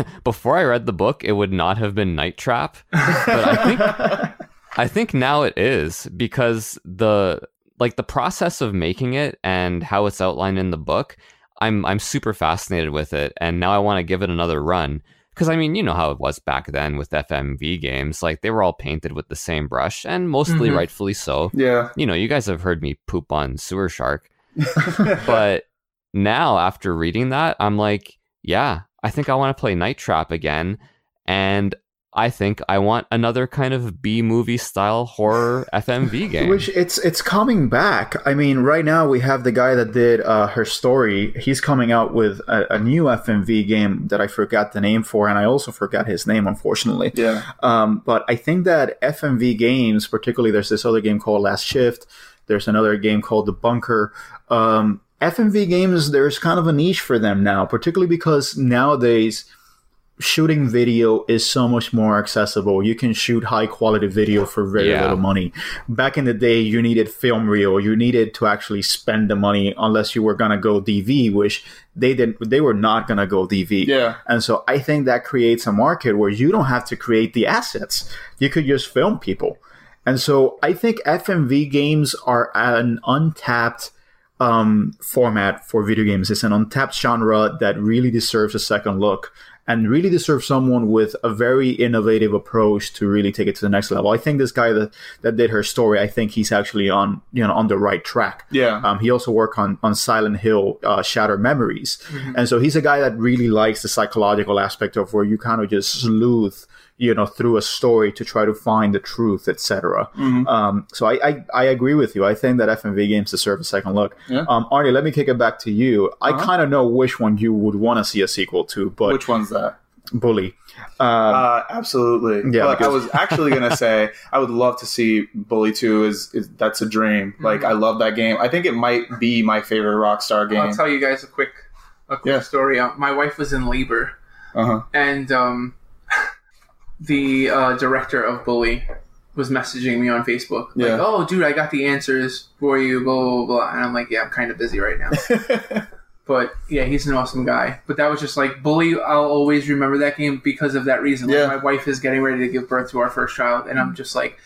before I read the book, it would not have been Night Trap, but I think I think now it is because the like the process of making it and how it's outlined in the book, I'm I'm super fascinated with it and now I want to give it another run because I mean, you know how it was back then with FMV games, like they were all painted with the same brush and mostly
Mhm.
rightfully so.
yeah
You know, you guys have heard me poop on Sewer Shark but now after reading that, I'm like, yeah, I think I want to play Night Trap again, and I think I want another kind of B movie style horror FMV game.
Which it's it's coming back. I mean, right now we have the guy that did uh, her story. He's coming out with a, a new FMV game that I forgot the name for, and I also forgot his name, unfortunately.
yeah
Um, but I think that FMV games, particularly, there's this other game called Last Shift. There's another game called The Bunker. Um, FMV games, there's kind of a niche for them now, particularly because nowadays shooting video is so much more accessible. You can shoot high quality video for very
Yeah.
little money. Back in the day, you needed film reel. You needed to actually spend the money unless you were gonna go DV, which they didn't. They were not gonna go DV.
yeah
And so I think that creates a market where you don't have to create the assets. You could just film people. And so I think FMV games are an untapped um, format for video games. It's an untapped genre that really deserves a second look and really deserves someone with a very innovative approach to really take it to the next level. I think this guy that, that did her story, I think he's actually on you know on the right track.
yeah
Um, he also worked on, on Silent Hill, uh, Shattered
Mm-hmm.
Memories. And so he's a guy that really likes the psychological aspect of where you kind of just sleuth you know through a story to try to find the truth etc
Mhm.
um, so I, I i agree with you i think that fmv games deserve a second look
Yeah.
um, arnie let me kick it back to you i
Uh-huh.
kind of know which one you would want to see a sequel to but
Which one's that?
bully um,
Uh, absolutely.
Yeah,
but I
because-
was actually gonna say I would love to see Bully Two. Is, is that's a dream? Like I love that game. I think it might be my favorite Rockstar
I'll
game.
tell you guys a quick, a quick
Yeah.
story. Uh, my wife was in labor,
Uh huh.
and um, the uh, director of Bully was messaging me on Facebook, like,
Yeah.
"Oh, dude, I got the answers for you." Blah blah blah. And I'm like, "Yeah, I'm kind of busy right now." But yeah, he's an awesome guy. But that was just like bully. I'll always remember that game because of that reason. Like,
Yeah.
My wife is getting ready to give birth to our first child, and I'm just like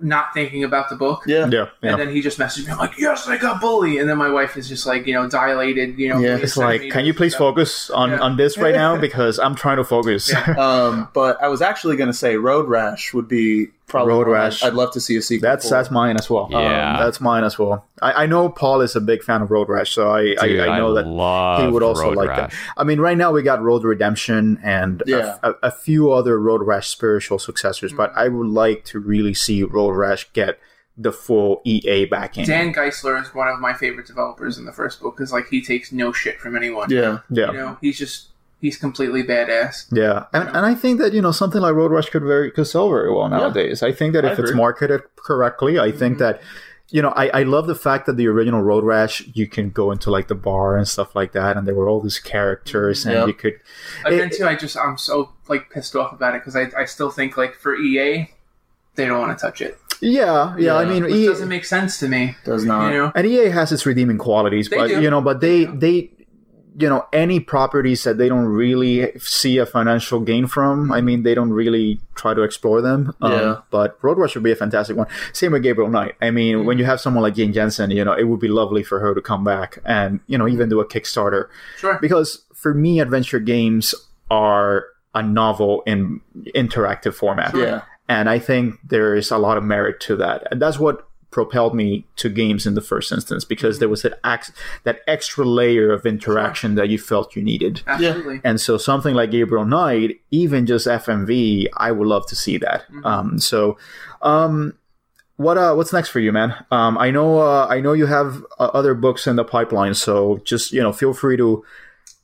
not thinking about the book.
yeah.
yeah yeah
And then he just messaged me I'm like, "Yes, I got bully." And then my wife is just like, you know, dilated. You know,
Yeah.
three
it's like
centimeters
can you please
and stuff.
focus on
Yeah.
on this right now because i'm trying to focus
Um, but I was actually gonna say Road Rash would be probably
Road
one
Rash.
I'd love to see a sequel.
That's
for.
that's mine as well. Um,
Yeah.
that's mine as well. I, I know Paul is a big fan of Road Rash, so I,
Dude,
I, I know that
love
he would also
Road
like
Rash.
that. I mean, right now we got Road Redemption and a-
Yeah.
a, a few other Road Rash spiritual successors, but I would like to really see Road Rash get the full EA backing.
Dan Geisler is one of my favorite developers in the first book because like he takes no shit from anyone.
yeah.
yeah.
You know, he's just he's completely badass.
Yeah, and, and I think that you know something like Road Rush could very could sell very well nowadays. I think that
I
if it's
agree.
marketed correctly, I think that you know I, I love the fact that the original Road Rash you can go into like the bar and stuff like that, and there were all these characters, and
Yeah.
you could
But
It-
then too, I just I'm so like pissed off about it because I, I still think like for EA, they don't want to touch it.
yeah yeah. I
Yeah,
mean, e
Which doesn't
EA,
make sense to me.
Does not.
you know,
and EA has its redeeming qualities,
They
but
do.
you know, but they
do.
they you know any properties that they don't really see a financial gain from i mean they don't really try to explore them Um,
Yeah.
but road rush would be a fantastic one same with gabriel knight i mean
Mm.
when you have someone like jane jensen you know it would be lovely for her to come back and you know even do a kickstarter
sure.
because for me adventure games are a novel in interactive format
Yeah.
and I think there is a lot of merit to that. And that's what propelled me to games in the first instance because there was that, ax- that extra layer of interaction that you felt you needed.
Absolutely.
And so something like Gabriel Knight, even just FMV, I would love to see that.
Mm-hmm.
Um, so, um, what uh, what's next for you, man? Um, I know uh, I know you have uh, other books in the pipeline, so just you know feel free to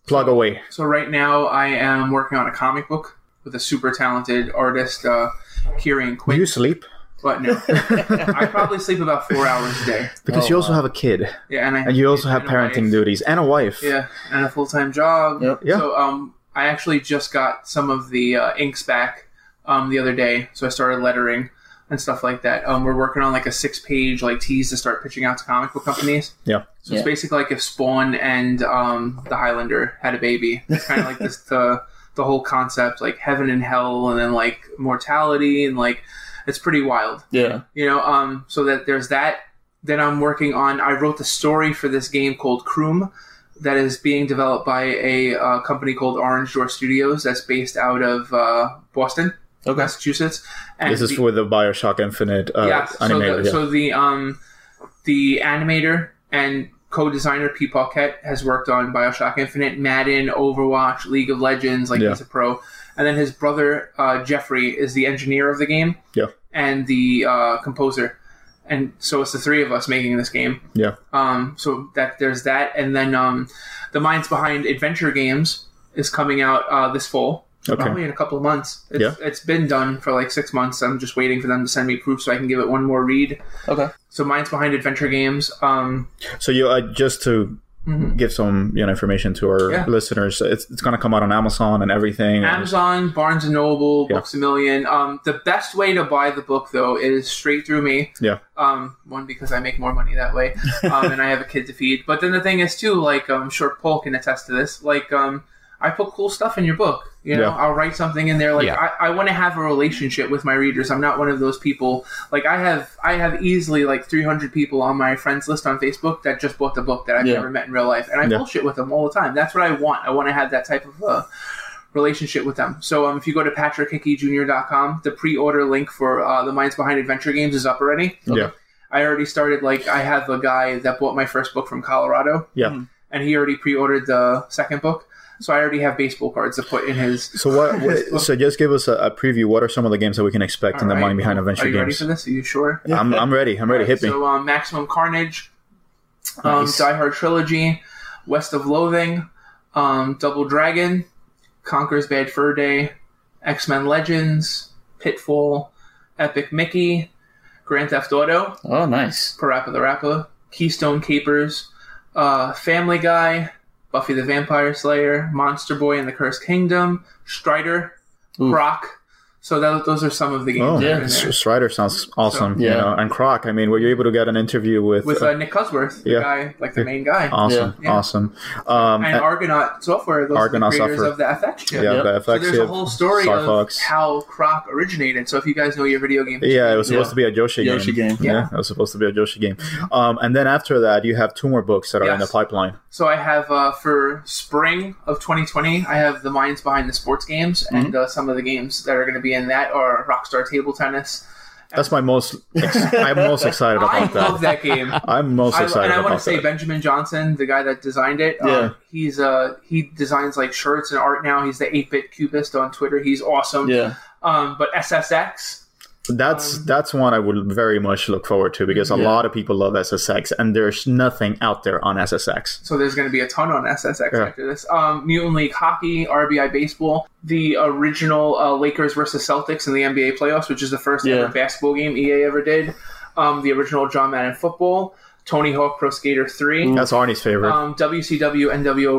plug away.
So right now I am working on a comic book with a super talented artist, uh, Kieran
Do
Quinn.
you sleep?
But no, I probably sleep about four hours a day.
Because
Oh,
you also
wow.
have a kid,
Yeah, uh, and I
and you also have
and a wife.
parenting duties and a wife.
Yeah, and a full time job.
Yep.
Yeah.
So um, I actually just got some of the uh, inks back um, the other day, so I started lettering and stuff like that. Um, we're working on like a six page like tease to start pitching out to comic book companies.
Yeah.
So
Yeah.
it's basically like if Spawn and um, the Highlander had a baby. It's kind of like this the the whole concept like heaven and hell, and then like mortality and like it's pretty wild
Yeah.
you know um so that there's that then i'm working on i wrote the story for this game called croom that is being developed by a uh, company called orange door studios that's based out of uh, boston
Okay.
massachusetts and
This is
the-
for the Bioshock Infinite uh,
yeah,
animator.
so the, so the um the animator and co-designer Pete Paquette has worked on Bioshock Infinite, Madden, Overwatch, League of Legends. Like
Yeah.
he's a pro, and then his brother uh, Jeffrey is the engineer of the game.
Yeah.
and the uh, composer, and so it's the three of us making this game.
yeah.
Um, so that there's that, and then um, the minds behind adventure games is coming out uh, um, this fall.
Okay.
Probably in a couple of months. It's, it's been done for like six months. I'm just waiting for them to send me proof so I can give it one more read.
Okay.
So mine's behind adventure games. Um,
So you uh, just to
mhm.
give some you know information to our
Yeah.
listeners, it's, it's going to come out on Amazon and everything.
Amazon, Barnes and Noble,
Yeah.
Books a Million. Um, the best way to buy the book though is straight through me.
Yeah.
Um, one because I make more money that way, um, and I have a kid to feed. But then the thing is too, like um, short Paul can attest to this. Like um, I put cool stuff in your book. You know,
Yeah.
I'll write something in there. Like
Yeah.
I, I want to have a relationship with my readers. I'm not one of those people. Like I have, I have easily like 300 people on my friends list on Facebook that just bought the book that I've
Yeah.
never met in real life, and I
Yeah.
bullshit with them all the time. That's what I want. I want to have that type of. Uh, relationship with them. So um, if you go to patrickhickeyjr.com, the pre-order link for uh, the Minds Behind Adventure games is up already.
Yeah.
I already started. Like I have a guy that bought my first book from Colorado,
Yeah.
and he already pre-ordered the second book. So I already have baseball cards to put in his.
So what? what so just give us a, a preview. What are some of the games that we can expect in the
Alright.
Mind Behind Adventure
Are you ready
games?
for this? Are you sure?
I'm, I'm ready. I'm ready. Hit me.
So um, Maximum Carnage, um,
Nice.
Die Hard Trilogy, West of Loathing, um, Double Dragon, Conquers Bad Fur Day, X Men Legends, Pitfall, Epic Mickey, Grand Theft Auto,
Oh, nice.
Parappa the Rappa, Keystone Capers, uh, Family Guy, Buffy the Vampire Slayer, Monster Boy and the Cursed Kingdom, Strider,
Oof.
Croc. So that, those are some of the games.
Oh,
that are
Yeah.
in
S-
there.
Strider sounds awesome.
Yeah.
You know, and Croc. I mean, were you able to get an interview with?
With uh, Nick Cusworth, the
yeah.
guy, like the main guy.
awesome,
Yeah.
awesome. Um,
and
and-
Argonaut Software, those
Argonaut
are the creators
Software.
of the FX chip.
yeah,
Yep.
the FX
So there's a
chip,
whole story
Star
of
Fox.
how Croc originated. So if you guys know your video game,
Yeah, it was supposed
Yeah.
to be a Yoshi,
Yoshi
game.
game.
Yeah.
Yeah.
it was supposed to be a Yoshi game. Um, and then after that, you have two more books that are in the
Yes.
pipeline.
So I have uh, for spring of 2020, I have the minds behind the sports games,
Mm-hmm.
and uh, some of the games that are going to be in that are Rockstar Table Tennis.
That's my most. Ex- I'm most excited
I
about that.
love that game.
I'm most
I,
excited
and I want
about
to say
that.
Benjamin Johnson, the guy that designed it. um,
Yeah.
he's uh he designs like shirts and art now. He's the 8-bit cubist on Twitter. He's awesome.
Yeah.
Um, but SSX, um,
That's that's one I would very much look forward to because a
Yeah.
lot of people love SSX and there's nothing out there on SSX.
So there's going to be a ton on SSX
Yeah.
after this. Um, Mutant League Hockey, RBI Baseball, the original uh, Lakers versus Celtics in the NBA playoffs, which is the first
Yeah.
ever basketball game EA ever did. Um, the original John Madden Football, Tony Hawk Pro Skater 3,
That's Arnie's favorite.
um, WCW NWO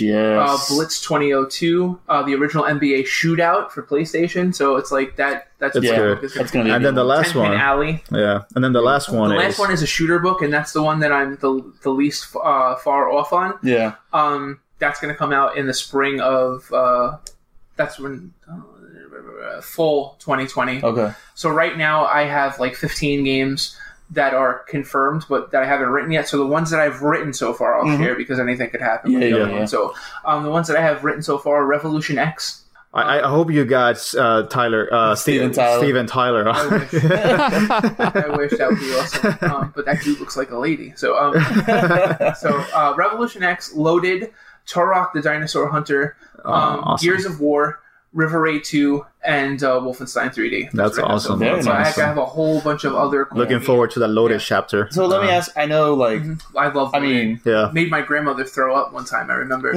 Revenge, yes.
uh, Blitz 2002, uh, the original NBA Shootout for PlayStation. So it's like that.
That's
That's what
yeah.
good.
It's
That's gonna be.
and then the
Ten
last
Pin
one,
Alley.
yeah, and then the last one
The
is
last one is a shooter book, and that's the one that I'm the, the least uh, far off on.
yeah.
Um, that's going to come out in the spring of. Uh, that's when uh, full 2020.
Okay.
So right now I have like 15 games that are confirmed, but that I haven't written yet. So the ones that I've written so far, I'll
Mhm.
share because anything could happen. with
Yeah,
the
yeah,
other one.
yeah.
So um, the ones that I have written so far: are Revolution X,
I, I hope you got uh, Tyler, uh,
Steven
Ste-
Tyler.
Steven Tyler.
I wish. I wish that would be awesome. Um, but that dude looks like a lady. So, um, so uh, Revolution X, Loaded, Turok the Dinosaur Hunter, um,
Uh, awesome.
Gears of War, River Raid 2, and uh, Wolfenstein 3D.
That's
what I have
awesome.
so far.
Very
so I
nice.
have- I have a whole bunch of other. cool
Looking
games.
forward to that loaded
Yeah.
chapter.
So let me
Uh,
ask. I know, like,
Mhm. I love.
I
Loaded.
mean,
Yeah,
made my grandmother throw up one time. I remember.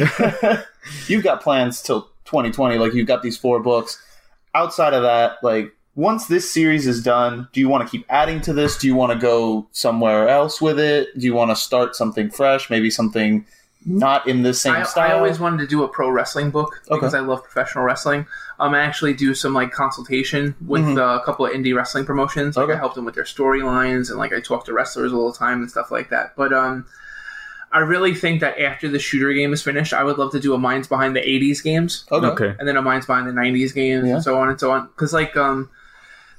you've got plans till 2020. Like, you've got these four books. Outside of that, like, once this series is done, do you want to keep adding to this? Do you want to go somewhere else with it? Do you want to start something fresh? Maybe something not in the same
I,
style.
I always wanted to do a pro wrestling book
Okay.
because I love professional wrestling. Um, I actually do some like consultation with
Mm-hmm.
Mhm.
uh, a couple of indie wrestling promotions. Like I
Okay.
help them with their storylines and like I talk to wrestlers all the time and stuff like that. But um, I really think that after the shooter game is finished, I would love to do a minds behind the '80s games
okay.
okay.
and then a minds behind the '90s games
Yeah.
and so on and so on. Because like um,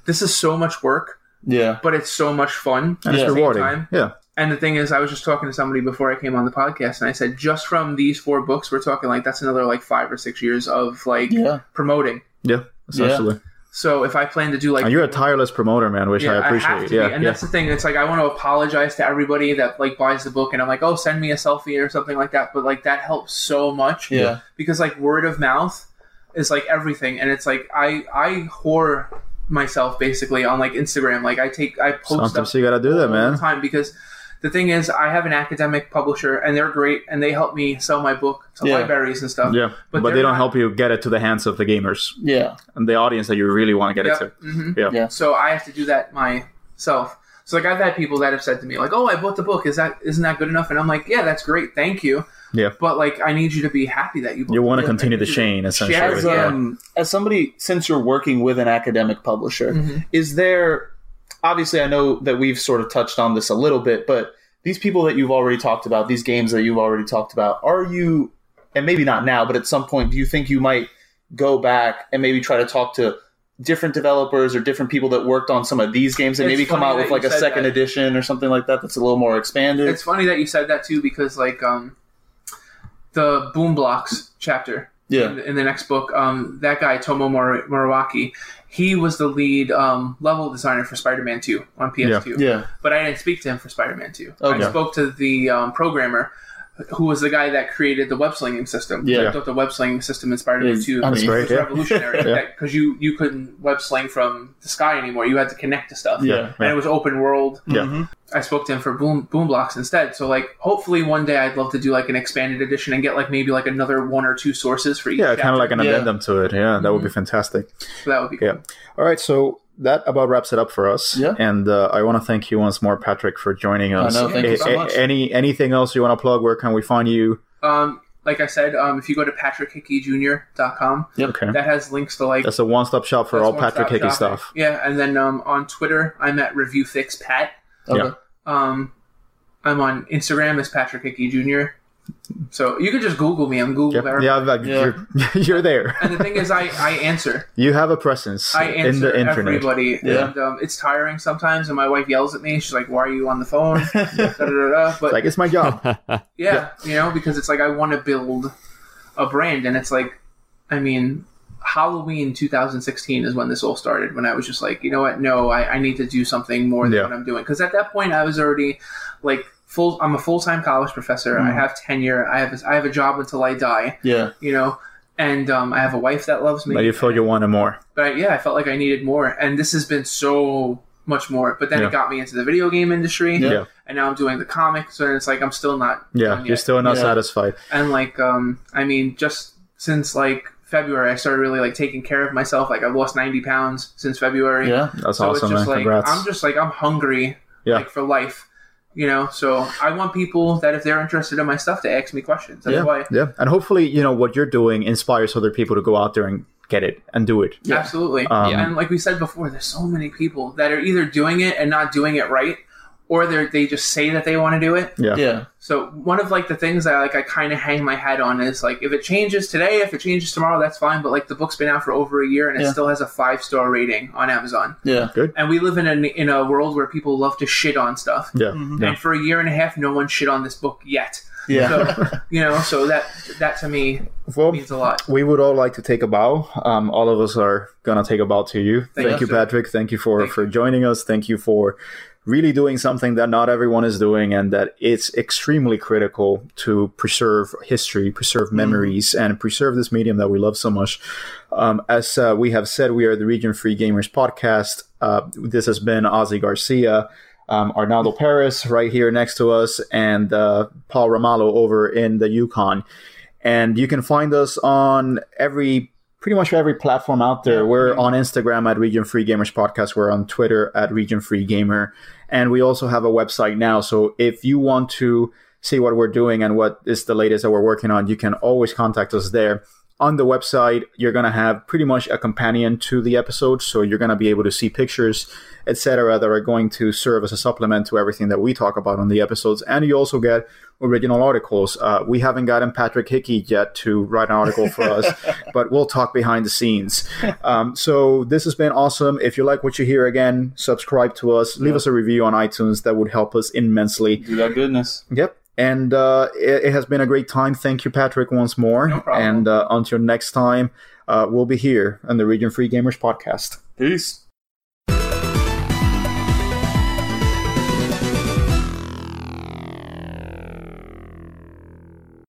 this is so much work,
Yeah.
but it's so much fun.
And
Yeah.
it's
Same
rewarding.
time.
Yeah.
And the thing is, I was just talking to somebody before I came on the podcast, and I said, just from these four books, we're talking like that's another like five or six years of like
Yeah.
promoting.
Yeah, essentially.
So if I plan to do like,
And you're a tireless promoter, man, which
yeah,
I appreciate.
have to
yeah,
be. and
yeah.
that's the thing. It's like I want to apologize to everybody that like buys the book, and I'm like, oh, send me a selfie or something like that. But like that helps so much
Yeah.
because like word of mouth is like everything, and it's like I I whore myself basically on like Instagram. Like I take I post up
Sometimes you gotta do that,
all
man.
the time because the thing is I have an academic publisher and they're great and they help me sell my book to
Yeah.
libraries and stuff.
Yeah, but,
But
they
they're
don't
not-
help you get it to the hands of the gamers
Yeah.
and the audience that you really want to get it
Yep,
to.
mhm.
Yeah.
Yeah.
So I have to do that myself. So like I've had people that have said to me like, "Oh, I bought the book. Is that isn't that good enough?" And I'm like, "Yeah, that's great. Thank you."
Yeah.
But like I need you to be happy that you bought
You want to
the book.
continue
I
the
need you
chain, essentially.
Sure,
as
yeah.
um as somebody since you're working with an academic publisher
Mhm.
is there obviously i know that we've sort of touched on this a little bit but these people that you've already talked about these games that you've already talked about are you and maybe not now but at some point do you think you might go back and maybe try to talk to different developers or different people that worked on some of these games and
It's
maybe come
funny
out
that
with like
you
a
said
second
that.
edition or something like that that's a little more expanded
It's funny that you said that too because like um the Boom Blocks chapter in,
yeah
in the next book, um, that guy Tomo Mur- Murawaki, he was the lead um, level designer for Spider-Man 2 on PS2.
yeah
But I didn't speak to him for Spider-Man 2.
Okay.
I spoke to the um, programmer who was the guy that created the web slinging system.
Yeah.
I thought the web slinging system inspired
Yeah.
me too.
That's
which
great,
was
yeah.
revolutionary
Yeah.
because you you couldn't web sling from the sky anymore. You had to connect to stuff.
Yeah.
And it was open world.
Yeah.
Mhm.
I spoke to him for Boom Boom Blocks instead. So like, hopefully one day I'd love to do like an expanded edition and get like maybe like another one or two sources for each.
Yeah, kind of like an
Yeah. Mm-hmm.
addendum to it. Yeah, that would be fantastic.
chapter. that would be.
Yeah. All right, so that about wraps it up for us.
Yeah.
And uh, I want to thank you once more, Patrick, for joining us.
know, thank
you so
much.
Any anything else you want to plug? Where can we find you?
Um, like I said, um, if you go to patrickhickeyjr.com,
Okay.
that has links to like
That's a one-stop shop for
That's
all
one
Patrick
stop
Hickey
shopping.
stuff.
Yeah, and then um, on Twitter, I'm at ReviewFixPat.
Okay.
Yeah.
Um, I'm on Instagram as Patrick Hickey Jr. So you can just Google me. I'm Google
Yep.
verified.
Yeah, like,
Yeah.
You're, you're there.
And the thing is, I, I answer.
You have a presence
I
in
answer
the internet.
everybody.
Yeah.
And um, it's tiring sometimes, and my wife yells at me. She's like, why are you on the phone? da, da, da, da. But
Like it's my job.
yeah, you know, because it's like I want to build a brand, and it's like, I mean, Halloween 2016 is when this all started. When I was just like, you know what? No, I, I need to do something more than
Yeah.
what I'm doing. Because at that point, I was already like full. I'm a full time college professor.
Mm.
I have tenure. I have a, I have a job until I die.
Yeah.
You know. And um, I have a wife that loves me
but you feel you wanted more.
but I, yeah, I felt like I needed more, and this has been so much more. But then
Yeah.
it got me into the video game industry,
Yeah.
and now I'm doing the comics, and it's like I'm still not
Yeah,
done
you're
yet.
still not
Yeah.
satisfied.
and like um, I mean, just since like February, I started really like taking care of myself. Like I've lost 90 pounds since February,
Yeah.
That's
so
awesome,
it's
man.
just like
Congrats.
I'm just like I'm hungry,
Yeah.
like for life. You know, so I want people that if they're interested in my stuff to ask me questions. That's why,
yeah, and hopefully, you know what you're doing inspires other people to go out there and get it and do it.
absolutely.
Um,
And like we said before, there's so many people that are either doing it and not doing it right, or they they just say that they want to do it.
Yeah.
Yeah.
So one of like the things that like I kind of hang my hat on is like if it changes today, if it changes tomorrow, that's fine. But like the book's been out for over a year and it
Yeah.
still has a five star rating on Amazon.
Yeah.
And we live in a in a world where people love to shit on
Mm-hmm.
stuff.
Yeah, yeah.
And for a year and a half, no one shit on this book yet.
Yeah.
So you know, so that that to me
Well,
means a lot.
we would all like to take a bow. Um, all of us are gonna take a bow to you. Thank, you,
you.
Patrick. Thank you for
Thank
for joining us. Thank you for really doing something that not everyone is doing, and that it's extremely critical to preserve history, preserve memories, and preserve this medium that we love so much. Um, as uh, we have said, we are the Region Free Gamers podcast. Uh, this has been Ozzy Garcia. Um, Arnaldo Paris right here next to us, and uh, Paul Ramallo over in the Yukon and you can find us on every pretty much every platform out there. We're on Instagram at Region Free Gamers Podcast. We're on Twitter at Region Free Gamer, and we also have a website now. So if you want to see what we're doing and what is the latest that we're working on, you can always contact us there. On the website, you're gonna have pretty much a companion to the episode, so you're gonna be able to see pictures, etc., that are going to serve as a supplement to everything that we talk about on the episodes. And you also get original articles. Uh, we haven't gotten Patrick Hickey yet to write an article for us, but we'll talk behind the scenes. Um, so this has been awesome. If you like what you hear, again, subscribe to us, leave us a review on iTunes. That would help us immensely.
Do that goodness.
Yep. And uh, it, it has been a great time. Thank you, Patrick, once more.
No problem.
And uh, until next time, uh, we'll be here on the Region Free Gamers podcast.
Peace.